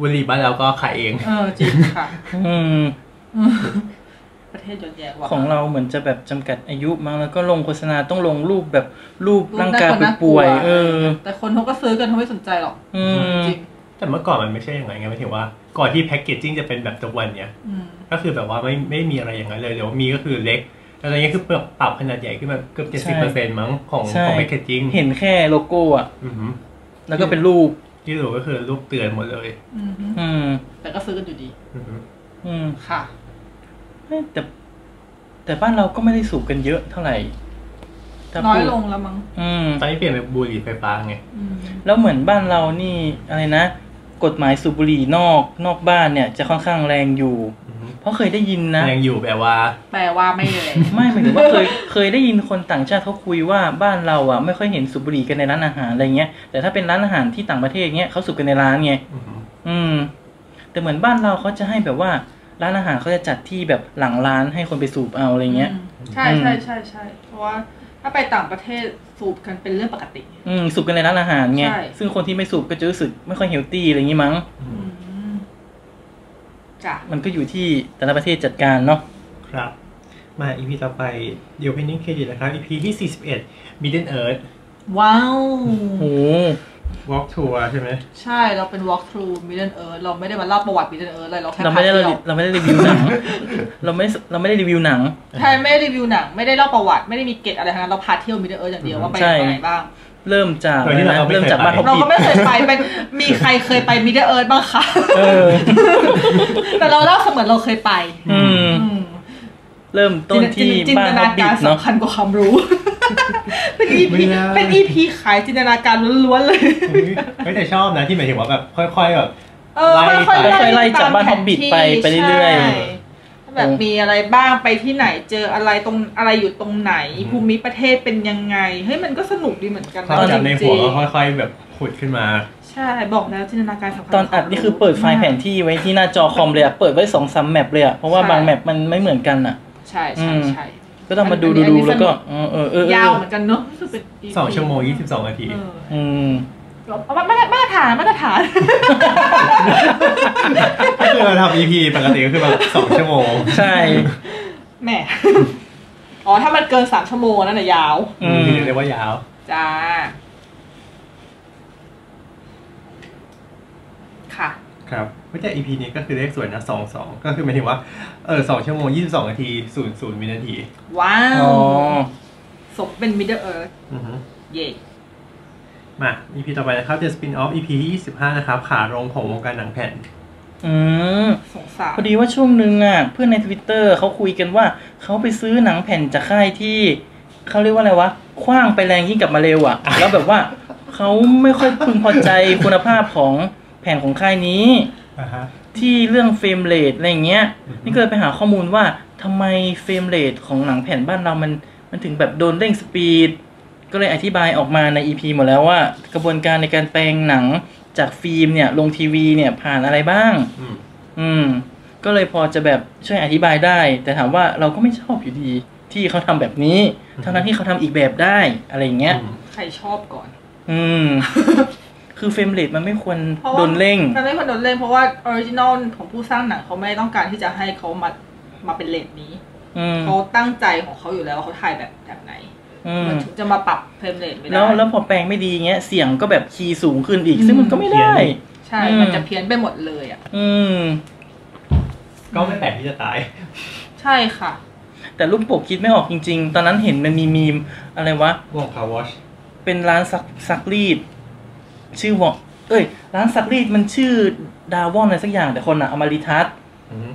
Speaker 3: บุหรี่บ้านเราก็ขายเอง
Speaker 2: เออจริงค่ะ
Speaker 4: อืม
Speaker 2: ประเทศยอดแย่ว่ะ
Speaker 4: ของเราเหมือนจะแบบจำกัดอายุมั้งแล้วก็ลงโฆษณาต้องลงรูปแบบรูปร่างกายป่วยๆเออ
Speaker 2: แต่คนเขาก็ซื้อกันเขาไม่สนใจหรอก
Speaker 4: อืม
Speaker 2: จริง
Speaker 3: แต่เมื่อก่อนมันไม่ใช่อย่างนั้นไงหมายถึงว่าก่อนที่แพ็กเกจจิ้งจะเป็นแบบทุกวันเนี้ย
Speaker 2: อืม
Speaker 3: ก็คือแบบว่าไม่ไม่มีอะไรอย่างนั้นเลยเดี๋ยวมีก็คือเล็กแล้วตอนนี้คือปรับขนาดใหญ่ขึ้นมาเกือบเจ็ด
Speaker 4: ใช่
Speaker 3: สิบเปอร์เซ็นต์มั้งของ
Speaker 4: ใช่
Speaker 3: ของแพ็กเกจจิ้ง
Speaker 4: เห็นแค่โลโก้อ่ะ
Speaker 3: อือหือ
Speaker 4: แล้วก็เป็นรูป
Speaker 3: ที่เหลือก็คือรูปเตือนหมดเลย
Speaker 2: อืมฮึ
Speaker 4: อืม
Speaker 2: แต่ก็ซื้อกันอยู่ดี
Speaker 3: อือหือ
Speaker 4: อืม
Speaker 2: ค่ะ
Speaker 4: เอ้ยแต่ แต่บ้านเราก็ไม่ได้สูบกันเยอะเท่าไหร่ถ้า
Speaker 2: น้อย
Speaker 4: พูด
Speaker 2: ลงแล้วมั้ง
Speaker 4: อืม
Speaker 3: ตอนนี้เปลี่ยนเป็นบุหรี่ไฟฟ้าไง
Speaker 2: อืม
Speaker 4: แล้วเหมือนบ้านเรานี่อะไรนะ กฎหมายสูบบุหรี่นอกนอกบ้านเนี่ย จะค่อนข้างแรงอยู่
Speaker 3: อือหือ
Speaker 4: เพราะเคยได้ยินนะ
Speaker 3: ยังอยู่แบบว่า
Speaker 2: แปลว่าไม่เลย
Speaker 4: ไม่หมายถึงว่าเคย เคยได้ยินคนต่างชาติเขาคุยว่าบ้านเราอ่ะไม่ค่อยเห็นสูบบุหรี่กันในร้านอาหารอะไรเงี้ยแต่ถ้าเป็นร้านอาหารที่ต่างประเทศเงี้ยเขาสูบกันในร้านไง
Speaker 3: อือหือ
Speaker 4: อืม แต่เหมือนบ้านเราเขาจะให้แบบว่าร้านอาหารเขาจะจัดที่แบบหลังร้านให้คนไปสูบเอาอะไรเงี้ย
Speaker 2: อืมใช่
Speaker 4: อืม
Speaker 2: ใช่ใช่ใช่เพราะว่า ถ้าไปต่างประเทศสูบกันเป็นเรื่องปกติ
Speaker 4: อืมสูบกันในร้านอาหารไง
Speaker 2: ใช่
Speaker 4: ซึ่งคนที่ไม่สูบก็จะรู้สึกไม่ค่อยเฮลตี้อะไรอย่างงี้มั้ง
Speaker 2: อืมจ้ะ
Speaker 4: มันก็อยู่ที่แต่ละประเทศจัดการเนาะ
Speaker 3: ครับมา EP ต่อไปเดี๋ยวเพนนิ่งเครดิตนะครับ EP ที่ 41 Middle Earth
Speaker 2: ว้าว
Speaker 4: โห
Speaker 3: Walk Tour ใช่ไหม
Speaker 2: ใช่เราเป็น walk through middle earth เราไม่ได้มาเล่าประวัติ middle earth อะไรเราแค่
Speaker 4: เราไม่ได้
Speaker 2: พาเที่ยว
Speaker 4: เราไม่ได้รีวิวหนัง เราไม่ได้เราไม่ได้รีวิวหนัง
Speaker 2: ใช่ไม่ได้รีวิวหนัง ไม่ได้เล่าประวัติ ไม่ได้มีเกตอะไรทั้งนั้นเราพาเที่ยว middle earth อย่างเดียวว่าไป
Speaker 4: ใช่
Speaker 2: ไหนบ้าง
Speaker 4: เริ่มจากอะไรนะเริ่มจากบ้านเขา
Speaker 2: เรา
Speaker 4: ปิด
Speaker 2: ก็ไม่เคย ไปเป็นมีใครเคยไป middle earth บ้างคะ
Speaker 4: เออ
Speaker 2: แต่เราเล่าเสมือนเราเคยไป
Speaker 4: อืม
Speaker 2: อืม
Speaker 4: เริ่มต้นที่
Speaker 2: จิน
Speaker 4: บ้า
Speaker 2: ต
Speaker 4: นฮ
Speaker 2: นา
Speaker 4: อบบิ
Speaker 2: กา
Speaker 4: ท
Speaker 2: ร
Speaker 4: เนาะ
Speaker 2: สำคัญกว่าความรู้ เป็นอีพีเป็นอีพีขายจินตนาการล้วนๆเลย
Speaker 3: เฮ้ยแต่ชอบนะที่หมายถึงว่าแบบค่อยๆแบบ
Speaker 2: เออค่อยๆ
Speaker 3: ไล่ไป
Speaker 2: ไล่ตม
Speaker 4: ากบ้านฮอบบิทไปไปเรื่อยๆ
Speaker 2: ใช่แบบมีอะไรบ้างไปที่ไหนเจออะไรตรงอะไรอยู่ตรงไหน
Speaker 3: อืม
Speaker 2: ภูมิประเทศเป็นยังไงเฮ้ยมันก็สนุกดีเหมือนกันนะ
Speaker 3: ความจำในหัว
Speaker 2: จริ
Speaker 3: ก็
Speaker 2: ง
Speaker 3: ค่อย ๆ แบบขุดขึ้นมา
Speaker 2: ๆใช่บอกแล้วจินตนาการสำคัญ
Speaker 4: ตอนอัดนี่คือเปิดไฟล์แผนที่ไว้ที่หน้าจอคอมเลยอะเปิดไว้สองสามแมปเลยอะเพราะว่าบางแมปมันไม่เหมือนกันอะ
Speaker 2: ใช่ใช่ใช่
Speaker 4: ก็ต้องมาดู
Speaker 2: อันนี้
Speaker 4: ดู
Speaker 2: อันนี้
Speaker 4: แล้วก็เออเออเออเออย
Speaker 2: าวเหมือนกันเนอะ รู้สึกเป็น EP
Speaker 3: 2 ชั่วโมง 22 นาที
Speaker 2: เออ
Speaker 4: อืม
Speaker 2: เอามามาตรมาตรฐานมาตรฐาน
Speaker 3: ก็คือเราทำ EP ปกติก็คือแบบ2ชั่วโมง
Speaker 4: ใช่
Speaker 2: แหม อ๋อ ถ้ามันเกินสามชั่วโมงนั่นน่ะยาว
Speaker 4: อื
Speaker 3: อื
Speaker 4: ม
Speaker 3: มเรียกว่ายาว
Speaker 2: จ้า ค่ะ
Speaker 3: ครับแต่ EP นี้ก็คือเลขสวยนะ2 2 ก็คือหมายถึงว่าเออ2ชั่วโมง 22 นาที 0 0วินาที
Speaker 2: ว้า
Speaker 4: อ๋
Speaker 2: ว
Speaker 4: อ
Speaker 2: สมเป็น middle earth
Speaker 3: อือฮึ
Speaker 2: เย่
Speaker 3: มา EP ต่อไปนะครับ The Spin Off EP ที่25 นะครับ ขาลงของวงการหนังแผ่น
Speaker 4: อืม
Speaker 2: สงสาร
Speaker 4: พอดีว่าช่วงนึงอะเพื่อนในทวิตเตอร์เขาคุยกันว่าเขาไปซื้อหนังแผ่นจากค่ายที่เขาเรียกว่าอะไรวะคว้างไปแรงยิ่งกลับมาเร็วอะแล้วแบบว่าเขาไม่ค่อยพึงพอใจคุณภาพของแผ่นของค่ายนี้ ที่เรื่องเฟรมเรทอะไรอย่างเงี้ย
Speaker 3: อือฮึ
Speaker 4: นี่ก็เลยไปหาข้อมูลว่าทำไมเฟรมเรทของหนังแผ่นบ้านเรามัน มันถึงแบบโดนเร่งสปีด ก็เลยอธิบายออกมาใน EP หมดแล้วว่า กระบวนการในการแปลงหนังจากฟิล์มเนี่ยลงทีวีเนี่ยผ่านอะไรบ้าง
Speaker 3: อืม
Speaker 4: อืม ก็เลยพอจะแบบช่วยอธิบายได้ แต่ถามว่าเราก็ไม่ชอบอยู่ดี ที่เขาทำแบบนี้ทั้งนั้นที่เขาทำอีกแบบได้อะไรอย่างเงี้ย
Speaker 2: ใครชอบก่อน
Speaker 4: อืม คือเฟรมเรทมันไม่ควร
Speaker 2: เพราะว่า
Speaker 4: โดนเร่ง
Speaker 2: มันไม่ควรโดนเร่งเพราะว่าออริจินอลของผู้สร้างหนังเขาไม่ต้องการที่จะให้เขามามาเป็นเลนนี้
Speaker 4: อืม
Speaker 2: เขาตั้งใจของเขาอยู่แล้วว่าเขาถ่ายแบบแบบไหน
Speaker 4: อืม
Speaker 2: มันถึงจะมาปรับเฟรมเรทไม่ได้
Speaker 4: แล้วแล้วพอแปลงไม่ดีเงี้ย เสียงก็แบบคีย์สูงขึ้นอีก ซึ่งมันก็ไม่ได้
Speaker 2: ใช่
Speaker 4: อืม
Speaker 2: มันจะเพี้ยนไปหมดเลยอ่ะ
Speaker 4: อืม
Speaker 3: ก็ไม่แปลกที่จะตาย
Speaker 2: ใช่ค่ะ
Speaker 4: แต่รูปปกคิดไม่ออกจริง ๆ ตอนนั้นเห็นมันมีมีมอะไรวะ
Speaker 3: วงคาวอช
Speaker 4: เป็นร้านซักซักรีด ชื่อวอกเอ้ย ร้านซักรีดมันชื่อดาวอนอะไรสักอย่าง แต่คนอะเอามารีทัช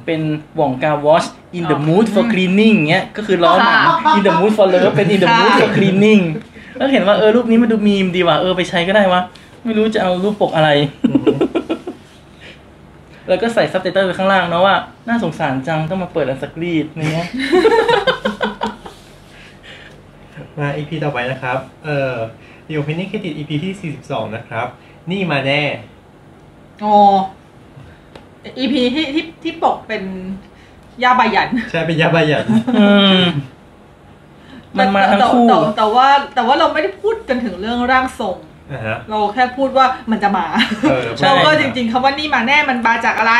Speaker 4: เป็นหว่องกาวอช in the
Speaker 2: อ๋อ
Speaker 4: mood for cleaning เงี้ย ก็คือล้อหนัง in the mood for love เป็น in the mood for cleaning แล้วเห็นว่าเออรูปนี้มันดูมีมดีว่ะเออไปใช้ก็ได้วะ ไม่รู้จะเอารูปปกอะไร แล้วก็ใส่ซับไตเติลไว้ข้างล่างเนาะว่า น่าสงสารจังต้องมาเปิดอันซักรีดเนี้ ย
Speaker 3: มาอีพีต่อไปนะครับ เอ่อ The Opening Credit EP ที่ 42 นะครับ นี่มาแน่
Speaker 2: โอ้ EP ที่ที่ที่ปกเป็นยาบายัน
Speaker 3: ใช่เป็นยาบายัน
Speaker 4: อืมมันมาทั้งคู่
Speaker 2: แต่แต่แต่แต่ว่า แต่ว่าเราไม่ได้พูดกันถึงเรื่องร่างทรง
Speaker 3: อ่าฮะ
Speaker 2: เราแค่พูดว่ามันจะมา
Speaker 3: เออ
Speaker 4: ใช่
Speaker 2: เราก็จริงๆคำว่านี่มาแน่มันมาจากอะไร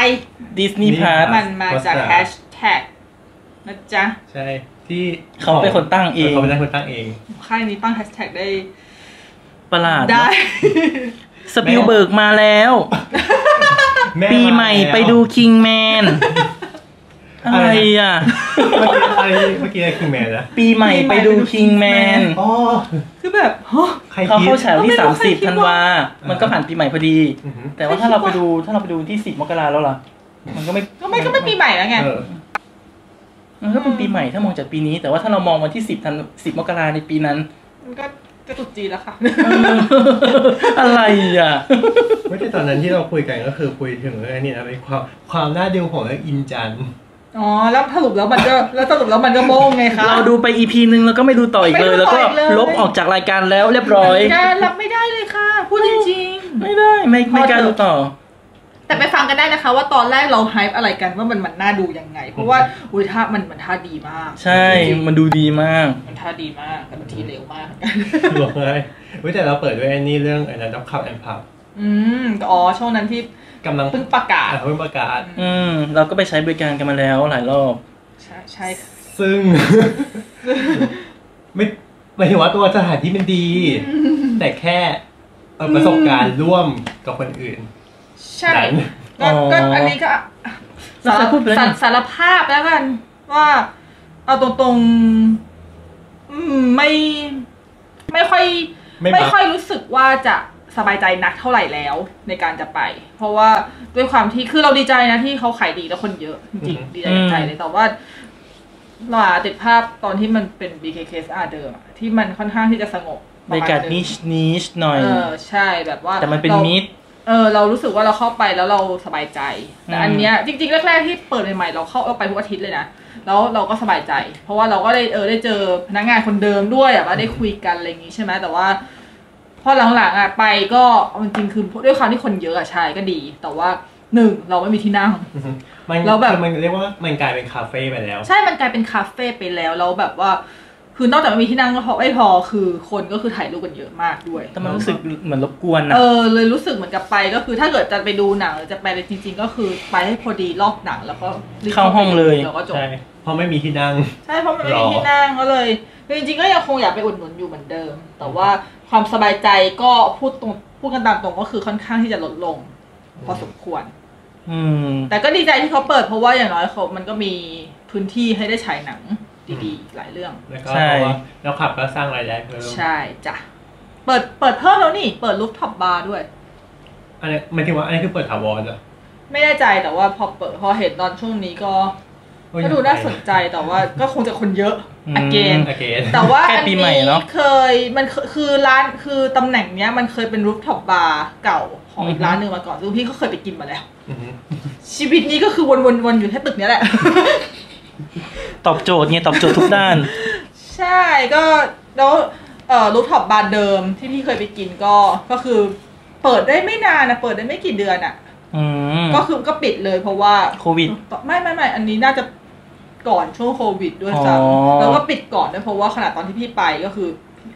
Speaker 4: ดิสนีย์พาร์ท
Speaker 2: มันมาจาก
Speaker 3: โพสต์อะ
Speaker 2: แฮชแท็กนะจ๊ะ
Speaker 3: ใช่ ที่
Speaker 4: เขาเป็นคนตั้งเอง
Speaker 3: เขาเป็นคนตั้งเอง
Speaker 2: ค่ายนี้ตั้งแฮชแท็กได้
Speaker 4: ประหลาด
Speaker 2: ได้
Speaker 4: สปิลเบิร์กมาแล้ว
Speaker 3: แา
Speaker 4: ปีใหม่
Speaker 3: แล้ว
Speaker 4: ไปดูคิงแมน อะไรอ่ะ
Speaker 3: เมื่อกี้อะไรเมื่อกี้ อะไรคือแมนนะ
Speaker 4: ปีใหม่ไปดูคิงแมน
Speaker 3: อ๋อ
Speaker 2: คือแบบฮะ
Speaker 3: ใคร
Speaker 4: เขา
Speaker 3: คิด
Speaker 4: เข้าฉายวันที่
Speaker 2: ไม่รู้ใครคิด
Speaker 4: 30
Speaker 2: ว่า
Speaker 4: ธันวา มันก็ผ่านปีใหม่พอดี
Speaker 3: อือหือ
Speaker 4: แต่ว่าถ้าเราไปดูถ้าเราไปดูที่ 10 มกราแล้วล่ะ มันก็ไม่
Speaker 2: ก็ไม่ก็ไม่ปีใหม่แล้วไง
Speaker 3: เออ
Speaker 4: มันก็เป็นปีใหม่ถ้ามองจากปีนี้ แต่ว่าถ้าเรามองวันที่ 10ธัน10 มกราในปีนั้น
Speaker 2: มันก็จะตรุดจีนแล้วค่ะ
Speaker 4: อะไรอ่ะ
Speaker 3: ไม่ใช่ตอนนั้นที่เราคุยกันก็คือคุยถึงเรื่องนี้นะเป็นความความน่าดูของเรื่องอินจัน
Speaker 2: อ๋อ แล้วสรุปแล้วมันก็แล้วสรุปแล้วมันก็โม่งไงคะ
Speaker 4: เราดูไป EP หนึ่งแล้วก็ไม่ดูต่ออีกเลย
Speaker 2: ไม่ดู
Speaker 4: แล้ว
Speaker 2: ต่
Speaker 4: ก็
Speaker 2: ออีกเลย
Speaker 4: ลบออกจากรายการแล้วเรียบร้อย
Speaker 2: น่ารับไม่ได้เลยค่ะ พูดจริง
Speaker 4: ไม่ได้ไม่ไม่กล้าดูต่อ
Speaker 2: ๆ แต่ไปฟังกันได้นะคะ ว่าตอนแรกเราไฮป์อะไรกันว่ามันมันน่าดูยังไง เพราะว่าอุ้ยท่ามันมันท่าดีมาก
Speaker 4: ใช่ มันดูดีมาก
Speaker 2: มันท่าดีมากแต่มันที เร็วมาก
Speaker 3: หลงเลยเว้ยแต่เราเปิดด้วยไอ้นี่เรื่องไอ้นะด็อกคับแอนพับ
Speaker 2: อืมอ๋อช่วงนั้นที่
Speaker 3: กำลัง
Speaker 2: เพิ่งประกา
Speaker 3: อ่า
Speaker 2: ศ
Speaker 3: เพิ่งประกาศ
Speaker 4: อืม เราก็ไปใช้บริการกันมาแล้วหลายรอบ
Speaker 2: ใช่ใช่ค่ะ
Speaker 3: ซึ่ง ไม่ไม่ถึงว่าตัวสถานที่มันดี แต่แค่เอ่อประสบการณ์ร่วมกับคนอื่น
Speaker 2: ใช่
Speaker 3: นั้น
Speaker 2: ก็ก็อันนี้ก็
Speaker 4: เรา
Speaker 2: สาร
Speaker 4: เคยพูดไปแล้ว
Speaker 2: สาร
Speaker 4: นี่
Speaker 2: สารภาพแล้วกัน ว่าเอาตรงๆอืมไม่ ไม่ค่อย
Speaker 3: ไม่
Speaker 2: ไม่
Speaker 3: มัก
Speaker 2: ค่อยรู้สึกว่าจะสบายใจนักเท่าไหร่แล้วในการจะไป เพราะว่าด้วยความที่คือเราดีใจนะที่เขาขายดีแล้วคนเยอะจริงๆดีใจดีใจเลยแต่ว่าเราอาจติดภาพตอนที่มันเป็น BKKSR เดิมอะที่มันค่อนข้างที่จะสงบป
Speaker 4: บ
Speaker 2: ระ
Speaker 4: ริ
Speaker 2: มณ
Speaker 4: การ
Speaker 2: ห
Speaker 4: นิ
Speaker 2: ง
Speaker 4: ชนิชหน่อย
Speaker 2: เออใช่แบบว่า
Speaker 4: แต่มันเป็น
Speaker 2: รา
Speaker 4: มิด
Speaker 2: เออเรารู้สึกว่าเราเข้าไปแล้วเราสบายใจ แต่
Speaker 4: อืม
Speaker 2: อันเนี้ยจริงๆแรกๆที่เปิดใหม่ๆเราเข้าเราไปทุกอาทิตย์เลยนะแล้วเราก็สบายใจ เพราะว่าเราก็ได้เออได้เจอพนักงานคนเดิมด้วยอะว่าได้คุยกันอะไรอย่างงี้ใช่ไหมแต่ว่า พอหลังๆอะไปก็เอาจริงๆคือด้วยความที่คนเยอะอะใช่ก็ดี แต่ว่าหนึ่งเราไม่มีที่นั่ง
Speaker 3: อือฮึมัน
Speaker 2: เราแบบ
Speaker 3: คือมันเรียกว่ามันกลายเป็นคาเฟ่ไปแล้ว
Speaker 2: ใช่มันกลายเป็นคาเฟ่ไปแล้วแล้วแบบว่า คือนอกจากไม่มีที่นั่งก็พอไม่พอคือคนก็คือถ่ายรูปกันเยอะมากด้วย
Speaker 4: แต่มันรู้สึกเหมือนรบกวนนะ
Speaker 2: เออเลยรู้สึกเหมือนกับไปก็คือถ้าเกิดจะไปดูหนังหรือจะไปอะไรจริง ๆ ก็คือไปให้พอดีรอบหนังแล้วก็รีบ
Speaker 4: เข้าห้องเลย
Speaker 2: แล้วก็จบ
Speaker 3: ใช่ เพราะไม่มีที่นั่ง
Speaker 2: ใช่เพราะมันไม่มีที่นั่งก็เลยคือจริงๆก็ยังคงอยากไปอุดหนุนอยู่เหมือนเดิม แต่ว่าความสบายใจก็พูดตรงพูดกันตามตรงก็คือค่อนข้างที่จะลดลง พอสมควร
Speaker 4: อืม
Speaker 2: แต่ก็ดีใจที่เขาเปิดเพราะว่าอย่างน้อยเขามันก็มีพื้นที่ให้ได้ฉายหนังดีๆ หลายเรื่อง
Speaker 3: แล้วก็
Speaker 4: ใช่
Speaker 3: เพราะว่าแล้วขับก็สร้างรายได้เพิ่ม
Speaker 2: ใช่จ้ะเปิดเปิดเพิ่มแล้วนี่ เปิดรูปท็อปบาร์ด้วย
Speaker 3: อันนี้หมายถึงว่าอันนี้คือเปิดถาวรเหรอ
Speaker 2: ไม่แน่ใจแต่ว่าพอเปิดพอเห็นตอนช่วงนี้ก็ ก็ดูน่าสนใจแต่ว่าก็คงจะคนเยอะ
Speaker 4: อืม
Speaker 2: again
Speaker 3: โอเค
Speaker 2: แต่ว่าอัน
Speaker 4: ใกล้ปี
Speaker 2: นี้
Speaker 4: ใหม่เนอะ
Speaker 2: เคยมันเคคือร้านคือตำแหน่งเนี้ยมันเคยเป็นรูฟท็อปบาร์เก่าของอีก
Speaker 4: อือฮึ
Speaker 2: ร้านหนึ่งมาก่อนซึ่งพี่ก็เคยไปกินมาแล้ว ชีวิตนี้ก็คือวนๆวนอยู่แค่ตึกเนี้ยแหละ
Speaker 4: ตอบโจทย์ไงตอบโจทย์ทุกด้าน
Speaker 2: ใช่ก็แล้วเอ เอ่อรูฟท็อปบาร์เดิมที่พี่เคยไปกินก็ก็คือ เปิดได้ไม่นานนะเปิดได้ไม่กี่เดือนอ่ะ
Speaker 4: อืม
Speaker 2: ก็คือก็ปิดเลยเพราะว่า
Speaker 4: โควิด
Speaker 2: ไม่ไม่ไม่อันนี้น่าจะก่อนช่วงโควิดด้วย
Speaker 4: อ๋อ
Speaker 2: ซ้ำแล้วก็ปิดก่อนด้วยเพราะว่าขนาดตอนที่พี่ไปก็คือ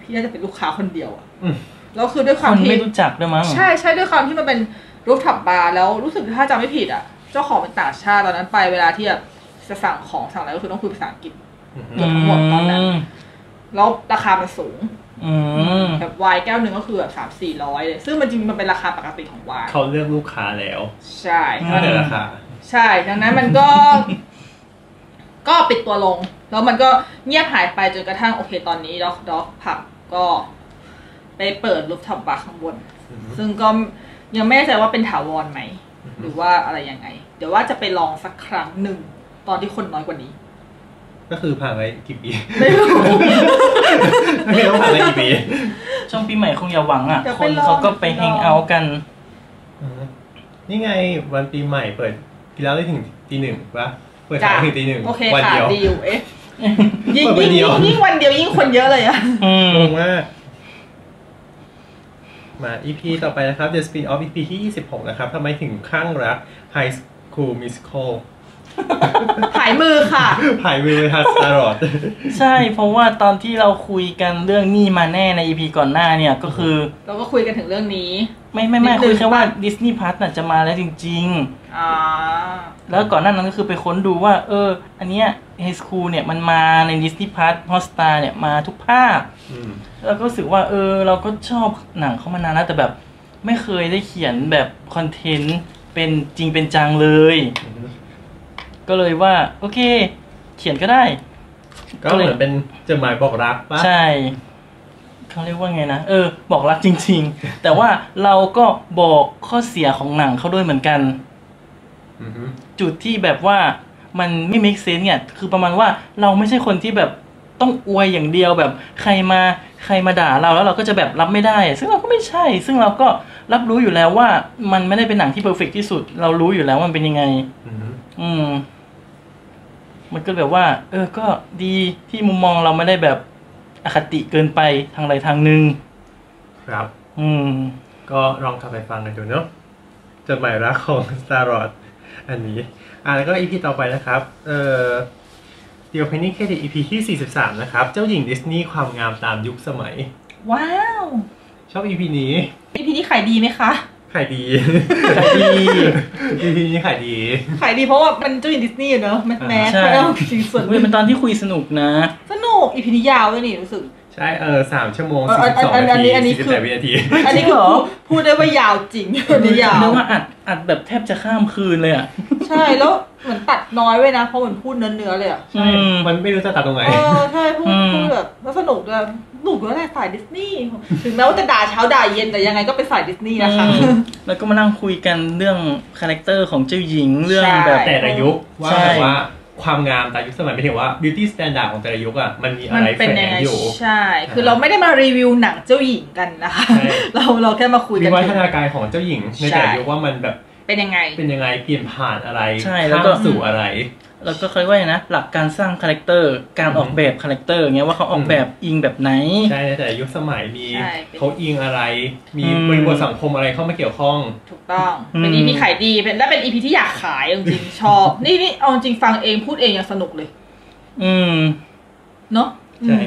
Speaker 2: พี่น่าจะเป็นลูกค้าคนเดียวอ่ะ
Speaker 3: อืม
Speaker 2: แล้วคือด้วย
Speaker 4: คว
Speaker 2: คาม
Speaker 4: น
Speaker 2: ที่
Speaker 4: ไม่รู้จักด้วยมั้ง
Speaker 2: ใช่ใช่ด้วยความที่มันเป็นรูปถับบาร์แล้วรู้สึกถ้าจำไม่ผิดอ่ะ เจ้าของเป็นต่างชาติตอนนั้นไปเวลาที่แบบจะสั่งของสั่งอะไรก็คือต้องคุยภาษาอังกฤษ เกือบทั้งหมดตอนนั้น แล้วราคามันสูง
Speaker 4: อืม
Speaker 2: แบบไวน์แก้วหนึ่งก็คือแบบสามสี่ร้อยเลยซึ่งมันจริงๆมันเป็นราคาปกติของไวน์
Speaker 3: เขาเลือกลูกค้าแล้ว
Speaker 2: ใช่
Speaker 4: อื
Speaker 3: ก็
Speaker 4: ม
Speaker 3: เดี๋ยวราคา
Speaker 2: ใช่ดังนั้นมันก็ ก็ปิดตัวลง แล้วมันก็เงียบหายไปจนกระทั่งโอเคตอนนี้ด็อกด็อกผับก็ไปเปิดรูปถับบาร์ข้างบน ซึ่งก็ยังไม่แน่ใจว่าเป็นถาวรไหม หรือว่าอะไรยังไง เดี๋ยวว่าจะไปลองสักครั้งหนึ่งตอนที่คนน้อยก ว่านี้
Speaker 3: ก็คือผ่านไปกี่ ปี
Speaker 2: ไม่รู้
Speaker 3: ไม่ต้องผ่านไปกี่ปี
Speaker 4: ช่วงปีใหม่คงอย่าหวังอ่ะ
Speaker 2: เดี๋ยว
Speaker 4: ค
Speaker 2: ไป
Speaker 4: น
Speaker 2: ลอง
Speaker 4: เขาก็ไปแฮงเอาท์กัน
Speaker 3: นี่ไงวันปีใหม่เปิดกินแล้วได้ถึงตีหนึ่งปะเปิด
Speaker 2: จ้ะ
Speaker 3: ขายถึงตีหนึ่ง
Speaker 2: โอเค
Speaker 3: วัน
Speaker 2: ค่ะ
Speaker 3: เดียว
Speaker 2: ดีล เอ๊ะยิ่ง
Speaker 3: เปิดวั
Speaker 2: ยิ่งยิ่ง
Speaker 3: นเดียว
Speaker 2: ยิ่งวันเดียวยิ่งคนเยอะเลยอะ
Speaker 4: อืม
Speaker 3: งงมากมา EP ต่อไปนะครับ The Spin Off EP ที่ 26 นะครับทำไมถึงข้างรัก High School Musical
Speaker 2: หายมือค่ะ
Speaker 3: หายมือทัสตลอด
Speaker 4: ใช่ เพราะว่าตอนที่เราคุยกันเรื่องหนี้มาแน่ในอีพีก่อนหน้าเนี่ยก็คือ
Speaker 2: เราก็คุยกันถึงเรื่องนี้
Speaker 4: ไม่ไม่ไม่
Speaker 2: นิดนึง
Speaker 4: คุยแค่ว่าดิสนีย์พ u s น่ะจะมาแล้วจริง
Speaker 2: อ่า
Speaker 4: ๆ แล้วก่อนหน้านั้นก็คือไปค้นดูว่า เออ อันเนี้ยไฮสคูลเนี่ยมันมาในดิสนีย์พ u s ฮอสตาเนี่ยมาทุกภาค
Speaker 3: อืม
Speaker 4: เราก็รู้สึกว่าเออเราก็ชอบหนังเขามานานแล้วแต่แบบไม่เคยได้เขียนแบบคอนเทนต์เป็นจริงเป็นจังเลย
Speaker 3: อือฮึ
Speaker 4: ก็เลยว่า โอเค เขียนก็ได้
Speaker 3: ก็เหมือนเป็นจดหมายบอกรักปะ
Speaker 4: ใช่เขาเรียกว่าไงนะเออ บอกรักจริง ๆ แต่ว่าเราก็บอกข้อเสียของหนังเขาด้วยเหมือนกัน
Speaker 3: อือฮึ
Speaker 4: จุดที่แบบว่ามันไม่ make sense เนี่ยคือประมาณว่าเราไม่ใช่คนที่แบบต้องอวยอย่างเดียวแบบใครมาใครมาด่าเราแล้วเราก็จะแบบรับไม่ได้อะซึ่งเราก็ไม่ใช่ ซึ่งเราก็รับรู้อยู่แล้วว่ามันไม่ได้เป็นหนังที่เพอร์เฟกที่สุด เรารู้อยู่แล้วว่ามันเป็นยังไง
Speaker 3: อือฮึ
Speaker 4: อืม มันก็แบบว่า เออก็ดีที่มุมมองเราไม่ได้แบบอคติเกินไปทางใดทางหนึ่ง
Speaker 3: ครับ
Speaker 4: อืม
Speaker 3: ก็ลองกลับไปฟังกันดูเนาะจดหมายรักของ Star r o d อันนี้อ่ะแล้วก็ EP ต่อไปนะครับ เอ่อ The Opening Credit EP ที่ 43 นะครับ เจ้าหญิงดิสนีย์ความงามตามยุคสมัย
Speaker 2: ว้าว
Speaker 3: ชอบ EP นี้
Speaker 2: อีพีนี้ขายดีไหมคะ
Speaker 3: ขายดี
Speaker 4: ขายดี
Speaker 3: EP นี้ขายดี
Speaker 2: ขายดีเพราะว่ามันเจ้าหญิงดิสนีย์อะเนอะแมสแมส
Speaker 4: ใช่
Speaker 2: เออจริงส่วน
Speaker 4: เว้ยเป็นตอนที่คุยสนุกนะ
Speaker 2: สนุกอีพีนี้ยาวด้วยนี่รู้สึก
Speaker 3: ใช่ เออสามชั่วโมง
Speaker 2: เอออัน
Speaker 3: 42
Speaker 2: อันอั
Speaker 3: นาน ที
Speaker 2: อันนี้อันนี้คือ
Speaker 3: 48วินาที
Speaker 2: อันนี้
Speaker 4: จริง
Speaker 2: คื
Speaker 4: เห
Speaker 2: อ
Speaker 4: รอ
Speaker 2: พูดพูดได้ว่ายาวจริงอันนี้ยาว
Speaker 4: เรียกว่าอัดอัดแบบแทบจะข้ามคืนเลยอ่ะ
Speaker 2: ใช่แล้วเหมือนตัดน้อยไว้นะเพราะเหมือนพูดเนื้อๆเลยอะ
Speaker 4: อืม
Speaker 3: มันไม่รู้จะตัดตรงไหน
Speaker 2: เออใช่พูด
Speaker 4: อืม
Speaker 2: พูดแบบแล้วสนุกด้วยสนุกด้วยแหละสายดิสนีย์ถึงแม้ว่าจะด่าเช้าด่าเย็นแต่ยังไงก็เป็นสายดิสนีย์นะคะ
Speaker 4: อืมแล้วก็มานั่งคุยกันเรื่องคาแรคเตอร์ของเจ้าหญิงเรื่องแบบ
Speaker 2: ใช่
Speaker 3: แต่ละยุคว่า
Speaker 4: ใช่
Speaker 3: แบบว่าความงามตามยุคสมัยไม่ถึงว่า beauty standard ของแต่ละยุคอ่ะ มันมีอะไรแฝงอยู่
Speaker 2: ใช่ คือเราไม่ได้มารีวิวหนังเจ้าหญิงกันนะคะ
Speaker 3: ใช่
Speaker 2: เราเราแค่มาคุย
Speaker 3: วิ
Speaker 2: กัน
Speaker 3: วัฒนาการของเจ้าหญิงในแต่ละ
Speaker 2: ใช่
Speaker 3: ยุคว่ามันแบบ
Speaker 2: เป็นยังไง
Speaker 3: เป็นยังไงเปลี่ยนผ่านอะไร
Speaker 4: ใช่แล้
Speaker 3: ข้าว ม
Speaker 4: ก็
Speaker 3: สู่อะไร
Speaker 4: แล้วก็เคยว่าอย่างนะ หลักการสร้างคาแรคเตอร์ การออกแบบคาแรคเตอร์เงี้ยว่าเขาออกแบบอิงแบบไหน
Speaker 3: ใช่แต่ยุคสมัยมี
Speaker 2: ใช่เป็น
Speaker 3: เขาอิงอะไร มี
Speaker 4: อืม
Speaker 3: บริบทสังคมอะไรเข้ามาเกี่ยวข้อง
Speaker 2: ถูกต้อง เป็น
Speaker 4: อืม
Speaker 2: อีพีขายดีเป็นและเป็นอีพีที่อยากขายจ ริงๆชอบ นี่นี่เอาจริงฟังเองพูดเองยังสนุกเลย
Speaker 4: อืม
Speaker 2: เนอะ
Speaker 3: ใช่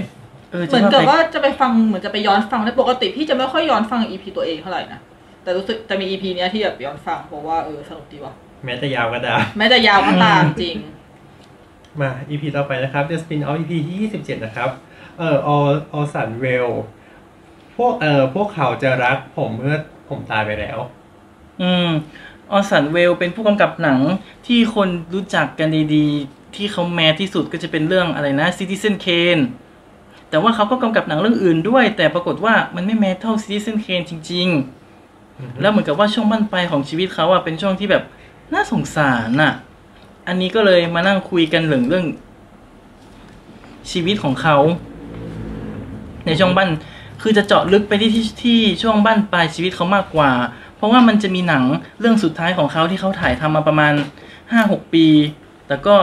Speaker 4: เออ
Speaker 2: เห
Speaker 4: จะ
Speaker 2: มือนกับ
Speaker 4: ว่าไป
Speaker 2: ว่าจะไปฟังเหมือนจะไปย้อนฟังแต่ปกติพี่จะไม่ค่อยย้อนฟังอีพีตัวเองเท่าไหร่นะแต่รู้สึกจะมีอีพีเนี้ยที่แบบย้อนฟังเพราะว่าเออสนุกดีว่ะ
Speaker 3: แม้แต่ยาวก็ได้
Speaker 2: แม้จะยาวก็ตามจริง
Speaker 3: มา EP ต่อไปนะครับ The Spin Off EP ที่27 นะครับ เอ่อ All All Sun Well พวกเอ่อพวกเขาจะรักผมเมื่อผมตายไปแล้ว
Speaker 4: อืมออสันเวลเป็นผู้กำกับหนังที่คนรู้จักกันดีๆ ที่เขาแมสที่สุดก็จะเป็นเรื่องอะไรนะ Citizen Kane แต่ว่าเขาก็กำกับหนังเรื่องอื่นด้วย แต่ปรากฏว่ามันไม่แมสเท่า Citizen Kane จริง ๆ แล้วเหมือนกับว่าช่วงบั้นปลายของชีวิตเขาอะเป็นช่วงที่แบบน่าสงสารน่ะ อันนี้ก็เลยมานั่งคุยกันเรื่องเรื่อง ชีวิตของเขา ในช่วงบั้นคือจะเจาะลึกไปที่ที่ที่ช่วงบั้นปลายชีวิตเขามากกว่า เพราะว่ามันจะมีหนังเรื่องสุดท้ายของเขาที่เขาถ่ายทำมาประมาณห้าหกปี แต่ก็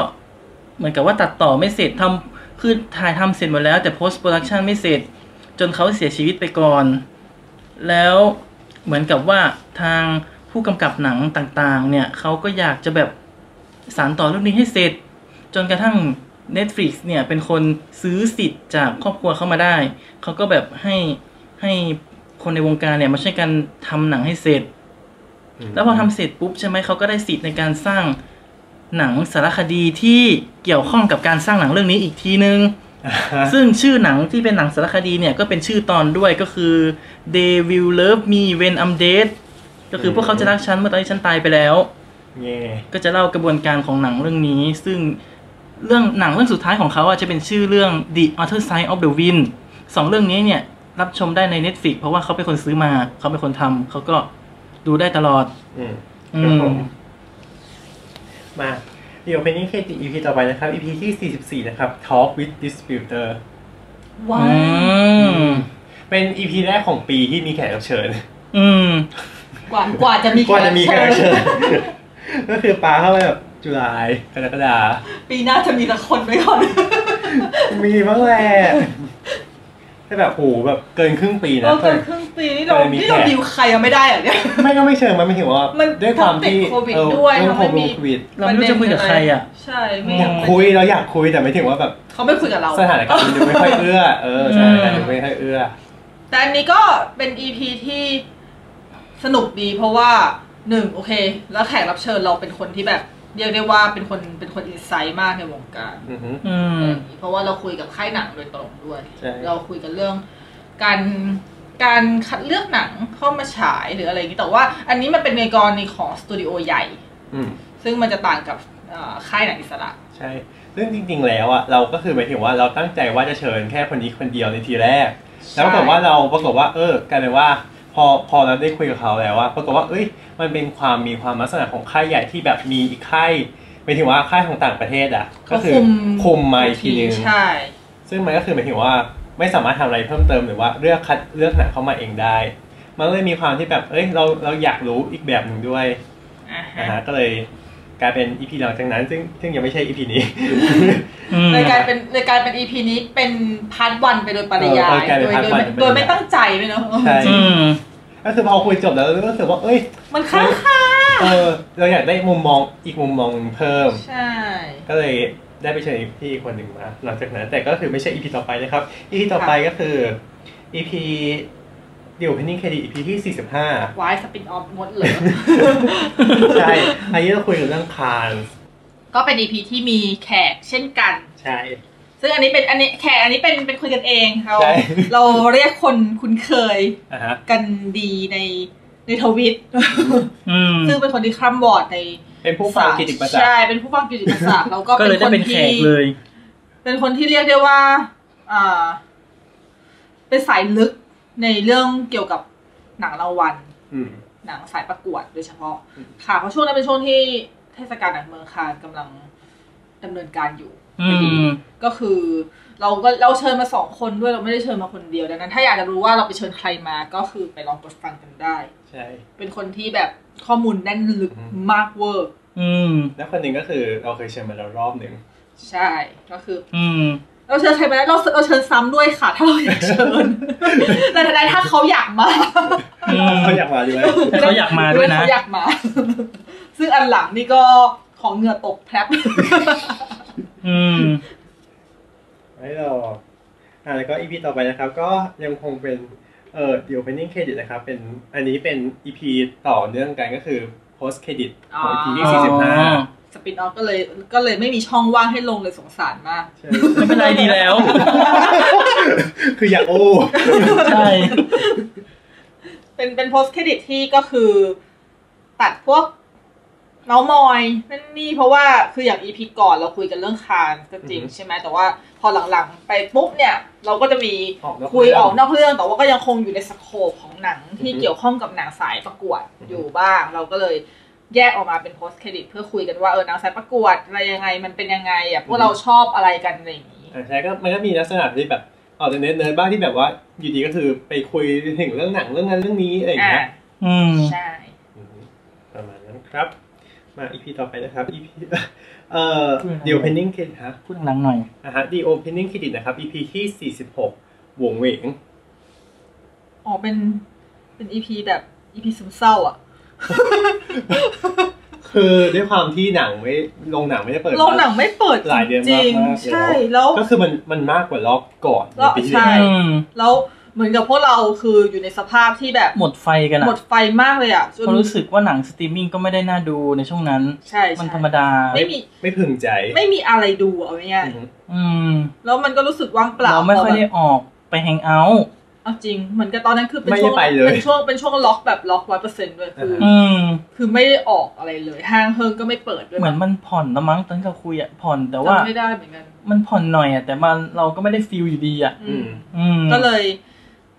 Speaker 4: เหมือนกับว่าตัดต่อไม่เสร็จทำคือถ่ายทำเสร็จหมดแล้วแต่ post production ไม่เสร็จ จนเขาเสียชีวิตไปก่อน แล้วเหมือนกับว่าทางผู้กำกับหนังต่างๆ เนี่ยเขาก็อยากจะแบบสานต่อเรื่องนี้ให้เสร็จ จนกระทั่ง Netflix เนี่ยเป็นคนซื้อสิทธิ์จากครอบครัวเข้ามาได้ เขาก็แบบให้ให้คนในวงการเนี่ยมาช่วยกันทำหนังให้เสร็จ แล้วพอทำเสร็จปุ๊บใช่ไหมเขาก็ได้สิทธิ์ในการสร้างหนังสารคดีที่เกี่ยวข้องกับการสร้างหนังเรื่องนี้อีกทีนึง ซึ่งชื่อหนังที่เป็นหนังสารคดีเนี่ยก็เป็นชื่อตอนด้วยก็คือ They Will Love Me When I'm Dead ก็คือพวกเขาจะรักฉันเมื่อตอนที่ฉันตายไปแล้ว
Speaker 3: เย่
Speaker 4: ก็จะเล่ากระบวนการของหนังเรื่องนี้ ซึ่งเรื่องหนังเรื่องสุดท้ายของเขาอ่ะจะเป็นชื่อเรื่อง The Other Side of the Wind สองเรื่องนี้เนี่ยรับชมได้ใน Netflix เพราะว่าเขาเป็นคนซื้อมา เขาเป็นคนทำเขาก็ดูได้ตลอด
Speaker 3: อืม
Speaker 4: อื
Speaker 3: ครับ
Speaker 4: ม
Speaker 3: ผมมาดีโอเพนนิ่งเครดิต EP ต่อไปนะครับ EP ที่ 44 นะครับ Talk with Distributor
Speaker 2: ว้า
Speaker 4: อื
Speaker 2: ว
Speaker 4: ม
Speaker 3: เป็น EP แรกของปีที่มีแขกรับเชิญ
Speaker 4: อืม
Speaker 2: กว่ากว่าจะมี
Speaker 3: กว่าจะมีแขกรับเชิ
Speaker 2: ญ
Speaker 3: ญ ก็คือปาเข้าไปแบบจุลายกรกฎา
Speaker 2: ปีหน้าจะมีละคนไหม ก่อน
Speaker 3: มีบ้างแหละแต่แบบโหแบบเกินครึ่งปีนะ
Speaker 2: เราเกินครึ่งปีนี่เรา
Speaker 3: เคยมี
Speaker 2: ที่เรา
Speaker 3: แขก
Speaker 2: ดิวใครยังไม่ได้เหรอเนี่ย
Speaker 3: ไม่ก็ไม่เชิงมันไม่ถึงว่า
Speaker 2: มัน
Speaker 3: ด้วยความที่
Speaker 2: ติดโควิด
Speaker 3: เออ
Speaker 2: ด้วย
Speaker 3: เรื่อง
Speaker 2: ทำ
Speaker 3: โค
Speaker 2: ให้มี
Speaker 3: วิด
Speaker 4: เราไม่รู้จะคุยกับใครอ่ะ
Speaker 2: ใช่ไม่
Speaker 3: อยากคุยเราอยากคุยแต่ไม่ถึงว่าแบบ
Speaker 2: เขาไม่คุยกับเรา
Speaker 3: สถานการณ์มันดูไม่ค่อยเอื้อ เออสถานการณ์มันไม่ค่อยเอื้อ
Speaker 2: แต่อันนี้ก็เป็น EP ที่สนุกดีเพราะว่าหนึ่งโอเค แล้วแขกรับเชิญเราเป็นคนที่แบบ เรียกได้ว่าเป็นคนเป็นคนอินไซต์มากในวงการ
Speaker 3: อือฮึ
Speaker 4: อืม
Speaker 2: เพราะว่าเราคุยกับค่ายหนังโดยตรงด้วย
Speaker 3: ใช่
Speaker 2: เราคุยกันเรื่องการการคัดเลือกหนังเข้ามาฉายหรืออะไรอย่างนี้แต่ว่า อันนี้มันเป็นในกรณีของสตูดิโอใหญ่
Speaker 3: อืม
Speaker 2: ซึ่งมันจะต่างกับเอ่อค่ายหนังอิสระ
Speaker 3: ใช่ซึ่งจริง ๆ แล้วอ่ะเราก็คือหมายถึงว่าเราตั้งใจว่าจะเชิญแค่คนนี้คนเดียวในทีแรก แล้วปรากฏว่าเราปรากฏว่าเออกลายเป็นว่า พอพอเราได้คุยกับเขาแล้วว่าปรากฏว่าเอ้ยมันเป็นความมีความลักษณะของค่ายใหญ่ที่แบบมีอีกค่ายหมายถึงว่าค่ายของต่างประเทศอ่ะก็
Speaker 2: เขา
Speaker 3: คือ
Speaker 2: คุม
Speaker 3: คุมมาอีกทีนึง
Speaker 2: ใช่
Speaker 3: ซึ่งมันก็คือหมายถึงว่าไม่สามารถทำอะไรเพิ่มเติมหรือว่าเลือกคัดเลือกหนังเข้ามาเองได้ มันก็เลยมีความที่แบบเอ้ยเราเราอยากรู้อีกแบบหนึ่งด้วย
Speaker 2: อ่าฮะ
Speaker 3: นะฮะก็เลยกลายเป็นอีพีหลังจากนั้น ซึ่งซึ่งยังไม่ใช่อีพีนี้
Speaker 4: อืม
Speaker 2: เลยกลายเป็นเลยกลายเป็น EP นี้เป็นพาร์ทวันไปโดยปริยา
Speaker 3: เออย กลายเป็น
Speaker 2: โดย
Speaker 3: part
Speaker 2: โดยไม่
Speaker 3: one ไปเลย
Speaker 2: โดยไม่ตั้งใจเลยเนาะ
Speaker 3: ใช่
Speaker 4: อืม
Speaker 3: ก็คือพอคุยจบแล้วรู้สึกว่าเอ้ย
Speaker 2: มันค้างคา
Speaker 3: เออเราอยากได้มุมมองอีกมุมมองหนึ่งเพิ่ม
Speaker 2: ใช่
Speaker 3: ก็เลยได้ไปเชิญพี่คนหนึ่งมาหลังจากนั้นแต่ก็คือไม่ใช่อีพีต่อไปนะครับอีพีต่อไปก็คืออีพีเดี๋ยวเพนนิงเครดิตอีพีที่ 45
Speaker 2: วายสปินออฟงดเลย
Speaker 3: ใช่อันนี้เราคุยกันเรื่องคาน
Speaker 2: ก็เป็น EP ที่มีแขกเช่นกัน
Speaker 3: ใช่
Speaker 2: ซึ่งอันนี้เป็นอันนี้แขกอันนี้เป็นเป็นคุยกันเองเรา
Speaker 3: ใช่
Speaker 2: เราเรียกคนคุ้นเคย
Speaker 3: อ่ะฮะ
Speaker 2: กันดีในในทวิต
Speaker 4: อืม
Speaker 2: ซึ่งเป็นคนที่คร่ำวอร์ดใน
Speaker 3: เป็นผู้ฟังกิติประจักษ์
Speaker 2: ใช่เป็นผู้ฟังกิตติประจักษ์แล้วก็
Speaker 4: ก็เลย
Speaker 2: ค
Speaker 4: ได้เป็นแข
Speaker 2: ที่
Speaker 4: กเลย
Speaker 2: เป็นคนที่เรียกได้ว่าอ่า เป็นสายลึกในเรื่องเกี่ยวกับหนังรางวัล
Speaker 3: อืม
Speaker 2: หนังสายประกวดโดยเฉพาะ
Speaker 3: อืม
Speaker 2: ค่ะ เพราะช่วงนั้นเป็นช่วงที่เทศกาลหนังเมืองคานกำลังดำเนินการอยู่
Speaker 4: อืม
Speaker 2: ก็คือเราก็เราเชิญมาสองคนด้วยเราไม่ได้เชิญมาคนเดียวดังนั้น ถ้าอยากจะรู้ว่าเราไปเชิญใครมาก็คือไปลองกดฟังกันได้
Speaker 3: ใช่
Speaker 2: เป็นคนที่แบบข้อมูลแน่นลึก
Speaker 3: อืม
Speaker 2: มากเวอร์
Speaker 4: อืม
Speaker 3: แล้วคนหนึ่งก็คือเราเคยเชิญมาแล้วรอบหนึ่ง
Speaker 2: ใช่ก็คือ
Speaker 4: อืม
Speaker 2: เราเชิญใครมาได้เราเราเชิญซ้ำด้วยค่ะ ถ้าเราอยากเชิ ญ แต่แต่ถ้าเขาอยากมา
Speaker 4: อืม
Speaker 3: เขาอยากมาด้วย
Speaker 4: แต่เขาอยากมาด้วยนะ
Speaker 2: เขาอยากมา ซึ่งอันหลังนี่ก็ของเหงื่อตกแพรบ
Speaker 4: อืม
Speaker 3: ไม่หรอกอ่ะแล้วก็อีพีต่อไปนะครับ ก็ยังคงเป็นเอ่อเดี๋ยว opening credit นะครับ เป็นอันนี้เป็นอีพีต่อเนื่องกันก็คือ post credit ของอีพีที่สี่สิบห้า
Speaker 2: สปินออฟก็เลยก็เลยไม่มีช่องว่างให้ลงเลยสงสารมาก
Speaker 3: ใช่
Speaker 4: ไม่เป็นไรดีแล้ว
Speaker 3: คืออยากโอ้
Speaker 4: ใช่
Speaker 2: เป็นเป็นโพสเครดิตที่ก็คือ ตัดพวกเมาส์มอยนั่นนี่เพราะว่าคืออย่างอีพีก่อนเราคุยกันเรื่องคานก็จริงใช่ไหมแต่ว่าพอหลังๆ ไปปุ๊บเนี่ย เราก็จะมี
Speaker 3: ออกนอก
Speaker 2: คุยออกน
Speaker 3: เรื่
Speaker 2: อ
Speaker 3: ง
Speaker 2: กเรื่องแต่ว่าก็ยังคงอยู่ในสโคปของหนังที่เกี่ยวข้องกับหนังสายประกวดอยู่บ้าง เราก็เลยแยกออกมาเป็นโพสเครดิตเพื่อคุยกันว่าเออหนังสายประกวดอะไรยังไงมันเป็นยังไงอ่ะพวกเราชอบอะไรกันอะไรอย่างนี้
Speaker 3: อ่ะใช่ก็มันก็มีลักษณะที่แบบออกจากเนิร์ดๆบ้างที่แบบว่าอยู่ดีก็คือไปคุยถึงเรื่องหนังเรื่องนั้นเรื่องนี้อะไรอย่าง
Speaker 2: อ่า
Speaker 3: เงี้ย
Speaker 4: อืม
Speaker 2: ใช่
Speaker 3: อืมประมาณนั้นครับ มา EP ต่อไปนะครับ EP เอ่อ
Speaker 4: พูดอะไร
Speaker 3: The Opening Credit ฮะ
Speaker 4: พูดหลังๆหน่อย
Speaker 3: อ่ะฮะ The Opening Credit นะครับ EP ที่ 46วงเหวง
Speaker 2: อ๋อเป็นเป็นอีพีแบบอีพีซึมเศร้าอะ
Speaker 3: คือด้วยความที่หนังไม่ลงหนังไม่ได้เปิด
Speaker 2: โรงหนังไม่เปิด
Speaker 3: หลายเดือน
Speaker 2: จริง
Speaker 3: มากๆ
Speaker 2: ๆใช่
Speaker 3: แล้ว
Speaker 2: แล้ว
Speaker 3: ก็คือมันมันมากกว่าล็อกก่อน
Speaker 2: ล็อก
Speaker 3: ในปีที่
Speaker 2: ใช่
Speaker 3: แล้ว
Speaker 4: อืม
Speaker 2: แล้วเหมือนกับพวกเราคืออยู่ในสภาพที่แบบ
Speaker 4: หมดไฟกัน
Speaker 2: หม
Speaker 4: อะ
Speaker 2: ดไฟมากเลยอะจน
Speaker 4: เพราะรู้สึกว่าหนังสตรีมมิ่งก็ไม่ได้น่าดูในช่วงนั้น
Speaker 2: ใช่
Speaker 4: มัน
Speaker 2: ใช่
Speaker 4: ธรรมดา
Speaker 2: ไม่มี
Speaker 3: ไม่พึงใจ
Speaker 2: ไม่มีอะไรดูเอาง่าย
Speaker 3: อือฮึ
Speaker 4: อืม
Speaker 2: ๆแล้วมันก็รู้สึกว่างเปล่า
Speaker 4: เราไม่ค่อยได้ออกไปแฮงเอาท์
Speaker 2: เอาจริงเหมือนกับตอนนั้นคือเป็น
Speaker 3: ไม่
Speaker 2: ช่
Speaker 3: ได้
Speaker 2: วง
Speaker 3: ไปเลย
Speaker 2: เป็นช่วงเป็นช่วงล็อกแบบล็อกร้อยเปอร์เซ็นต์ด้วยคืออ
Speaker 4: อืม
Speaker 2: คือไม่ได้ออกอะไรเลยห้างเฮิงก็ไม่เปิดด้วย
Speaker 4: เหมือนมันผ่อนละมั้งตอนที่เราคุยอะผ่อนแต่ว่า
Speaker 2: จำไม่ได้เหมือนกัน
Speaker 4: มันผ่อนหน่อยอะแต่มันเราก็ไม่ได้ฟิลอยู่ดีอะ
Speaker 2: อืม
Speaker 4: อืม
Speaker 2: ก็เลย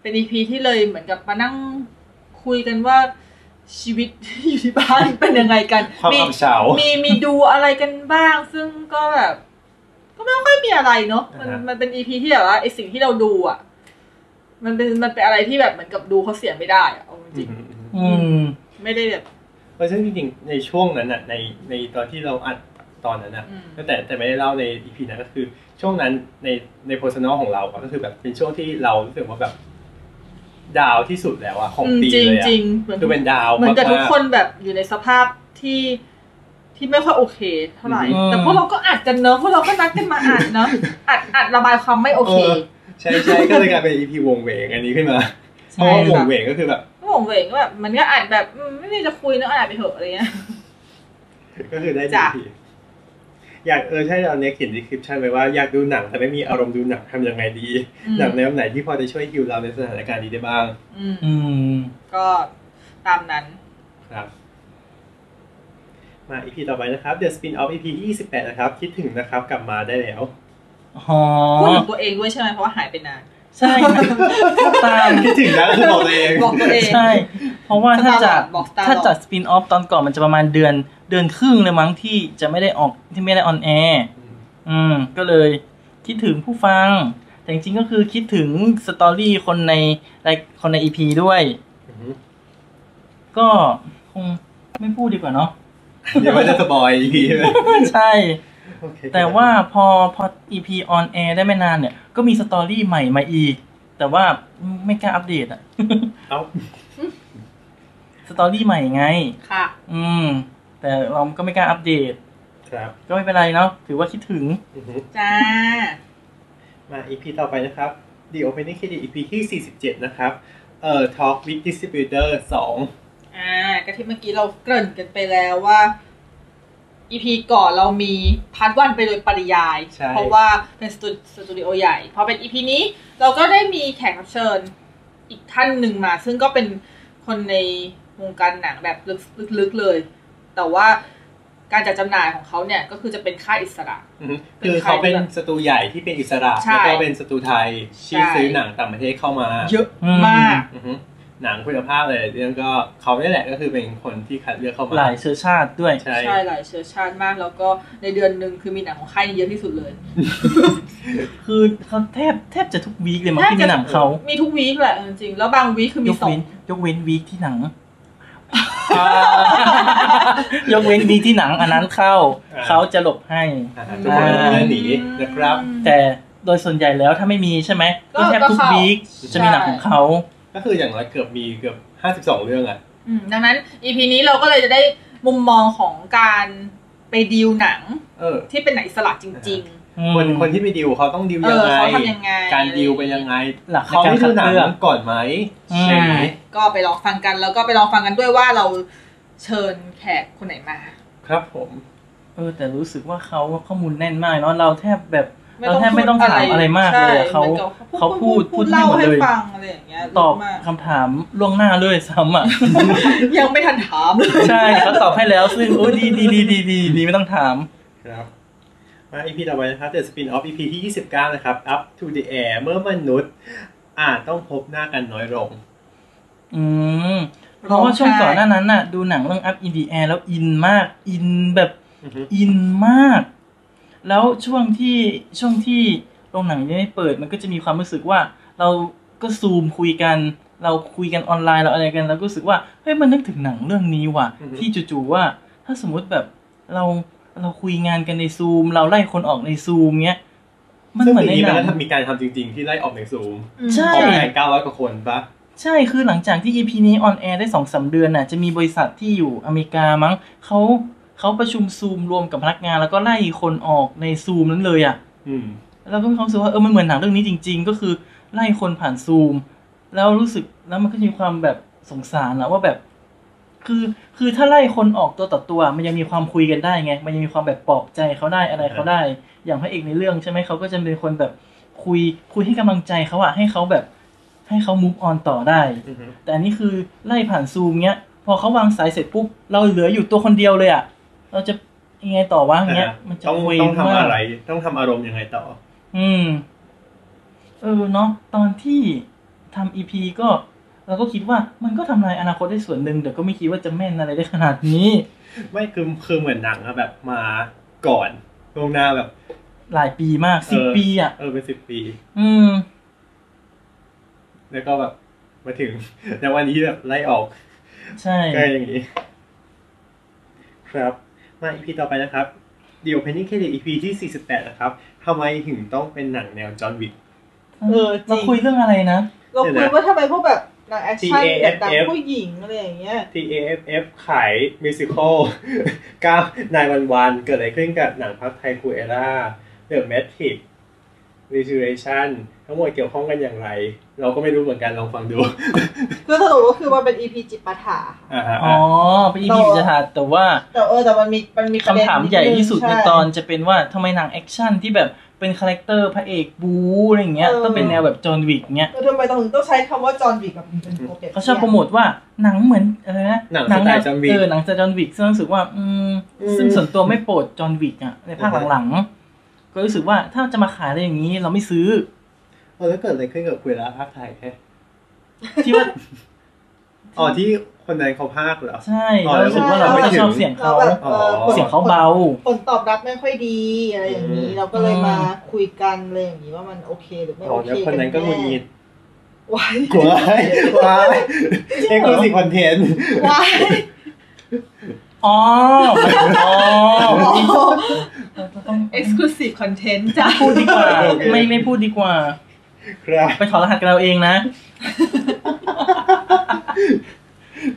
Speaker 2: เป็นอีพีที่เลยเหมือนกับมานั่งคุยกันว่าชีวิต ที่อยู่ที่บ้าน เป็นยังไงกัน
Speaker 3: ความ
Speaker 2: มี
Speaker 3: อับเฉา
Speaker 2: มีมีดูอะไรกันบ้าง ซึ่งก็แบบ ก็ไม่ค่อยมีอะไรเนาะมัน
Speaker 3: อ่าฮะ
Speaker 2: มันเป็นอีพีที่แบบว่าไอสิ่งที่เราดูอ่ะ มันเป็นมันเป็นอะไรที่แบบเหมือนกับดูเขาเสียไม่ได้อะเอาจ
Speaker 3: อื
Speaker 2: ริง
Speaker 3: มอืม
Speaker 4: อืม
Speaker 2: ๆไม่ได้แบบ
Speaker 3: เพราะฉะนั้นจริงๆในช่วงนั้นน่ะในในตอนที่เราอัดตอนนั้นน่ะ
Speaker 2: อืม
Speaker 3: ก็แต่แต่ไม่ได้เล่าในอีพีนั้นก็คือ ช่วงนั้นในในโพสนอของเราอะก็คือแบบเป็นช่วงที่เรารู้สึกว่าแบบ ดาวที่สุดแล้วอะของ
Speaker 2: อืม
Speaker 3: ปี
Speaker 2: จริง
Speaker 3: เลยอะ
Speaker 2: จริงๆเหมือน
Speaker 3: คือเป็นดาว
Speaker 2: เหมือนกับทุก
Speaker 3: มา
Speaker 2: คนแบบอยู่ในสภาพที่ที่ไม่ค่อยโอเค เท่าไหร่
Speaker 4: อืม
Speaker 2: แต่พวกเราก็อัดกันเนอะพวกเราก็นัดกันมาอัดเนอะอัดอัดระบายความไม่โอเค
Speaker 3: เออ ใช่ใช่ก็เลยกลายเป็นอีพีวงเหวงอันนี้ขึ้นมา
Speaker 2: ใช่
Speaker 3: เพราะว่าวงเหวงก็คือแบบ
Speaker 2: ก็ผมเองแบบมันก็อ่านแบบอืมไม่ได้จะคุยเนอะอ่านไปเถอะอะไรเงี้ย
Speaker 3: ก็คือได้
Speaker 2: จ้ะ
Speaker 3: อีพีอยากเออใช่เราเนี้ยเขียนดีคริปชันไว้ว่าอยากดูหนังแต่ไม่มีอารมณ์ดูหนังทำยังไงดี
Speaker 2: อืม
Speaker 3: หนังแนวไหนที่พอจะช่วยฮิวเราในสถานการณ์นี้ได้บ้าง
Speaker 2: อืม
Speaker 4: อืม
Speaker 2: ก็ตามนั้น
Speaker 3: ครับ มา EP ต่อไปนะครับ The Spin Off EP ที่28 นะครับ คิดถึงนะครับกลับมาได้แล้ว
Speaker 4: อ๋อ
Speaker 2: พูดถึงตัวเองด้วยใช่ไหมเพราะว่าหายไปนาน
Speaker 4: ใช่ ตาม
Speaker 3: คิดถึงนะคือบอกตัวเอง
Speaker 2: บอกตัวเอง
Speaker 4: ใช่ เพราะว่าถ้าจะ
Speaker 2: บอกตลอด
Speaker 4: ถ้าจัดสปินออฟตอนก่อนมันจะประมาณเดือน เดือนครึ่งเลยมั้งที่จะไม่ได้ออกที่ไม่ได้ออนแอร์ อืม ก็เลยคิดถึงผู้ฟัง แต่จริงๆก็คือคิดถึงสตอรี่คนในรายคนในอีพีด้วย
Speaker 3: อือ หือ
Speaker 4: ก็คงไม่พูดดีกว่าเนาะ
Speaker 3: เดี๋ยวมันจะสปอย EP ใช่ไหม
Speaker 4: ใช่
Speaker 3: โอเค
Speaker 4: แต่ว่าพอพออีพีออนแอร์ได้ไม่นานเนี่ย ก็มีสตอรี่ใหม่มาอีก แต่ว่าไม่กล้าอัปเดตอะ
Speaker 3: เอ้า
Speaker 4: สตอรี่ใหม่ไง
Speaker 2: ค่ะ
Speaker 4: อืม แต่เราก็ไม่กล้าอัปเดต
Speaker 3: ครับ
Speaker 4: ก็ไม่เป็นไรเนาะถือว่าคิดถึง
Speaker 3: อือหือ
Speaker 2: จ้า
Speaker 3: มา EP ต่อไปนะครับ The Opening Credit EP ที่ 47 นะครับเอ่อ Talk with Distributor 2
Speaker 2: อ่าก็ที่เมื่อกี้เราเกริ่นกันไปแล้วว่าอีพีก่อนเรามีพาร์ทวันไปโดยปริยาย
Speaker 3: ใช่
Speaker 2: เพราะว่าเป็นสตูสตูดิโอใหญ่ พอเป็นอีพีนี้เราก็ได้มีแขกรับเชิญอีกท่านหนึ่งมา ซึ่งก็เป็นคนในวงการหนังแบบลึกลึกๆเลย แต่ว่าการจัดจำหน่ายของเขาเนี่ย ก็คือจะเป็นค่ายอิสระ
Speaker 3: อือหือคือเขาเป็นสตูใหญ่ที่เป็นอิสระ
Speaker 2: ใช่
Speaker 3: แล้วก็เป็นสตูไทยที่
Speaker 2: ใช่
Speaker 3: ซื้อหนังต่างประเทศเข้ามา
Speaker 2: เยอะมาก
Speaker 3: อือหือหนังคุณภาพเลยเรื่องก็เขาเนี่ยแหละก็คือเป็นคนที่คัดเลือกเข้ามา
Speaker 4: หลายเชื้อชาติด้วย
Speaker 3: ใช่
Speaker 2: ใช่หลายเชื้อชาติมาก แล้วก็ในเดือนหนึ่งคือมีหนังของค่ายนี้เยอะที่สุดเลย
Speaker 4: คือเขาแทบแทบจะทุกวีคเลยมั้งที่มีหนังเขา
Speaker 2: มีทุกวีคแหละเอาจริงๆแล้วบางวีคคือมี
Speaker 4: ยก
Speaker 2: สอง
Speaker 4: เว้นยกเว้นวีคที่หนัง ยกเว้นวีคที่หนังอันนั้นเข้า
Speaker 3: อ่า
Speaker 4: เขาจะหลบให้
Speaker 3: อ่าทุกคนก็เดินหนีนะครับ
Speaker 4: แต่โดยส่วนใหญ่แล้วถ้าไม่มีใช่ไหม
Speaker 2: ก็
Speaker 4: ก็แทบทุก
Speaker 2: ก็เข้า
Speaker 4: วีค
Speaker 2: ใช่
Speaker 4: จะมีหนังของเขา
Speaker 3: ก็คืออย่างน้อยเกือบมีเกือบห้าสิบสองเรื่องอ่ะ
Speaker 2: อืมดังนั้น EP นี้เราก็เลยจะได้มุมมองของการไปดีลหนัง
Speaker 3: เออ
Speaker 2: ที่เป็นหนังอิสระจริง
Speaker 4: อืม
Speaker 3: คนคนที่ไปดิวเขาต้องดิว
Speaker 2: เออ
Speaker 3: ยังไง
Speaker 2: เขาทำยังไง
Speaker 3: การดิวเป็นยังไง
Speaker 4: หลักใน
Speaker 3: เขา
Speaker 4: การ
Speaker 3: ไม่
Speaker 4: คั
Speaker 3: ดู
Speaker 4: ด
Speaker 3: หนัง
Speaker 4: เลือก
Speaker 3: ก่อนไหม
Speaker 4: อืม
Speaker 2: ๆ ใช่ ก็ไปลองฟังกันแล้วก็ไปลองฟังกันด้วยว่าเราเชิญแขกคนไหนมา
Speaker 3: ครับผม
Speaker 4: เออแต่รู้สึกว่าเขาข้อมูลแน่นมากเนาะเราแทบแบบ
Speaker 2: ไม่
Speaker 4: เรา
Speaker 2: ต้อง
Speaker 4: แทบไม่ต้องถามอะไรมากเลยอะ
Speaker 2: ใช่
Speaker 4: เขา
Speaker 2: หมือนกับ
Speaker 4: เขาพูดพูดให้
Speaker 2: เล่า
Speaker 4: หมด
Speaker 2: ให้
Speaker 4: เลย
Speaker 2: ฟังอะไรอย่างเงี้ย
Speaker 4: ตอบ
Speaker 2: รู้มาก
Speaker 4: คำถามล่วงหน้าเลยซ้ำอ่ะ
Speaker 2: ยังไม่ทันถามเลย
Speaker 4: ใช่เขาตอบให้แล้วซึ่งโอ้ยดีดีดีดีดีดีไม่ต้องถาม
Speaker 3: ครับ มา EP ต่อไปนะครับ The Spin Off EP ที่ 29 นะครับ Up to the Air เมื่อมนุษย์อาจต้องพบหน้ากันน้อยลง
Speaker 4: อืมเพราะว่าช่วงก่อนหน้านั้นน่ะ ดูหนังเรื่อง Up in the Air แล้วอินมาก อินแบบ
Speaker 3: อือฮึ
Speaker 4: อินมาก แล้วช่วงที่ช่วงที่โรงหนังยังไม่เปิด มันก็จะมีความรู้สึกว่า เราก็ซูมคุยกัน เราคุยกันออนไลน์เราอะไรกันเราก็รู้สึกว่าเฮ้ยมันนึกถึงหนังเรื่องนี้ว่ะ
Speaker 3: อือฮึ
Speaker 4: ที่จู่ๆว่า ถ้าสมมุติแบบเราเราคุยงานกันในซูม เราไล่คนออกในซูมเงี้ย มัน
Speaker 3: ซึ่ง
Speaker 4: เหมือน
Speaker 3: ปี
Speaker 4: ใน
Speaker 3: นี้
Speaker 4: ห
Speaker 3: มั
Speaker 4: นั
Speaker 3: น
Speaker 4: ง
Speaker 3: ก็มีการทำจริง ๆ ที่ไล่ออกในซูม
Speaker 4: ใช่
Speaker 3: ออกไปงาน900 กว่าคนปะ
Speaker 4: ใช่คือหลังจากที่ EP นี้ออนแอร์ได้สองสามเดือนน่ะจะมีบริษัทที่อยู่อเมริกามั้งเขาเขาประชุมซูมรวมกับพนักงานแล้วก็ไล่คนออกในซูมนั้นเลยอ่ะ
Speaker 3: อืม
Speaker 4: เราก็มีความรู้สึกว่าเออมันเหมือนหนังเรื่องนี้จริง ๆ ก็คือไล่คนผ่านซูม แล้วรู้สึกแล้วมันก็มีความแบบสงสารนะว่าแบบ คือคือถ้าไล่คนออกตัวต่อตัวมันยังมีความคุยกันได้ไง มันยังมีความแบบปลอบใจเขาได้อะไรเขาได้ อย่างพระเอกในเรื่องใช่ไหมเขาก็จะเป็นคนแบบคุยคุยให้กำลังใจเขาอะให้เขาแบบ ให้เขา move on ต่อได้
Speaker 3: อือฮึ
Speaker 4: แต่อันนี้คือไล่ผ่านซูมเงี้ย พอเขาวางสายเสร็จปุ๊บเราเหลืออยู่ตัวคนเดียวเลยอะเราจะยังไงต่อวะเงี้ย มันจะ
Speaker 3: ต้อง
Speaker 4: เคว้ง
Speaker 3: ต้องทำ
Speaker 4: มาก
Speaker 3: อะไร ต้องทำอารมณ์ยังไงต่อ
Speaker 4: อืม เออเนาะตอนที่ทำอีพีก็ เราก็คิดว่ามันก็ทำลายอนาคตได้ส่วนหนึ่งแต่ก็ไม่คิดว่าจะแม่นอะไรได้ขนาดนี้
Speaker 3: ไม่คือคือเหมือนหนังอะแบบมาก่อนลวงหน้าแบบ
Speaker 4: หลายปีมากสิบ
Speaker 3: เออ
Speaker 4: ปีอ่ะ
Speaker 3: เออเป็นสิบปี
Speaker 4: อืม
Speaker 3: แล้วก็แบบมาถึง ในวันนี้แบบไล่ออก
Speaker 4: ใช่
Speaker 3: ก็อย่างนี้ ครับ มาอีพีต่อไปนะครับ The Opening Credit EP ที่ 48 นะครับทำไมถึงต้องเป็นหนังแนวจอห์นวิก
Speaker 2: เออจริง
Speaker 4: เราคุยเรื่องอะไรนะ
Speaker 2: เราคุยว่าทำไมพวกแบบหนังแอคชั่น
Speaker 3: TAFF
Speaker 2: แบบหนังผู้หญิงอะไรอย่างเงี้ย
Speaker 3: TAFF ขายมิวสิค อล9นายวันวันเกิดอะไรขึ้นกับหนังพักไทยคูเอร่า The Matrix Resurrection ทั้งหมดเกี่ยวข้องกันอย่างไร เราก็ไม่รู้เหมือนกันลองฟังดู
Speaker 2: คือสรุปก็คือมันเป็น EP จิปาถาค่ะ
Speaker 3: อ่าฮะ
Speaker 4: อ๋อเป็นอีพีจะถาแต่ว่า
Speaker 2: แต่เออแต่มันมีมันมีประเด็น
Speaker 4: คำถามใหญ่ที่สุดใน
Speaker 2: ช่
Speaker 4: ตอนจะเป็นว่าทำไมหนังแอคชั่นที่แบบเป็นคาแรคเตอร์พระเอกบูอะไรอย่างเงี้ย
Speaker 2: เออ
Speaker 4: ต้องเป็นแนวแบบจอห์นวิกเงี้ย
Speaker 2: เออทำไมต้องต้องใช้คำว่าจอห์นวิกแบบเป็นตัวเปรียบ
Speaker 4: เขาชอบโปรโมทว่าหนังเหมือนอะไรนะ
Speaker 3: หนังสไตล์จอห์นวิก
Speaker 4: เออหนังจากจอห์นวิกซึ่งรู้สึกว่า อืม
Speaker 3: อืม
Speaker 4: ซึ่งส่วนตัวไม่โปรดจอห์นวิกอ่ะ ในภาค
Speaker 3: อือฮะ
Speaker 4: หลังๆ ก็รู้สึกว่าถ้าจะมาขายอะไรอย่างนี้เราไม่ซื้อ
Speaker 3: เออแล้วเกิดอะไรขึ้นกับคูเอร่าภาคไทยแฮะ
Speaker 4: ที่ ว่า
Speaker 3: อ๋อที่คนนั้นเขาภาคเหรอ
Speaker 4: ใช่
Speaker 3: อ๋อ
Speaker 4: เรารู้สึกว่าเราไม่ชอบเสียง
Speaker 2: เรา
Speaker 4: เขา
Speaker 2: แบบเออ
Speaker 3: อ๋อ
Speaker 4: เสียงเขาเบา
Speaker 2: ผลตอบรับไม่ค่อยดีอะไรอย่างนี้
Speaker 3: อืม
Speaker 2: เราก็เลยมา
Speaker 4: อืม
Speaker 2: คุยกันเลยอย่างนี้ว่ามันโอเคหรือไม่
Speaker 3: อ๋อ
Speaker 2: โอเค
Speaker 3: แล้วคนนั้นก็หงุดหงิด
Speaker 2: ว้ าย
Speaker 3: กลัวว้ายเอ็กซ์คลูซีฟคอนเทนต์
Speaker 2: ว้าย
Speaker 4: อ๋ อ อ๋อ
Speaker 2: เอ็กซ์คลูซีฟคอนเทนต์จ้ะ
Speaker 4: พูดดีกว่า ไม่ไม่พูดดีกว่า
Speaker 3: ครับ
Speaker 4: ไปถอดรหัสกันเราเองนะ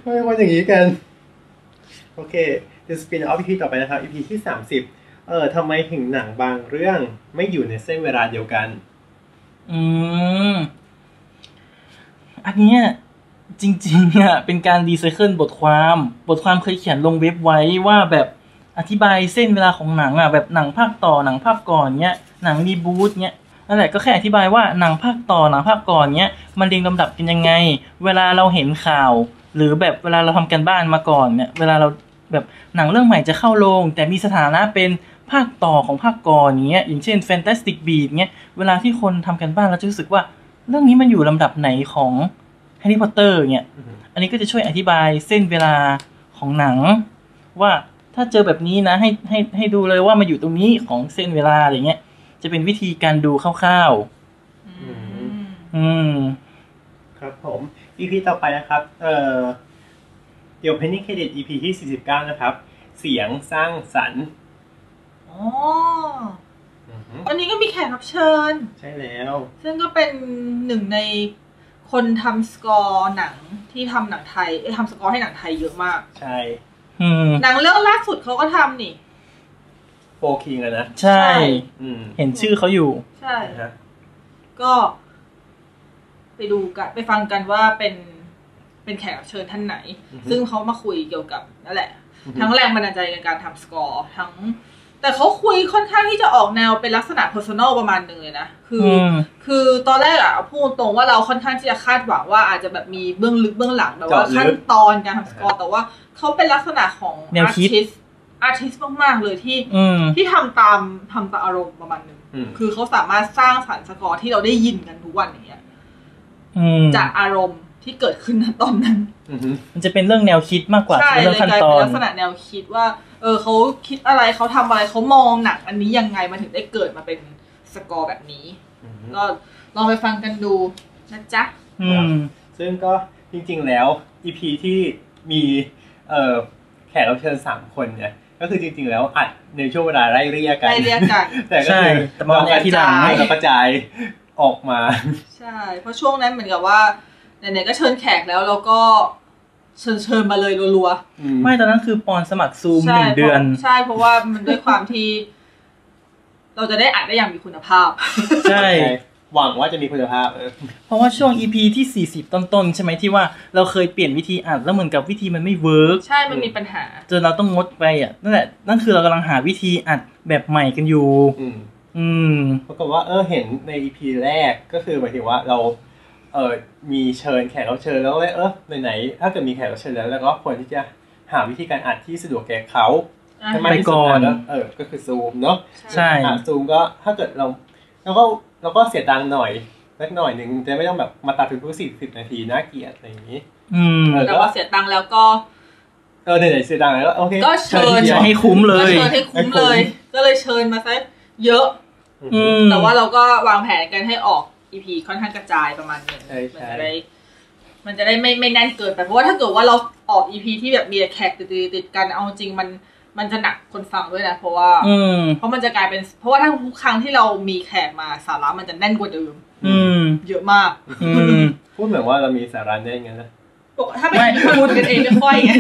Speaker 3: ทำไมคนอย่างนี้กัน โอเค The Spin Off EP ต่อไปนะครับ EP ที่ 30 เออทำไมถึงหนังบางเรื่องไม่อยู่ในเส้นเวลาเดียวกัน
Speaker 4: อืม อันเนี้ยจริงๆอ่ะเป็นการรีไซเคิลบทความ บทความเคยเขียนลงเว็บไว้ว่าแบบอธิบายเส้นเวลาของหนังอ่ะแบบหนังภาคต่อหนังภาคก่อนเนี้ยหนังรีบูตเนี้ยนั่นแหละก็แค่อธิบายว่าหนังภาคต่อหนังภาคก่อนเนี้ยมันเรียงลำดับกันยังไง เวลาเราเห็นข่าว หรือแบบเวลาเราทำกันบ้านมาก่อนเนี่ยเวลาเราแบบหนังเรื่องใหม่จะเข้าโรงแต่มีสถานะเป็นภาคต่อของภาคก่อนอย่างเงี้ยอย่างเช่น Fantastic Beat เงี้ยเวลาที่คนทำกันบ้านเราจะรู้สึกว่า เรื่องนี้มันอยู่ลำดับไหนของแฮร์รี่พอตเตอร์เนี่ย อันนี้ก็จะช่วยอธิบายเส้นเวลาของหนัง ว่าถ้าเจอแบบนี้นะให้ให้ให้ดูเลยว่ามันอยู่ตรงนี้ของเส้นเวลาอะไรเงี้ยจะเป็นวิธีการดูคร่าว
Speaker 3: ม
Speaker 4: ๆ อืม
Speaker 3: ครับผม EP ต่อไปนะครับ เอ่อ The Opening Credit EP ที่ 49 นะครับ เสียงสร้างสรรค์
Speaker 2: อ๋อ
Speaker 3: อือฮึ
Speaker 2: วันนี้ก็มีแขกรับเชิญ
Speaker 3: ใช่แล้ว
Speaker 2: ซึ่งก็เป็นหนึ่งในคนทำสกอร์หนังที่ทำหนังไทยเอ้ยทำสกอร์ให้หนังไทยเยอะมาก
Speaker 3: ใช่
Speaker 4: อืม
Speaker 2: หนังเรื่องล่าสุดเขาก็ทำนี่
Speaker 3: โฟคิงอะนะ
Speaker 4: ใช่
Speaker 3: อืม
Speaker 4: เห็นชื่อเขาอยู่
Speaker 2: ใช่
Speaker 3: นะฮะ
Speaker 2: ก็ไปดูกันไปฟังกันว่าเป็นเป็นแขกรับเชิญท่านไหน ซึ่งเขามาคุยเกี่ยวกับนั่นแหละ ทั้งแรงบันดาลใจในการทำสกอร์ทั้ง แต่เขาคุยค่อนข้างที่จะออกแนวเป็นลักษณะ personal ประมาณหนึ่งเลยนะ คืออ
Speaker 4: ม
Speaker 2: คือตอนแรกอะพูดตรงว่าเราค่อนข้างที่จะคาดหวังว่าอาจจะแบบมีเบื้องลึกเบื้องหลังแบบว่าขั้นตอนการทำสกอร์แต่ว่าเขาเป็นลักษณะของ
Speaker 4: แนวคิด
Speaker 2: artist artist มากๆเลยที่
Speaker 4: อืม
Speaker 2: ที่ทำตามทำตามอารมณ์ประมาณหนึ่ง
Speaker 3: อืม
Speaker 2: คือเขาสามารถสร้างสรรค์สกอร์ที่เราได้ยินกันทุกวันอย่างเงี้ย
Speaker 4: อืม
Speaker 2: จากอารมณ์ที่เกิดขึ้นณตอนนั้น
Speaker 3: อือฮึ
Speaker 4: มันจะเป็นเรื่องแนวคิดมากกว่า
Speaker 2: ใช่
Speaker 4: เป็น
Speaker 2: เล
Speaker 4: เรื่อย ง
Speaker 2: กลา
Speaker 4: ขั้
Speaker 2: ย
Speaker 4: นตอ
Speaker 2: เป็น
Speaker 4: น
Speaker 2: ลักษณะแนวคิดว่า เออเขาคิดอะไรเขาทำอะไรเขามองหนังอันนี้ยังไงมันถึงได้เกิดมาเป็นสกอร์แบบนี้ ก็ลองไปฟังกันดูนะจ๊ะ
Speaker 4: อืม
Speaker 3: ซึ่งก็จริงๆแล้ว EP ที่มีเอ่อแขกรับเชิญสามคนเนี่ย ก็คือจริงๆแล้วอัดในช่วงเวลาไล่เรียกกัน
Speaker 2: ไล่เรียกกัน
Speaker 3: แต่ก็คือ
Speaker 4: ใช่แต่มาออนแอร์ทีหลัง
Speaker 3: เรากระจายออกมา
Speaker 2: ใช่ เพราะช่วงนั้นเหมือนกับว่า ไหนๆก็เชิญแขกแล้วเราก็เชิญเชิญมาเลยรัวๆ
Speaker 4: ไม่ตอนนั้นคือปอนสมัครซูมห
Speaker 2: ใช่
Speaker 4: นึ่งเดือน
Speaker 2: พราะใช่เพราะว่ามันด้วยความที่ เราจะได้อัดได้อย่างมีคุณภาพ
Speaker 4: ใช่
Speaker 3: หวังว่าจะมีคุณภาพเออ
Speaker 4: เพราะว่าช่วง EP ที่ 40 ต้นๆ ใช่ไหมที่ว่าเราเคยเปลี่ยนวิธีอัดแล้วเหมือนกับวิธีมันไม่เวิร์ก
Speaker 2: ใช่มันมีปัญหา
Speaker 4: จนเราต้องงดไปอ่ะนั่นแหละนั่นคือเรากำลังหาวิธีอัดแบบใหม่กันอยู่
Speaker 3: อืม
Speaker 4: อืม
Speaker 3: ปรากฏว่าเออเห็นใน EP แรกก็คือหมายถึงว่าเราเออมีเชิญแขกรับเชิญแล้วก็เลยเออไหนๆถ้าเกิดมีแขกรับเชิญแล้วแล้วก็ควรที่จะหาวิธีการอัดที่สะดวกแก่เขาให้มากที่สุด
Speaker 4: ไปก่อน
Speaker 3: แล้วเออก็คือซูมเนาะ
Speaker 4: ใช่
Speaker 3: ซูมก็ถ้าเกิดเราเราก็เราก็เสียตังค์หน่อยเล็กหน่อยหนึ่งจะไม่ต้องแบบมาตัดถึงทุกสี่สิบนาทีน่าเกลียดอะไรอย่างนี้
Speaker 4: อืม
Speaker 3: เออ
Speaker 2: แต่ว่าเสียตังค์แล้วก็
Speaker 3: เออไหนๆเสียตังค์แล้วก็โอเค
Speaker 2: ก็เชิญ
Speaker 3: ทีดี
Speaker 4: จะ
Speaker 3: ยว
Speaker 4: ให้คุ้มเล
Speaker 2: ก็
Speaker 4: ย
Speaker 2: เชิญให้คุ้มเลย ก็เลยเชิญมาซะเยอะ
Speaker 4: อืม
Speaker 2: แต่ว่าเราก็วางแผนกันให้ออกอีพีค่อนข้างกระจายประมาณหนึง
Speaker 3: ใช่ใช่
Speaker 2: มันจะได้ มันจะได้ไม่ไม่แน่นเกินไปเพราะว่าถ้าเกิดว่าเราออกอีพีที่แบบมีแต่แขกติดๆติดกันเอาจริงมันมันจะหนักคนฟังด้วยนะเพราะว่า
Speaker 4: อืม
Speaker 2: เพราะมันจะกลายเป็น เพราะว่าถ้าทุกครั้งที่เรามีแขกมาสาระมันจะแน่นกว่าเดิม
Speaker 4: อืม
Speaker 2: เยอะมาก
Speaker 4: อืม
Speaker 3: พูดเหมือนว่าเรามีสาระแน่นไงนะ
Speaker 2: ปกติถ้าเป็นพูดกันเองไม่ค่อยไง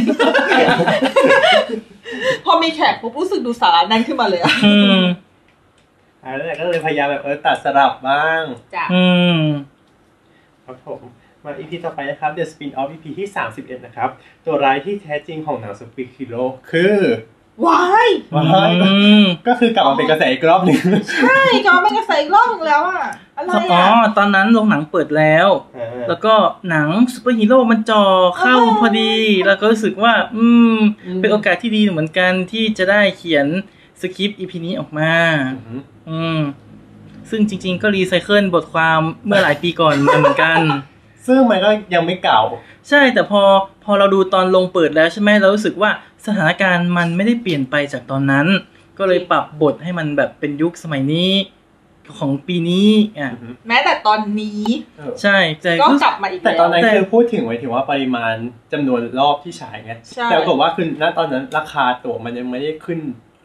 Speaker 2: พอมีแขกปุ๊บรู้สึกดูสาระแน่นขึ้นมาเลยอะ
Speaker 4: อืม
Speaker 3: อ่าแล้วเนี่ยก็เลยพยายามแบบเออตัดสลับบ้าง
Speaker 2: จ้ะ
Speaker 4: อืม
Speaker 3: ครับผมมา EP ต่อไปนะครับ The Spin Off EP ที่ 31 นะครับ ตัวร้ายที่แท้จริงของหนังสปีคิโรคือ
Speaker 2: ว้าย
Speaker 3: ว้า
Speaker 4: อื
Speaker 3: ย
Speaker 4: ม
Speaker 3: ก็คือกลับมาเป็นกระแสอีกรอบหนึ่ง
Speaker 2: ใช่ก็ไม่กระใสอีกรอบหนึงแล้วอะอะไร
Speaker 4: อ๋อ
Speaker 2: อะ
Speaker 4: ตอนนั้นโรงหนังเปิดแล้ว
Speaker 3: อ่า
Speaker 4: แล้วก็หนังซูเปอร์ฮีโร่มันจอเข้า
Speaker 2: อ๋อ
Speaker 4: พอดี แล้วก็รู้สึกว่า อืม เป็นโอกาสที่ดีเหมือนกันที่จะได้เขียนสคริปต์อีพีนี้ออกมา
Speaker 3: อือหือ
Speaker 4: อืม ซึ่งจริง ๆ ก็รีไซเคิลบทความเมื่อหลายปีก่อน มาเหมือนกัน
Speaker 3: ซึ่งมันก็ยังไม่เก่า
Speaker 4: ใช่แต่พอพอเราดูตอนลงเปิดแล้วใช่ไหมเรารู้สึกว่าสถานการณ์มันไม่ได้เปลี่ยนไปจากตอนนั้น ก็เลยปรับบทให้มันแบบเป็นยุคสมัยนี้ ของปีนี้อ่ะ
Speaker 3: อือหือ
Speaker 2: แม้แต่ตอนนี้
Speaker 3: เออ
Speaker 4: ใช่แต่
Speaker 2: ก็
Speaker 4: รู้
Speaker 2: ก
Speaker 4: สึ
Speaker 2: ลั
Speaker 4: ก
Speaker 2: บมาอีก
Speaker 3: แต่
Speaker 2: แล้ว
Speaker 3: ตอนนั้น
Speaker 4: แต่
Speaker 3: คือพูดถึงไว้ถึงว่าปริมาณจำนวนรอบที่ฉายไง
Speaker 2: ใช่
Speaker 3: แต่ปรากฏว่าคือณตอนนั้นราคาตั๋วมันยังไม่ได้ขึ้น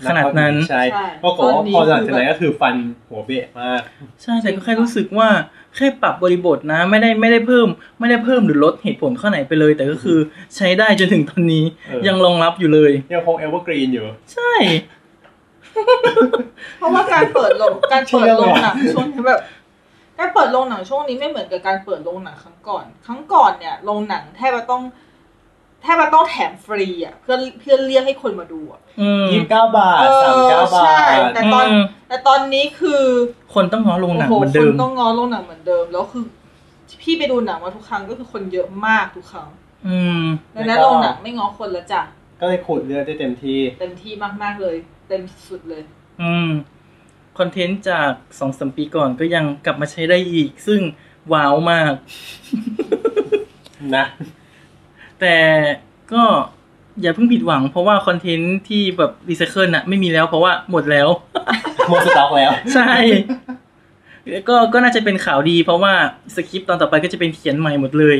Speaker 4: ขนาดนั้น
Speaker 3: ใช่ปรากฏว่าพอหลังจากนั้นก็คือฟันหัวเบะมาก
Speaker 4: ใช่แต่ก็แค่รู้สึกว่าแค่ปรับบริบทนะ ไม่ได้ไม่ได้เพิ่ม ไม่ได้เพิ่มหรือลดเหตุผลข้อไหนไปเลย แต่ก็คือใช้ได้จนถึงตอนนี้
Speaker 3: เออ
Speaker 4: ยังรองรับอยู่เลย
Speaker 3: ยังคงเอเวอร์กรีนอยู่
Speaker 4: ใช่
Speaker 2: เพราะว่าการเปิดโรงการเปิดโรงหนัง
Speaker 3: เชื่อเลยอะ
Speaker 2: ช่วงนี้แบบการเปิดโรงหนังช่วงนี้ไม่เหมือนกับการเปิดโรงหนังครั้งก่อน ครั้งก่อนเนี่ยโรงหนังแทบจะต้อง แทบจะต้องแถมฟรีอ่ะเพื่อเพื่อเรียกให้คนมาดูอ่ะ
Speaker 4: อืม
Speaker 3: ยี่สิบเก้าบาทสามเก้าบา
Speaker 2: ใช่
Speaker 3: ท
Speaker 2: แต่ตอน
Speaker 4: อืม
Speaker 2: แต่ตอนนี้คือ
Speaker 4: คนต้องง้อลงหนังเหมือน
Speaker 2: ค
Speaker 4: เดิ
Speaker 2: น
Speaker 4: ม
Speaker 2: ต้องงอโรงหนังเหมือนเดิมแล้วคือพี่ไปดูหนังมาทุกครั้งก็คือคนเยอะมากทุกครั้ง
Speaker 4: อืม
Speaker 2: ดังนั้นโรงหนังไม่งอคนแล้วจ้ะ
Speaker 3: ก็เลยขูดเลือดได้เต็มที่
Speaker 2: เต็มที่มากๆเลย เต็มสุดเลย
Speaker 4: อืม คอนเทนต์จากสองสมปีก่อนก็ยังกลับมาใช้ได้อีก ซึ่งว้าวมาก
Speaker 3: นะ
Speaker 4: แต่ก็อย่าเพิ่งผิดหวัง เพราะว่าคอนเทนต์ที่แบบรีไซเคิลน่ะไม่มีแล้วเพราะว่าหมดแล้ว
Speaker 3: หมดสต็อกแล้ว
Speaker 4: ใช่ ก็ก็น่าจะเป็นข่าวดี เพราะว่าสคริปต์ตอนต่อไปก็จะเป็นเขียนใหม่หมดเลย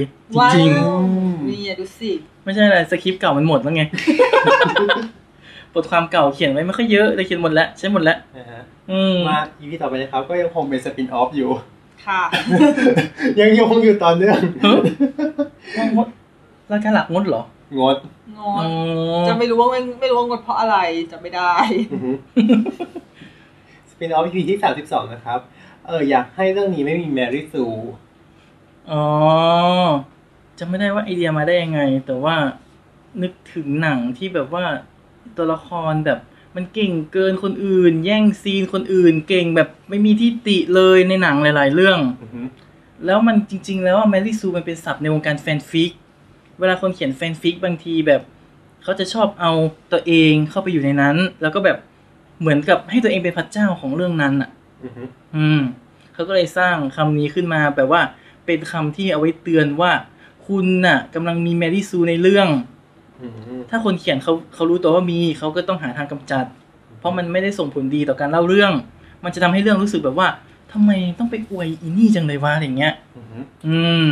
Speaker 4: จริง
Speaker 2: ว้าว
Speaker 3: ม
Speaker 2: นี่อะดูสิ
Speaker 4: ๆ ไม่ใช่อะไรสคริปต์เก่ามันหมดแล้วไง บทความเก่าเขียนไว้ไม่ค่อยเยอะแต่เขียนหมดแล้วใช้หมดแล้ว
Speaker 3: นะฮะ
Speaker 4: อืม
Speaker 3: มา EP ต่อไปนะครับ ก็ยังคงเป็นสปินออฟอยู่
Speaker 2: ค่ะ
Speaker 3: ยังยังคงอยู่ตอนเนื่อง
Speaker 4: ฮะ งดรายการหลักงดเหรอง
Speaker 3: ด
Speaker 2: ง
Speaker 4: อ๋อ
Speaker 2: ดจะไม่รู้ว่าไม่ไม่รู้ว่างดเพราะอะไรจะไม่ได้
Speaker 3: สปินออฟ EP ที่32 นะครับ เอออยากให้เรื่องนี้ไม่มีแมรี่ซู
Speaker 4: อ๋อจำไม่ได้ว่าไอเดียมาได้ยังไง แต่ว่านึกถึงหนังที่แบบว่าตัวละครแบบ มันเก่งเกินคนอื่น แย่งซีนคนอื่น เก่งแบบไม่มีที่ติเลยในหนังหลาย ๆ เรื่อง แล้วมันจริง ๆ แล้วแมรี่ซูมันเป็นศัพท์ในวงการแฟนฟิก เวลาคนเขียนแฟนฟิกบางทีแบบ เขาจะชอบเอาตัวเองเข้าไปอยู่ในนั้น แล้วก็แบบเหมือนกับให้ตัวเองเป็นพระเจ้าของเรื่องนั้นอะ อืมเขาก็เลยสร้างคำนี้ขึ้นมาแบบว่า เป็นคำที่เอาไว้เตือนว่า คุณน่ะกำลังมีแมรี่ซูในเรื่อง ถ้าคนเขียนเขาเขารู้ตัวว่ามีเขาก็ต้องหาทางกำจัด เพราะมันไม่ได้ส่งผลดีต่อการเล่าเรื่อง มันจะทำให้เรื่องรู้สึกแบบว่าทำไมต้องไปอวยอีนี่จังเลยวะอะไรอย่างเงี้ย อืม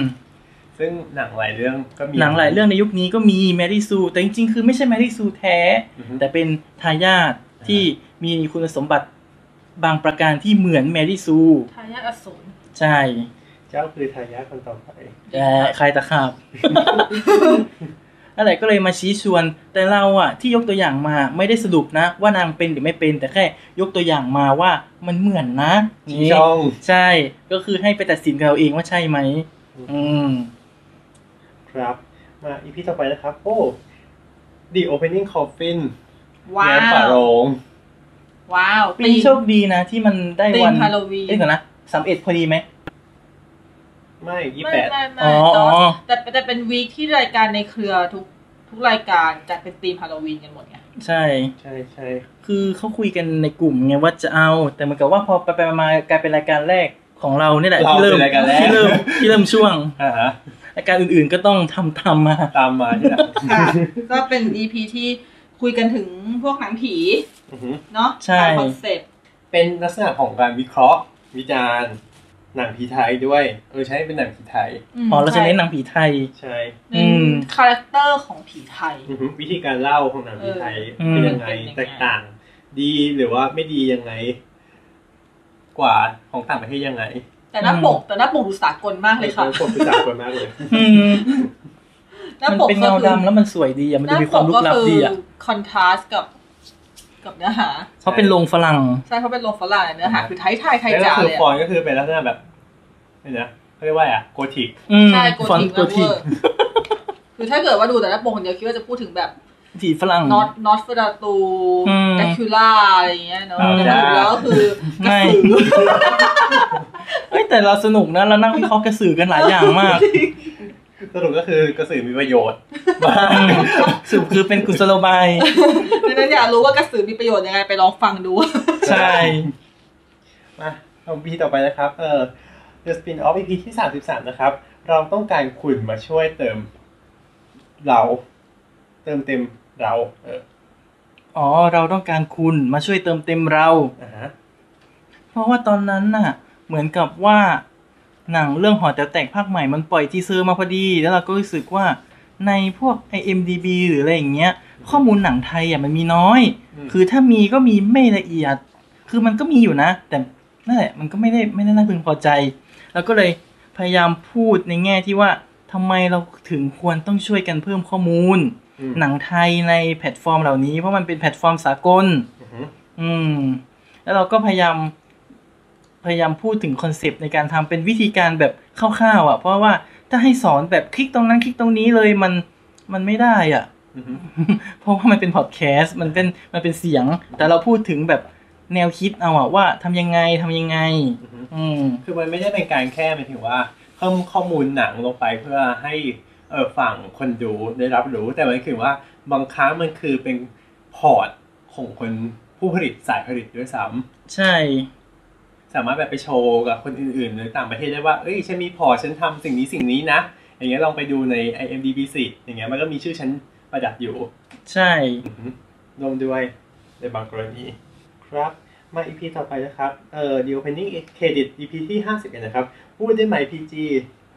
Speaker 3: ซึ่งหนังหลายเรื่องก็มี
Speaker 4: หนังหลายเรื่องในยุคนี้ก็มีแมรี่ซูแต่จริงๆ คือไม่ใช่แมรี่ซูแท้
Speaker 3: อือฮึ
Speaker 4: แต่เป็นทายาทที่มีคุณสมบัติบางประการที่เหมือนแมรี่ซู
Speaker 2: ทายาทอสูร
Speaker 4: ใช่
Speaker 3: จ เจ้าคือทายาทคนต่อไป
Speaker 4: เอ่อใครตะขา บ อะไรก็เลยมาชี้ชวน แต่เราอะที่ยกตัวอย่างมาไม่ได้สรุปนะ ว่านางเป็นหรือไม่เป็น แต่แค่ยกตัวอย่างมาว่ามันเหมือนนะ
Speaker 3: ชี้
Speaker 4: นี่
Speaker 3: ช่อง
Speaker 4: ใช่ ก็คือให้ไปตัดสินกันเราเองว่าใช่ไหมอืม
Speaker 3: ครับ มาอีพีต่อไปนะครับ โอ้ The Opening Coffin
Speaker 2: ว้า
Speaker 3: แง้มฝาโร
Speaker 2: ว
Speaker 3: ง
Speaker 2: ว้าว
Speaker 4: ปีนี้โชคดีนะ ที่มันได้
Speaker 2: ตี
Speaker 4: วัน น
Speaker 2: ฮาโลวีน
Speaker 4: เอ้ยก่อนนะสามเอ็ดพอดีไหม
Speaker 3: ไม่ยี่
Speaker 2: ไม่
Speaker 3: แปด
Speaker 2: ไม่ไม่
Speaker 4: อ๋อ
Speaker 2: แต่ว่า
Speaker 4: อ๋อ
Speaker 2: แต่แต่เป็นวีคที่รายการในเครือทุกทุกรายการจัดเป็นธีมฮาโลวีนกันหมดไง
Speaker 4: ใช่
Speaker 3: ใช่ใช่
Speaker 4: คือเขาคุยกันในกลุ่มไงว่าจะเอา แต่เหมือนกับว่าพอไปไปมากลายเป็นรายการแรกของเราเนี่ยแหละ
Speaker 3: เรา
Speaker 4: ที่เริ่ม
Speaker 3: เป็นรายการแรก
Speaker 4: ที่เริ่มที่เริ่มช่วง
Speaker 3: อ่าฮะ
Speaker 4: รายการอื่นๆก็ต้องทำตามมา
Speaker 3: ตามมา ที่หลัง
Speaker 2: ค่ะ ก็เป็น EP ที่คุยกันถึงพวกหนังผี
Speaker 3: อือฮึ
Speaker 2: เนาะ
Speaker 4: ใช่
Speaker 2: ตามคอนเซ็ปต์
Speaker 3: เป็นลักษณะของการวิเคราะห์ วิจารณ์ หนังผีไทยด้วย เออใช่เป็นหนังผีไทย
Speaker 2: ม
Speaker 4: อ๋อเราจะเน้นหนังผีไทย
Speaker 3: ใช่
Speaker 2: อื
Speaker 4: อื
Speaker 2: ม
Speaker 4: ม
Speaker 2: คาแรคเตอร์ของผีไทย
Speaker 3: อือฮึวิธีการเล่าของหนังผีไทย
Speaker 4: เออ
Speaker 3: เป็นยังไง
Speaker 2: อืม
Speaker 3: แตกต่าง ดีหรือว่าไม่ดียังไง กว่าของต่างประเทศยังไง
Speaker 2: แต่หน้าปกแต่หน้าปกดูสากลมากเลยค่ะ
Speaker 3: ออผมไปจับกันมากเลย
Speaker 4: อืม
Speaker 2: หน้า
Speaker 4: มัน
Speaker 2: ปก
Speaker 4: เป็น
Speaker 2: ก็
Speaker 4: เงา
Speaker 2: คือ
Speaker 4: ดำแล้วมันสวยดีอะมันจะมีความลึกลับดีอะ
Speaker 2: คอนทราสกับ กับเนื้อหา
Speaker 4: เขาเป็นโรงฝรั่ง
Speaker 2: ใช่เขาเป็นโลงฝรั่งเนื้อหาคือไทยไทยไทย
Speaker 3: แล้วก็
Speaker 2: จ๋า
Speaker 3: คือ
Speaker 2: เลย
Speaker 3: ฟอ
Speaker 2: อะ
Speaker 3: นต์ก็คือเป็นลักษณะแบบนี่นะเขาเรียกว่าอะไรอะโกธิก
Speaker 4: อืม
Speaker 2: ใช่
Speaker 4: ฟอนต์
Speaker 2: โก
Speaker 4: ตัว
Speaker 2: ธิ
Speaker 4: ที
Speaker 2: กแล้วเวอร์ คือถ้าเกิดว่าดูแต่หน้าปกคนเดียวคิดว่าจะพูดถึงแบบ
Speaker 4: ทีฝรั่ง
Speaker 2: น็อตน็อตเฟราตู
Speaker 4: อืม
Speaker 2: แดคคูล่าอะไรอย่างเงี้ยเนาะ
Speaker 3: อ่า
Speaker 2: แต่มาดูแล้วก็คือกระ
Speaker 4: ไม่
Speaker 2: สือ
Speaker 4: เอ้ยแต่เราสนุกนะเรานั่งวิเคราะห์กระสือกันหลายอย่างมาก
Speaker 3: สรุปก็คือกระสือมีประโยชน์ มาก
Speaker 4: อืมสรุปคือเป็นกุศโลบาย
Speaker 2: ดังนั้นอยากรู้ว่ากระสือมีประโยชน์ยังไงไปลองฟังดู
Speaker 4: ใช่
Speaker 3: มาเอาพีต่อไปนะครับ เออ The Spin Off EP ที่ 33 นะครับ เราต้องการคุณมาช่วยเติมเรา เติมเต็มเรา เออ
Speaker 4: อ๋อ เราต้องการคุณมาช่วยเติมเต็มเรา
Speaker 3: อ่าฮะ
Speaker 4: เพราะว่าตอนนั้นน่ะ เหมือนกับว่า หนังเรื่องหอแต๋วแตกภาคใหม่มันปล่อยทีเซอร์มาพอดี แล้วเราก็รู้สึกว่าในพวก IMDB หรืออะไรอย่างเงี้ย ข้อมูลหนังไทยอ่ะมันมีน้อย คือถ้ามีก็มีไม่ละเอียด คือมันก็มีอยู่นะ แต่นั่นแหละมันก็ไม่ได้ไม่ได้น่าพึงพอใจ แล้วก็เลยพยายามพูดในแง่ที่ว่าทำไมเราถึงควรต้องช่วยกันเพิ่มข้อมูล
Speaker 3: อืม
Speaker 4: หนังไทยในแพลตฟอร์มเหล่านี้ เพราะมันเป็นแพลตฟอร์มสากล
Speaker 3: อือฮึ
Speaker 4: อืม แล้วเราก็พยายาม พยายามพูดถึงคอนเซปต์ในการทำเป็นวิธีการแบบคร่าวๆอ่ะ เพราะว่าถ้าให้สอนแบบคลิกตรงนั้นคลิกตรงนี้เลยมันมันไม่ได้อ่ะ
Speaker 3: อือฮึ
Speaker 4: เพราะว่ามันเป็นพอดแคสต์มันเป็นมันเป็นเสียง แต่เราพูดถึงแบบแนวคิดเอาอะว่าทำยังไงทำยังไง
Speaker 3: อือฮึ
Speaker 4: อืม
Speaker 3: คือมันไม่ได้เป็นการแค่หมายถึงว่า เพิ่มข้อมูลหนังลงไปเพื่อให้เออฝั่งคนดูได้รับรู้ แต่มันคือว่าบางครั้งมันคือเป็นพอร์ตของคนผู้ผลิตสายผลิตด้วยซ้ำ
Speaker 4: ใช่
Speaker 3: สามารถแบบไปโชว์กับคนอื่นๆในต่างประเทศได้ว่า เอ้ย ฉันมีพอร์ตฉันทำสิ่งนี้สิ่งนี้นะ อย่างเงี้ยลองไปดูใน IMDb สิอย่างเงี้ยมันก็มีชื่อฉันประดับอยู่
Speaker 4: ใช่
Speaker 3: อือฮึรวมด้วยในบางกรณี ครับ มา EP ต่อไปนะครับ เอ่อ The Opening Credit EP ที่ 51 นะครับ พูดได้ไหม PG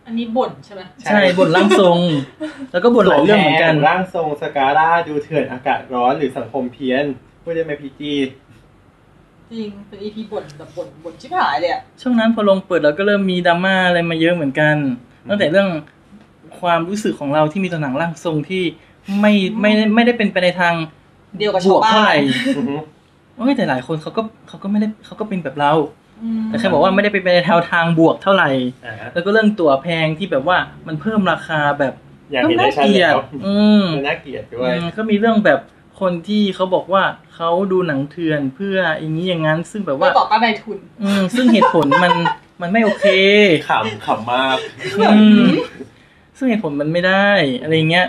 Speaker 2: อันนี้บ่นใช่ไหม
Speaker 4: ใช่บทร่างทรง แล้วก็บทหลายเรื่องเหมือนกัน
Speaker 3: แร่างทรงสการ่าดูเถื่อนอากาศร้อนหรือสังคมเพี้ยน พูดได้ไหม PG
Speaker 2: จริงเป็นอีพีบ่นแบบบ่นบ่นชิบหายเลยอะ
Speaker 4: ช่วงนั้นพอลงเปิดเราก็เริ่มมีดราม่าอะไรมาเยอะเหมือนกัน ตั้งแต่เรื่องความรู้สึกของเราที่มีต่อหนังร่างทรงที่ไม่ไม่ได้ไม่ได้เป็นไปในทาง
Speaker 2: เดียวกับบ ชาว ว
Speaker 4: ก
Speaker 2: บ้า
Speaker 4: เท่าไห
Speaker 2: น
Speaker 4: ร่
Speaker 3: อือฮึ
Speaker 4: โอ้ยแต่หลายคนเขาก็เขาก็ไม่ได้เขาก็เป็นแบบเรา
Speaker 2: อืม
Speaker 4: แต่แค่บอกว่าไม่ได้เป็นไปในแนวทางบวกเท่าไหร่
Speaker 3: อ่าฮะ
Speaker 4: แล้วก็เรื่องตั๋วแพงที่แบบว่ามันเพิ่มราคาแบบ
Speaker 3: อยากเห็นได้ชัด
Speaker 4: เกลี
Speaker 3: แล้
Speaker 4: ด
Speaker 3: ว
Speaker 4: อืม
Speaker 3: มันน่าเกลียดด้วย
Speaker 4: อืมก็มีเรื่องแบบคนที่เขาบอกว่าเขาดูหนังเถื่อนเพื่ออย่างนี้อย่างนั้น ซึ่งแบบ
Speaker 2: ไม่
Speaker 4: ว่า
Speaker 2: บอกก็นายทุน
Speaker 4: อืม ซึ่งเหตุผลมันมันไม่โอเค
Speaker 3: ขำขำมาก
Speaker 4: อืม ซึ่งเหตุผลมันไม่ได้อะไรเงี้ย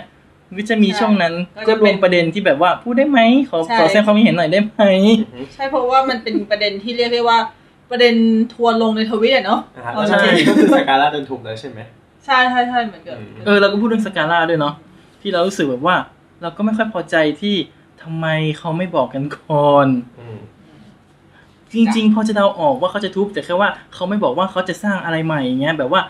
Speaker 4: ก็จะมีช่องนั้นก็รวมประเด็นที่แบบว่าพูดได้ไหมขอขอแสดงความคิดเห็นหน่อยได้ไหม
Speaker 2: ใช่เพราะว่ามันเป็นประเด็นที่เรียกได้ว่า ประเด็นทัวร์ลงในทวิตอะเนาะ
Speaker 3: นะฮะ
Speaker 2: เอา
Speaker 3: แล้ว
Speaker 2: จ
Speaker 3: จ
Speaker 2: ริง
Speaker 3: ริงๆก็คือสการ่าโดนถูกแล้วใช่ไหม
Speaker 2: ๆใช่ใช่ใช่เหมือนกับ
Speaker 3: อืม
Speaker 4: เออเราก็พูดเรื่องสกาล่าด้วยเนาะที่เรารู้สึกแบบว่า เราก็ไม่ค่อยพอใจที่ทำไมเขาไม่บอกกันก่อน
Speaker 3: อืม
Speaker 4: จริง ๆ พอจะเดาออกว่าเขาจะทุบแต่แค่ว่าเขาไม่บอกว่าเขาจะสร้างอะไรใหม่อย่างเงี้ยแบบว่า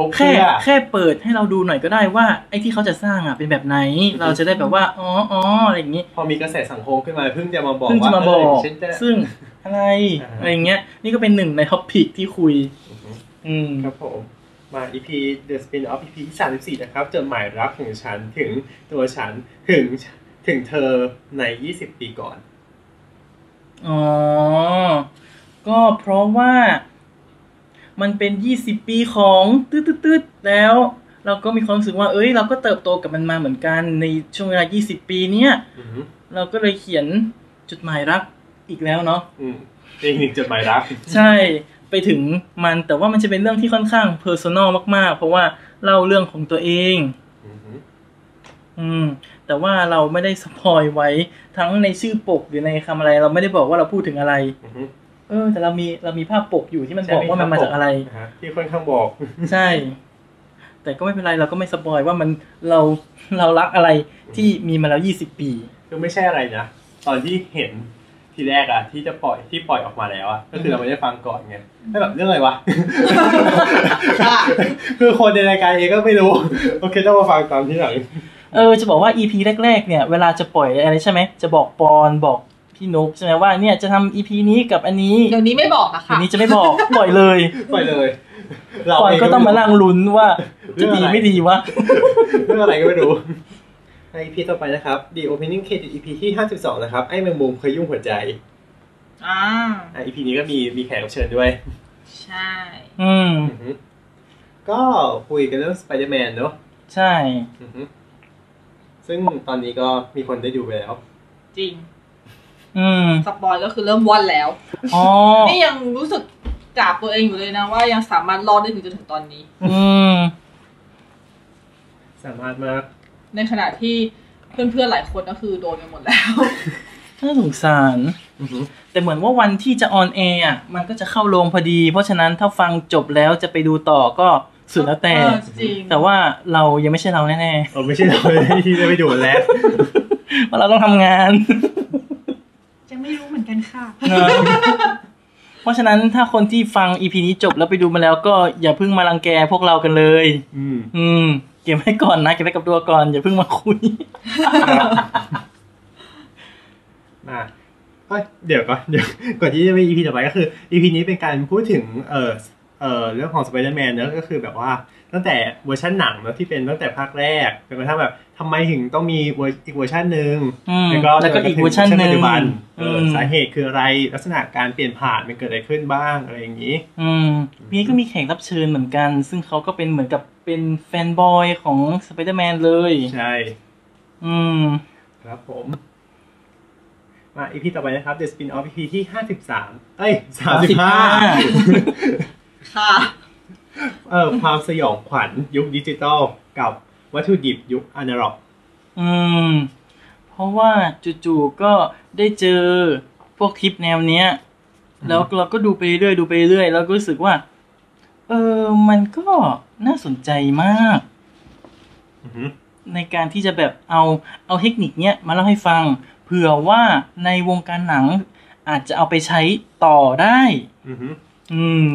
Speaker 3: ทุก
Speaker 4: แค่
Speaker 3: เพื่อ
Speaker 4: แค่เปิดให้เราดูหน่อยก็ได้ว่าไอ้ที่เขาจะสร้างอ่ะเป็นแบบไหน เราจะได้แบบว่าอ๋ออ๋ออะไรอย่างงี้
Speaker 3: พอมีกระแสสังคมขึ้นมาเพิ่งจะมาบอก
Speaker 4: เพิ่ง
Speaker 3: ว่า
Speaker 4: จะมาบอก
Speaker 3: เฉันจะ
Speaker 4: ซึ่งอะไร
Speaker 3: อ่าฮะ
Speaker 4: อะไรอย่างเงี้ย นี่ก็เป็นหนึ่งในท็อปิกที่คุย อืม
Speaker 3: ครับผม มา EP The Spin Off EP ที่34 นะครับจดหมายรักถึงฉันถึงตัวฉันถึงถึงเธอใน 20 ปีก่อน
Speaker 4: อ๋อ ก็เพราะว่ามันเป็นยี่สิบปีของตืดตืดๆๆแล้ว เราก็มีความรู้สึกว่า เอ้ย เราก็เติบโตกับมันมาเหมือนกันในช่วงเวลา 20 ปีเนี้ย
Speaker 3: อืม
Speaker 4: เราก็เลยเขียนจดหมายรักอีกแล้วเนาะ
Speaker 3: อืมเป็นอีกหนึ่งจดหมายรัก
Speaker 4: ใช่ไปถึงมันแต่ว่ามันจะเป็นเรื่องที่ค่อนข้างเพอร์ซนอลมาก ๆ เพราะว่าเล่าเรื่องของตัวเอง
Speaker 3: อืม
Speaker 4: อืม แต่ว่าเราไม่ได้สปอยไว้ทั้งในชื่อปกหรือในคำอะไร เราไม่ได้บอกว่าเราพูดถึงอะไร
Speaker 3: อืม
Speaker 4: เออ แต่เรามีเรามีภาพปกอยู่ที่มันบอกว่ามันมาจากอะไร
Speaker 3: นะฮะที่ค่อนข้างบอก
Speaker 4: ใช่ แต่ก็ไม่เป็นไรเราก็ไม่สปอยว่ามันเราเรารักอะไรที่มีมาแล้วยี่สิบปี
Speaker 3: คือไม่ใช่อะไรนะ ตอนที่เห็นทีแรกอะที่จะปล่อยที่ปล่อยออกมาแล้วอะก็คือเราไม่ได้ฟังก่อนไงแล้วแบบเรื่องอะไรวะ คือคนในรายการเองก็ไม่รู้ โอเคต้องมาฟังตามที่หลัง
Speaker 4: เออจะบอกว่า EP แรกๆ เนี่ย เวลาจะปล่อยอะไรใช่ไหม จะบอกปอนบอกพี่นุกใช่ไหมว่าเนี่ยจะทำ EP นี้กับอันนี้
Speaker 2: เดี๋ยวนี้ไม่บอกอะ
Speaker 4: อั
Speaker 2: ค่ะ
Speaker 4: นนี้จะไม่ บอก ปล่อยเลย
Speaker 3: ปล่อยเลย
Speaker 4: ปล่อยก็ต้องมานั่งลุ้นว่าจะดีไม่ดีวะ
Speaker 3: เรื่องอะไรก็ไม่รู้ ใน EP ต่อไปนะครับ The Opening Credit EP ที่ 52 นะครับ ไอ้แมงมุมเคยยุ่งหัวใจ
Speaker 2: อ่า
Speaker 3: อ่ะ EP นี้ก็มีมีแขกรับเชิญด้วย
Speaker 2: ใช่
Speaker 4: อืม
Speaker 3: อือฮึก็คุยกันเรื่อง Spider-Man เนอะ
Speaker 4: ใช่
Speaker 3: อือฮึซึ่งตอนนี้ก็มีคนได้ดูไปแล้ว
Speaker 2: จริง
Speaker 4: อืม
Speaker 2: สปอยก็คือเริ่มว่อนแล้ว
Speaker 4: อ๋อ
Speaker 2: นี่ยังรู้สึกกราบตัวเองอยู่เลยนะว่ายังสามารถรอดได้ถึงจนถึงตอนนี้
Speaker 4: อืม
Speaker 3: สามารถมาก
Speaker 2: ในขณะที่เพื่อนๆหลายคนก็คือโดนกันหมดแล้ว
Speaker 4: น่าสงสาร
Speaker 3: อือฮึ
Speaker 4: แต่เหมือนว่าวันที่จะออนแอร์อ่ะมันก็จะเข้าโรงพอดี เพราะฉะนั้นถ้าฟังจบแล้วจะไปดูต่อก็สุดแล้วแต่
Speaker 2: เออจริง
Speaker 4: แต่ว่าเรายังไม่ใช่เราแน่
Speaker 3: เออไม่ใช่เราที่ได้ไปดูแล้ว
Speaker 4: ๆ เพราะเราต้องทำงาน
Speaker 2: ยังไม่รู้เหมือนกันค่ะ
Speaker 4: เพราะฉะนั้นถ้าคนที่ฟังอีพีนี้จบแล้วไปดูมาแล้วก็อย่าเพิ่งมารังแกพวกเรากันเลย
Speaker 3: อืม
Speaker 4: อืม เก็บไว้ก่อนนะเก็บไว้กับตัวก่อน อย่าเพิ่งมาคุย
Speaker 3: มาเอ้ยเดี๋ยวก่อนเดี๋ยวก่อนที่จะไป EP ต่อไปก็คือ EP นี้เป็นการพูดถึงเออเออเรื่องของ Spider-Man เนอะก็คือแบบว่าตั้งแต่เวอร์ชันหนังเนอะที่เป็นตั้งแต่ภาคแรกจนกระทั่งแบบทำไมถึงต้องมีเวอร์อีกเวอร์ชันหนึ่ง
Speaker 4: อืม
Speaker 3: แล้วก็
Speaker 4: แล้วก็อีกเวอร์ชันหนึ่ง
Speaker 3: จกระทั่ปัจจุบัเอออ
Speaker 4: ม
Speaker 3: สาเหตุคืออะไรลักษณะการเปลี่ยนผ่านมันเกิดอะไรขึ้นบ้างอะไรอย่างนี้
Speaker 4: อืมทีนี้ก็มีแขกรับเชิญเหมือนกัน ซึ่งเขาก็เป็นเหมือนกับเป็นแฟนบอยของสไปเดอร์แมนเลย
Speaker 3: ใช่
Speaker 4: อืม
Speaker 3: ครับผม มา EP ต่อไปนะครับ The Spin Off EP ที่ 53 เอ้ย 35
Speaker 2: ค่ะ
Speaker 3: เออความสยองขวัญยุคดิจิตอลกับวัตถุดิบยุคอนาล็อก
Speaker 4: อืม เพราะว่าจู่ๆก็ได้เจอพวกคลิปแนวเนี้ย แล้วเราก็ดูไปเรื่อยๆดูไปเรื่อยๆแล้วก็รู้สึกว่า เออมันก็น่าสนใจมาก ในการที่จะแบบเอาเอาเทคนิคเนี้ยมาเล่าให้ฟัง เผื่อว่าในวงการหนังอาจจะเอาไปใช้ต่อได้ อืม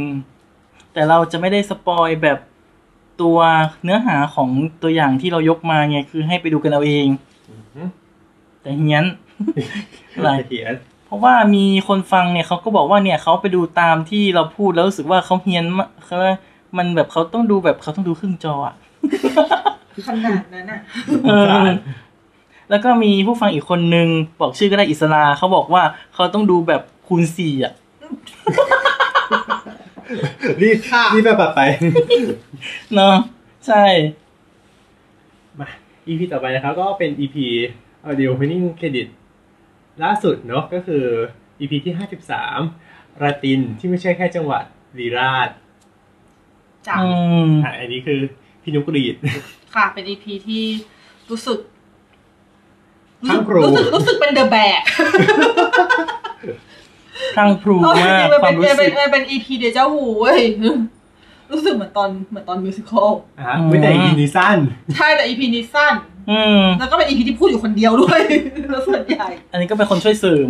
Speaker 4: แต่เราจะไม่ได้สปอยแบบตัวเนื้อหาของตัวอย่างที่เรายกมาไงคือให้ไปดูกันเอาเอง แต่เฮี้ยน อะไร
Speaker 3: เขียน
Speaker 4: เพราะว่ามีคนฟังเนี่ยเขาก็บอกว่าเนี่ยเขาไปดูตามที่เราพูดแล้วรู้สึกว่าเขาเฮี้ยนมากเขามันแบบเขาต้องดูแบบเขาต้องดูครึ่งจอ อะ
Speaker 2: ขนาดนั้นอะ
Speaker 4: เออแล้วก็มีผู้ฟังอีกคนนึงบอกชื่อก็ได้อิสลาเขาบอกว่าเขาต้องดูแบบคูณสี่อ่ะ
Speaker 3: รีบรีบไปปัดไป
Speaker 4: เนาะใช่
Speaker 3: มา EP ต่อไปนะครับ ก็เป็น EP เอ่อ The Opening Credit ล่าสุดเนาะก็คือ EP ที่ 53ราตินที่ไม่ใช่แค่จังหวัดรีราช
Speaker 2: จาก
Speaker 4: อืม
Speaker 3: อ่ะอันนี้คือพี่นุกรีด
Speaker 2: ค่ะ เป็นอีพีที่รู้สึก
Speaker 3: ทั้งครู
Speaker 2: รู้สึกรู้สึกเป็นเดอะแบก
Speaker 4: คลั่งพรู
Speaker 2: เอาจ
Speaker 4: มาก
Speaker 2: ริงๆมันเป็น
Speaker 4: ความรู้
Speaker 2: เป็น
Speaker 4: สึก
Speaker 2: เป็นเป็นอีพีเดจ้าหูเว้ย รู้สึกเหมือนตอนเหมือนตอนมิวสิควล
Speaker 3: นะฮะไม่แต่ยินดีสั้น
Speaker 2: ใช่แต่อีพีนี้สั้น
Speaker 4: อืม
Speaker 2: แล้วก็เป็นอีพีที่พูดอยู่คนเดียวด้วย แล้วส่วนใหญ่
Speaker 4: อันนี้ก็เป็นคนช่วยเสริม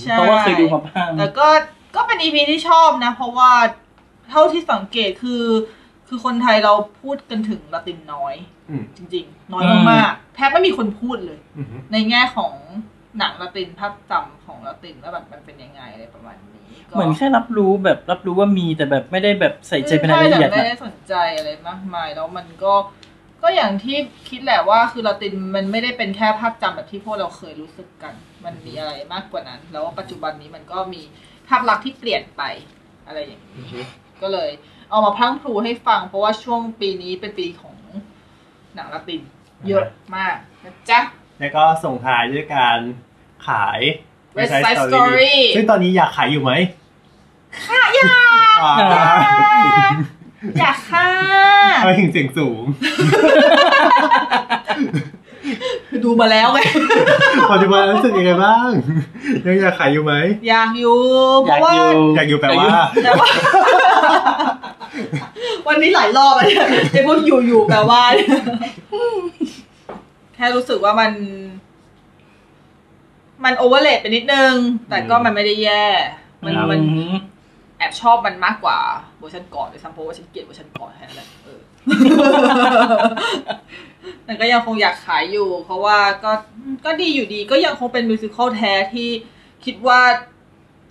Speaker 2: ใช่
Speaker 4: เพราะว่าเคยดูมาบ้าง
Speaker 2: แต่ก็ก็เป็นอีพีที่ชอบนะ เพราะว่าเท่าที่สังเกตคือ คือคนไทยเราพูดกันถึงละตินน้อย
Speaker 3: อืม
Speaker 2: จริง ๆ น้อย
Speaker 4: อืม
Speaker 2: มากๆแทบไม่มีคนพูดเลย
Speaker 3: อือฮึ
Speaker 2: ในแง่ของ หนังละตินภาพจำของละตินว่าแบบมันเป็นยังไงอะไรประมาณนี้ก็
Speaker 4: เหมือนแค่รับรู้แบบรับรู้ว่ามีแต่แบบไม่ได้แบบใส่ใจเป็นรายละเอียด
Speaker 2: ใช่แต่ไม่
Speaker 4: นะ
Speaker 2: ได้สนใจอะไรมากมาย แล้วมันก็ ก็อย่างที่คิดแหละว่าคือละตินมันไม่ได้เป็นแค่ภาพจำแบบที่พวกเราเคยรู้สึกกัน มันมีอะไรมากกว่านั้น แล้วปัจจุบันนี้มันก็มีภาพลักษณ์ที่เปลี่ยนไปอะไรอย่างนี้ก็เลย เอามาพรังพรูให้ฟัง เพราะว่าช่วงปีนี้เป็นปีของหนังละติน เยอะมากนะจ๊ะ
Speaker 3: แล้วก็ส่งท้ายด้วยการขาย
Speaker 2: West
Speaker 3: West
Speaker 2: Side
Speaker 3: Side
Speaker 2: Story
Speaker 3: Story ซึ่งตอนนี้อยากขายอยู่ไหมขายอยาก
Speaker 2: อยากค่ะ
Speaker 3: ทำไมถึงเสียงสูง
Speaker 2: ดูมาแล้วไง
Speaker 3: ปัจจุบันรู้สึกยังไงบ้าง ยังอยากขายอยู่ไหม
Speaker 2: อยากอยู่ เพ
Speaker 4: อยาก
Speaker 2: ราะว่า
Speaker 4: อยู่
Speaker 3: อยากอยู่แปลว่า
Speaker 2: แต่ว่า วันนี้หลายรอบอะเนี่ยไอพวกอยู่อยู่ๆแปลว่าเนี่ยแค่รู้สึกว่ามัน มันโอเวอร์เลไปนิดนึง แต่ก็มันไม่ได้แย่ มัน
Speaker 4: อื
Speaker 2: มัน
Speaker 4: ม
Speaker 2: แอบชอบมันมากกว่าเวอร์ชันก่อนด้วยซ้ำเพราะว่าฉันเกลียดเวอร์ชันก่อนแค่นั้นแหละเออ แต่ก็ยังคงอยากขายอยู่ เพราะว่าก็ก็ดีอยู่ดี ก็ยังคงเป็นมิวสิควลแท้ที่คิดว่า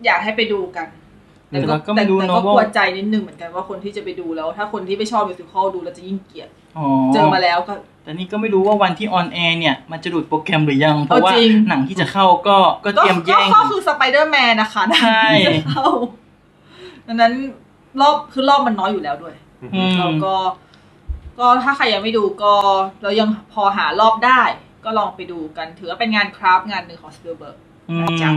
Speaker 2: อยากให้ไปดูกัน
Speaker 4: แต่เราก็ไม่รู้
Speaker 2: แต่
Speaker 4: เน
Speaker 2: ก็
Speaker 4: อะ
Speaker 2: กลัว
Speaker 4: ว่า
Speaker 2: ใจนิดนึงเหมือนกันว่าคนที่จะไปดูแล้ว ถ้าคนที่ไม่ชอบมิวสิควลดูแล้วจะยิ่งเกลียด
Speaker 4: อ๋อ
Speaker 2: เจอมาแล้วก็
Speaker 4: แต่นี่ก็ไม่รู้ว่าวันที่ออนแอร์เนี่ยมันจะดูดโปรแกรมหรือยัง เพราะว่า
Speaker 2: เอาจริง
Speaker 4: หนังที่จะเข้าก็ก็
Speaker 2: ก็
Speaker 4: เตรียม
Speaker 2: ก็
Speaker 4: แย่ง
Speaker 2: ก็คือสไปเดอร์แมนนะคะ
Speaker 4: ใช่
Speaker 2: เข้าดังนั้นรอบคือรอบมันน้อยอยู่แล้วด้วย
Speaker 4: อืม
Speaker 2: เราก็ ก็ถ้าใครยังไม่ดูก็เรายังพอหารอบได้ ก็ลองไปดูกัน ถือว่าเป็นงานคราฟต์งานหนึ่งของสปิลเบิร์ก
Speaker 4: อืม
Speaker 2: จ้ะ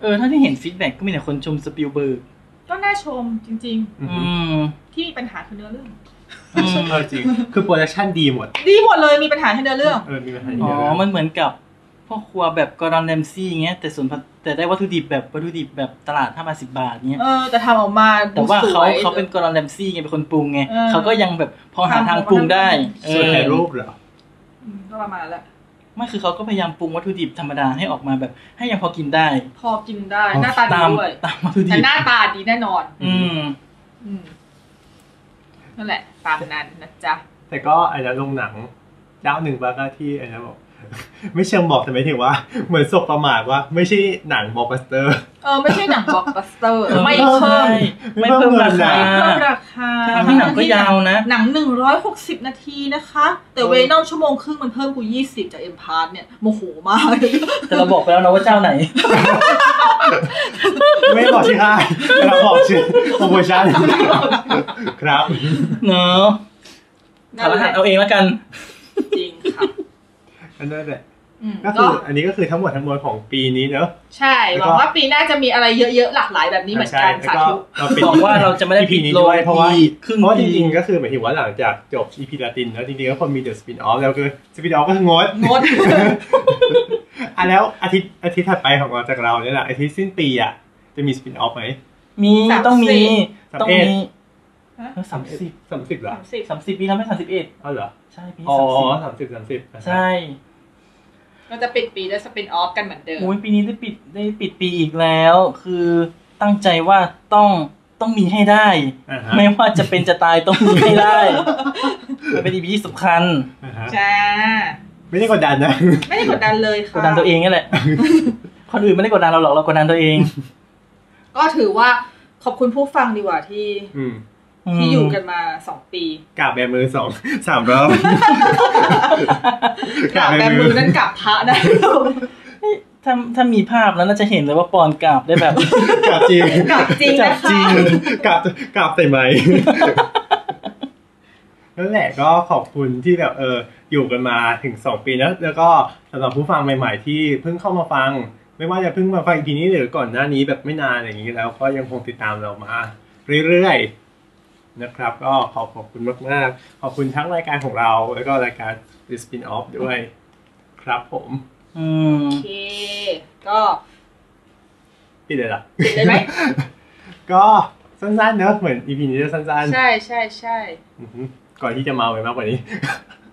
Speaker 4: เออเท่าที่เห็นฟีดแบ็กก็มีแต่คนชมสปิลเบิร์ก
Speaker 2: ก็น่าชมจริง
Speaker 4: อืม
Speaker 2: ๆ ที่มีปัญหาคือเนื้อเรื่อง
Speaker 4: อืม
Speaker 3: เออจริง คือโปรดักชันดีหมด
Speaker 2: ดีหมดเลยมีปัญหาแค่เนื้อเรื่อง
Speaker 3: เออ มีปัญหา
Speaker 4: อ๋
Speaker 3: เย
Speaker 4: อ
Speaker 3: อะเลย
Speaker 4: มันเหมือนกับพ่อครัวแบบกอรอนแรมซี่อย่างเงี้ยแต่ส่วนผสมแต่ได้วัตถุดิบแบบวัตถุดิบแบบตลาดห้าสิบบาทเงี้ย
Speaker 2: เออ แต่ทำออกมา
Speaker 4: แต่
Speaker 2: ดู
Speaker 4: ว่า
Speaker 2: ส
Speaker 4: เขา
Speaker 2: วย
Speaker 4: เขาเป็นกอรอนแรมซี่ไงเป็นคนปรุงไง
Speaker 2: เออ
Speaker 4: เขาก็ยังแบบพอหา
Speaker 2: ทำ
Speaker 4: ทาง
Speaker 2: ของ
Speaker 4: ปรุงได้
Speaker 2: มัน
Speaker 4: เอ
Speaker 3: ส่วน
Speaker 4: อ
Speaker 3: ถ่ายรูปเหรอ
Speaker 2: อืมก็ประมาณนั้นแหละ
Speaker 4: ไม่คือเขาก็พยายามปรุงวัตถุดิบธรรมดาให้ออกมาแบบ ให้ยังพอกินได้
Speaker 2: พอกินได้ หน้าตาดี
Speaker 4: ตาม
Speaker 2: ด้วย
Speaker 4: ตามวัตถุดิ
Speaker 2: แต่
Speaker 4: บ
Speaker 2: หน้าตาดีแน่นอน
Speaker 4: อืม
Speaker 2: อืมนั่นแหละ ตามนั้นนะจ๊ะ
Speaker 3: แต่ก็อันนั้นลงหนังเจ้าหนึ่งบ้างก็ที่อันนั้นบอก ไม่เชิงบอกแต่ไม่ถึงว่า เหมือนสบประมาทว่า ไม่ใช่หนังบล็อกบัสเตอร์
Speaker 2: เออ ไม่ใช่ หนังบล็อกบัสเตอร์ ไม่
Speaker 4: ออ
Speaker 2: เพิ่ม
Speaker 4: ใช่ไม่เพิ่มราคา
Speaker 2: ไม่เพิ่มราคา
Speaker 4: ทั้งที่หนังก็ยาวนะ
Speaker 2: หนัง 160 นาทีนะคะ แต่
Speaker 4: เออ
Speaker 2: เวนอมชั่วโมงครึ่งมันเพิ่มกู 20 จากเอ็มพาร์เนี่ย โมโหมาก
Speaker 4: แต่เราบอกไปแล้วนะว่าเจ้าไหน
Speaker 3: ไม่บอกชื่อค่ายแต่เราบอกชื่อโปรโมชั่นครับ
Speaker 4: เนอะ
Speaker 2: นั่
Speaker 4: ขาน ร
Speaker 2: แห
Speaker 4: หัส
Speaker 2: ละ
Speaker 4: เอาเองแล้วกัน
Speaker 2: จริงค่ะ
Speaker 3: อันนั้นแหละ
Speaker 2: อืม
Speaker 3: ก็
Speaker 2: ก็
Speaker 3: คืออันนี้ก็คือทั้งหมดทั้งมวลของปีนี้เนอะ
Speaker 2: ใช่หวังว่าปีหน้าจะมีอะไรเยอะ ๆ หลากหลายแบบนี้เหมือนกัน
Speaker 3: ใช่
Speaker 2: สาธุ
Speaker 3: แล้วก็เรปิด
Speaker 4: บอกว่าเราจะไม่ได้
Speaker 3: EP
Speaker 4: ปิด
Speaker 3: นี้
Speaker 4: โล
Speaker 3: ด้วยเพราะว่า
Speaker 4: อีกครึ่ง
Speaker 3: เพราะว่าจริง
Speaker 4: ปี
Speaker 3: ๆก็คือหมายถึงว่าหลังจากจบ EP ลาตินแล้วจริงๆก็คนมีเดอะสปินออฟแล้วคือสปินออฟก็คืองด
Speaker 2: งด
Speaker 3: อ่ะแล้วอาทิตย์อาทิตย์ถัดไปของเราจากเราเนี่ยแหละอาทิตย์สิ้นปีอ่ะจะมีสปินออฟไหม
Speaker 4: มีต้องมี
Speaker 3: สามสิบ
Speaker 4: ต้องมี
Speaker 2: ฮะ
Speaker 4: สามสิบ
Speaker 3: สามสิบเหรอ
Speaker 2: สามสิบ
Speaker 4: สามสิบปีแล้วไม่สามสิบเอ็ด
Speaker 3: เอ้าเหรอ
Speaker 4: ใช่ปี
Speaker 3: อ๋อ
Speaker 4: สามสิบ
Speaker 3: สามสิบสามสิบ
Speaker 4: ใช่
Speaker 2: ก็จะปิดปีด้วยสปินออฟกันเหมือนเดิม
Speaker 4: โอ้ยปีนี้ได้ปิดได้ปิดปีอีกแล้ว คือตั้งใจว่าต้องต้องมีให้ได้
Speaker 3: อ่าฮะ
Speaker 4: ไม่ว่าจะเป็นจะตายต้องมีให้ได้มันเป็นอีพีที่สำคัญ
Speaker 3: อ่าฮะ
Speaker 2: จ้า
Speaker 3: ไม่ได้กดดันนะ
Speaker 2: ไม่ได้กดดันเลย
Speaker 4: ก
Speaker 2: ค่ะ
Speaker 4: ดดันตัวเองนี่แหละ คนอื่นไม่ได้กดดันเราหรอกเรากดดันตัวเอง
Speaker 2: ก็ถือว่าขอบคุณผู้ฟังดีกว่าที่
Speaker 3: อืม
Speaker 2: ที่
Speaker 4: ม
Speaker 2: อยู่กันมาสองปี
Speaker 3: กราบแบมือสองสามรอบ
Speaker 2: กราบแบบมือนั่นกราบพระนะ
Speaker 4: ถ้าถ้ามีภาพแล้วน่าจะเห็นเลยว่าปอนกราบได้แบบ
Speaker 3: กราบจริง
Speaker 2: กราบจริง
Speaker 4: จับ
Speaker 2: นะ
Speaker 4: จริ
Speaker 2: คะ
Speaker 4: ง
Speaker 3: กราบกราบใส่ไหมค์ นั่นแหละก็ขอบคุณที่แบบเอออยู่กันมาถึง 2 ปีแล้วแล้วก็สำหรับผู้ฟังใหม่ ๆ ที่เพิ่งเข้ามาฟัง ไม่ว่าจะเพิ่งมาฟังอีพีนี้หรือก่อนหน้านี้แบบไม่นานอย่างนี้แล้วก็ยังคงติดตามเรามาเรื่อยๆนะครับ ก็ขอขอบคุณมากๆ ขอบคุณทั้งรายการของเรา แล้วก็รายการ The Spin Off ด้วย ครับผม
Speaker 4: อืม
Speaker 2: โอเค ก็
Speaker 3: พี่เลยล่ะ
Speaker 2: ปิดเลยไหม
Speaker 3: ก็สั้นๆเนอะเหมือนอีพีนี้จะสั้น
Speaker 2: ใช่ใช่ใช่
Speaker 3: ๆอือหือก่อนที่จะมาไปมากกว่านี้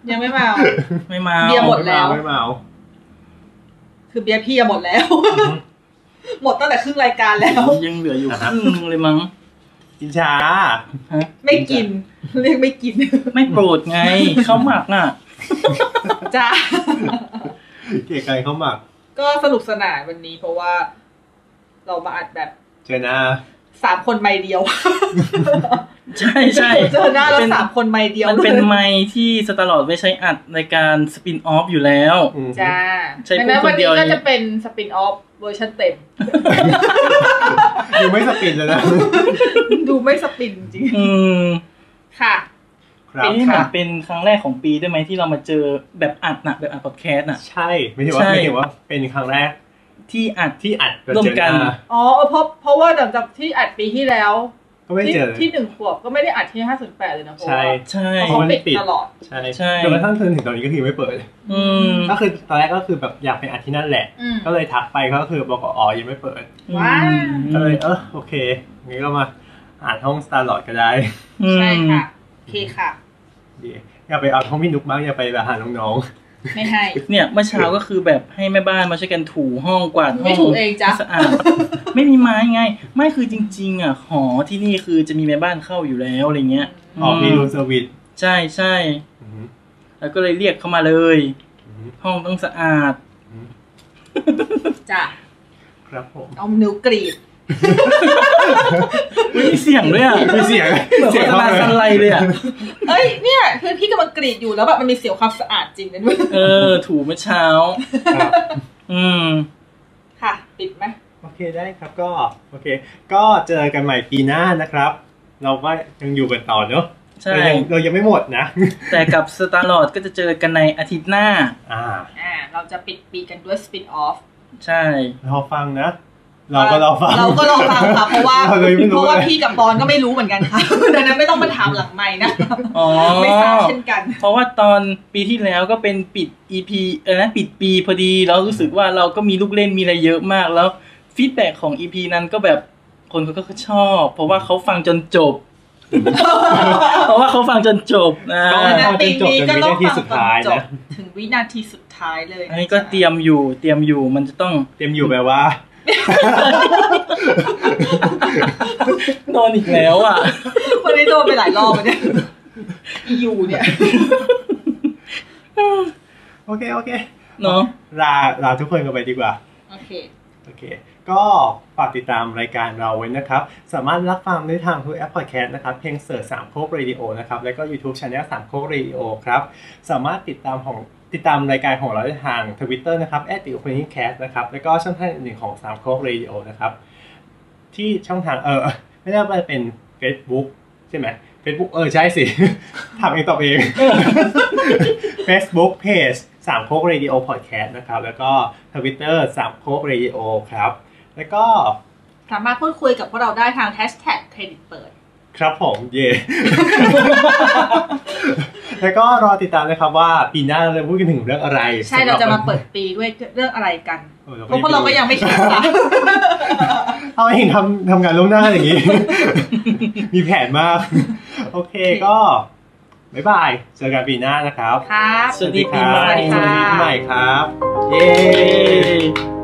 Speaker 2: ยังไม่เมา
Speaker 4: ไม่มา
Speaker 2: เบียร์หมด แล้ว
Speaker 3: ไม่เมา
Speaker 2: คือเบียร์พี่อะหมดแล้ว หมดตั้งแต่ครึ่งรายการแล้ว
Speaker 4: ยังเหลืออยู่
Speaker 3: อ่ะ
Speaker 4: ค
Speaker 3: ครับ
Speaker 4: รึ่งหนึ่งเลยมั้ง
Speaker 3: กินช้า
Speaker 4: ฮะ
Speaker 2: ไม่กิน เรียกไม่กิน
Speaker 4: ไม่โปรดไง เข้าหมักน่ะ
Speaker 2: จ้า
Speaker 3: เกลียดการเขาหมัก
Speaker 2: ก็สนุกสนานวันนี้เพราะว่าเรามาอัดแบบ
Speaker 3: เจอหน้า
Speaker 2: สามคนไม่เดียว
Speaker 4: ใช่ใช่
Speaker 2: เจอหน้าเรา
Speaker 4: เป็น
Speaker 2: สามคนไม่เดียว
Speaker 4: มันเป็น
Speaker 2: ลย
Speaker 4: ไม้ที่สตาร์ลอดไว้ใช้อัดรายการสปินออฟอยู่แล้ว
Speaker 3: อืม
Speaker 2: จ้า
Speaker 4: ใช่
Speaker 2: ดังนั้น
Speaker 4: พูดค
Speaker 2: วัน
Speaker 4: นเดี
Speaker 2: นี้
Speaker 4: ยว
Speaker 2: ก็จะเป็นสปินออฟเวอร์ชันเต็ม
Speaker 3: ยังไม่สปินเลยนะ
Speaker 2: ดูไม่สปินจริง
Speaker 4: อืม
Speaker 2: ๆค่ะ
Speaker 3: ครั
Speaker 4: เป็
Speaker 3: บ
Speaker 4: นที่เหมือ
Speaker 3: ค่ะ
Speaker 4: นเป็นครั้งแรกของปีด้วยไหมที่เรามาเจอแบบอัดนะแบบอัดพอดแคสต์น่ะ
Speaker 3: ใช่ไม่ถึงว่า
Speaker 4: ใช่
Speaker 3: ไม่ถึงว่า เป็นครั้งแรก
Speaker 4: ที่อัด
Speaker 3: ที่อัดเจอ
Speaker 4: ร่วมกัน
Speaker 3: หา
Speaker 2: อ๋อเออเพราะเพราะว่าหลังจากที่อัดปีที่แล้ว
Speaker 3: ก็ไม่
Speaker 2: ที่
Speaker 3: เจอ
Speaker 2: ที่หนึ่งขวบก็ไม่ได้อัดที่ห้าศูนย์แปดเลยนะเพราะ
Speaker 3: ใช่
Speaker 2: ว่า
Speaker 4: ใช่
Speaker 2: เพราะเขาปิดตลอด
Speaker 3: ใช่
Speaker 4: ใช่
Speaker 3: จนกระทั่งจนถึงตอนนี้ก็คือไม่เปิดเลย
Speaker 4: อืม
Speaker 3: ก็คือตอนแรกก็คือแบบอยากไปอัดที่นั่นแหละ
Speaker 2: อืม
Speaker 3: ก็เลยทักไปเขาก็คือบอกว่าอ๋อยังไม่เปิด
Speaker 2: ว้า
Speaker 3: ก็เลยเออโอเคงี้ก็มาอ่านห้องสตาร์ลอดก็ได้
Speaker 4: อืม
Speaker 2: ใช่ค่ะโอเคค่ะ
Speaker 3: ดีอย่าไปเอาห้องพี่นุกบ้างอย่าไปแบบหาน้อง
Speaker 2: ไม่ให้
Speaker 4: เนี่ยเมื่อเช้าก็คือแบบให้แม่บ้านมาช่วยกันถูห้องกวาดห้อง
Speaker 2: ไม่ถูเองจ้ะ
Speaker 4: ให้สะอาด ไม่มีไม้ไง ไม่คือจริง ๆ อ่ะ หอที่นี่คือจะมีแม่บ้านเข้าอยู่แล้วอะไรเงี้ย
Speaker 3: ๆออกมีรูมเซอร์วิส
Speaker 4: ใช่ใช่
Speaker 3: อืม
Speaker 4: แล้วก็เลยเรียกเข้ามาเลย
Speaker 3: อืม
Speaker 4: ห้องต้องสะอาด
Speaker 3: อืม
Speaker 2: จ้ะ
Speaker 3: ครับผม
Speaker 2: เอานิ้วกรีด
Speaker 4: อุ๊ยมีเสียงด้วยอ่ะ
Speaker 3: มีเสียง
Speaker 4: เหมือนโฆษณาสันไลเลยอ่ะ
Speaker 2: เอ้ยเนี่ยคือพี่กำลังกรีดอยู่แล้วแบบมันมีเสียงความสะอาดจริงนะด้วย
Speaker 4: เออ ถูเมื่อเช้า
Speaker 3: ครับ
Speaker 4: อืม
Speaker 2: ค่ะ ปิดไหม
Speaker 3: โอเคได้ครับก็โอเค ก็เจอกันใหม่ปีหน้านะครับ เราก็ยังอยู่กันต่อเนอะ
Speaker 4: ใช่
Speaker 3: เรายังเรายังไม่หมดนะ
Speaker 4: แต่กับสตาร์ลอดก็จะเจอกันในอาทิตย์หน้า
Speaker 3: อ่า
Speaker 2: อ่า เราจะปิดปีกันด้วยสปินออฟ
Speaker 4: ใช่
Speaker 3: รอฟังนะ เราก็รอฟัง
Speaker 2: เราก็รอฟังค่ะเพราะว่า
Speaker 3: เราเลยไม่รู้
Speaker 2: เพราะว่า
Speaker 3: เลย
Speaker 2: พี่กับปอนก็ไม่รู้เหมือนกันค่ะดังนั้นไม่ต้องมาถามหลังไม่นะ
Speaker 4: อ๋อ
Speaker 2: ไม่ทราบเช่นกัน
Speaker 4: เพราะว่าตอนปีที่แล้วก็เป็นปิด EP เออนะปิดปีพอดีแล้วรู้สึกว่าเราก็มีลูกเล่นมีอะไรเยอะมากแล้วฟีดแบ็ของ EP นั้นก็แบบคนเขาก็ชอบ เพราะว่าเขาฟังจนจบ เพราะว่าเขาฟังจนจบนะ
Speaker 3: ก็
Speaker 2: ดังนั้น
Speaker 3: เอาจ
Speaker 2: ปี
Speaker 3: นจบ
Speaker 2: นี้ก็ต้องฟัง
Speaker 3: จนวินาทีสุด
Speaker 2: ตอน
Speaker 3: ท้าย
Speaker 2: จบ
Speaker 3: นะ
Speaker 2: ถึงวินาทีสุดท้ายเลย
Speaker 4: อันนี้ก็เตรียมอยู่เตรียมอยู่มันจะต้อง
Speaker 3: เต็มอยู่แปลว่า
Speaker 4: โดนอีกแล้วอ่ะ
Speaker 2: วันนี้โดนไปหลายรอบแล้วเนี่ยอียูเนี่ย
Speaker 3: โอเคโอเค
Speaker 4: เนาะ
Speaker 3: ลาลาทุกคนกันไปดีกว่า
Speaker 2: โอเค
Speaker 3: โอเค ก็ฝากติดตามรายการเราไว้นะครับ สามารถรับฟังได้ทางทุกแอปพอดแคสต์นะครับ เพียงเสิร์ชสามโคกเรดิโอนะครับ แล้วก็ YouTube Channel สามโคกเรดิโอครับ สามารถติดตามของติดตามรายการของเราได้ทาง Twitter นะครับ at the opening cast นะครับ แล้วก็ช่องทางอื่นๆของสามโคกเรดิโอนะครับ ที่ช่องทางเออไม่น่าจะเป็น Facebook ใช่ไหม Facebook เออใช่สิ ถามเองตอบเอง Facebook Page สามโคก Radio Podcast นะครับ แล้วก็ Twitter สามโคก Radio ครับ แล้วก็
Speaker 2: สามารถพูดคุยกับพวกเราได้ทางแฮชแท็กเครดิตเปิด
Speaker 3: ครับผม เย่ แล้วก็รอติดตามนะครับว่าปีหน้าเราจะพูดกันถึงเรื่องอะไร
Speaker 2: ใช่เราจะมาเปิดปีด้วยเรื่องอะไรกัน
Speaker 3: ออ
Speaker 2: เพราะพวกเราก็ยังไม่คิดค่ะ
Speaker 3: เอาเองทำทำงานล่วงหน้าอย่างนี้ มีแผนมาก โอเคก็บ๊ายบาย เจอกันปีหน้านะครับ
Speaker 2: ครับ
Speaker 4: สวัสดีปีใหม่
Speaker 3: สวัสดีปีใหม่ครับ เย้
Speaker 4: เย้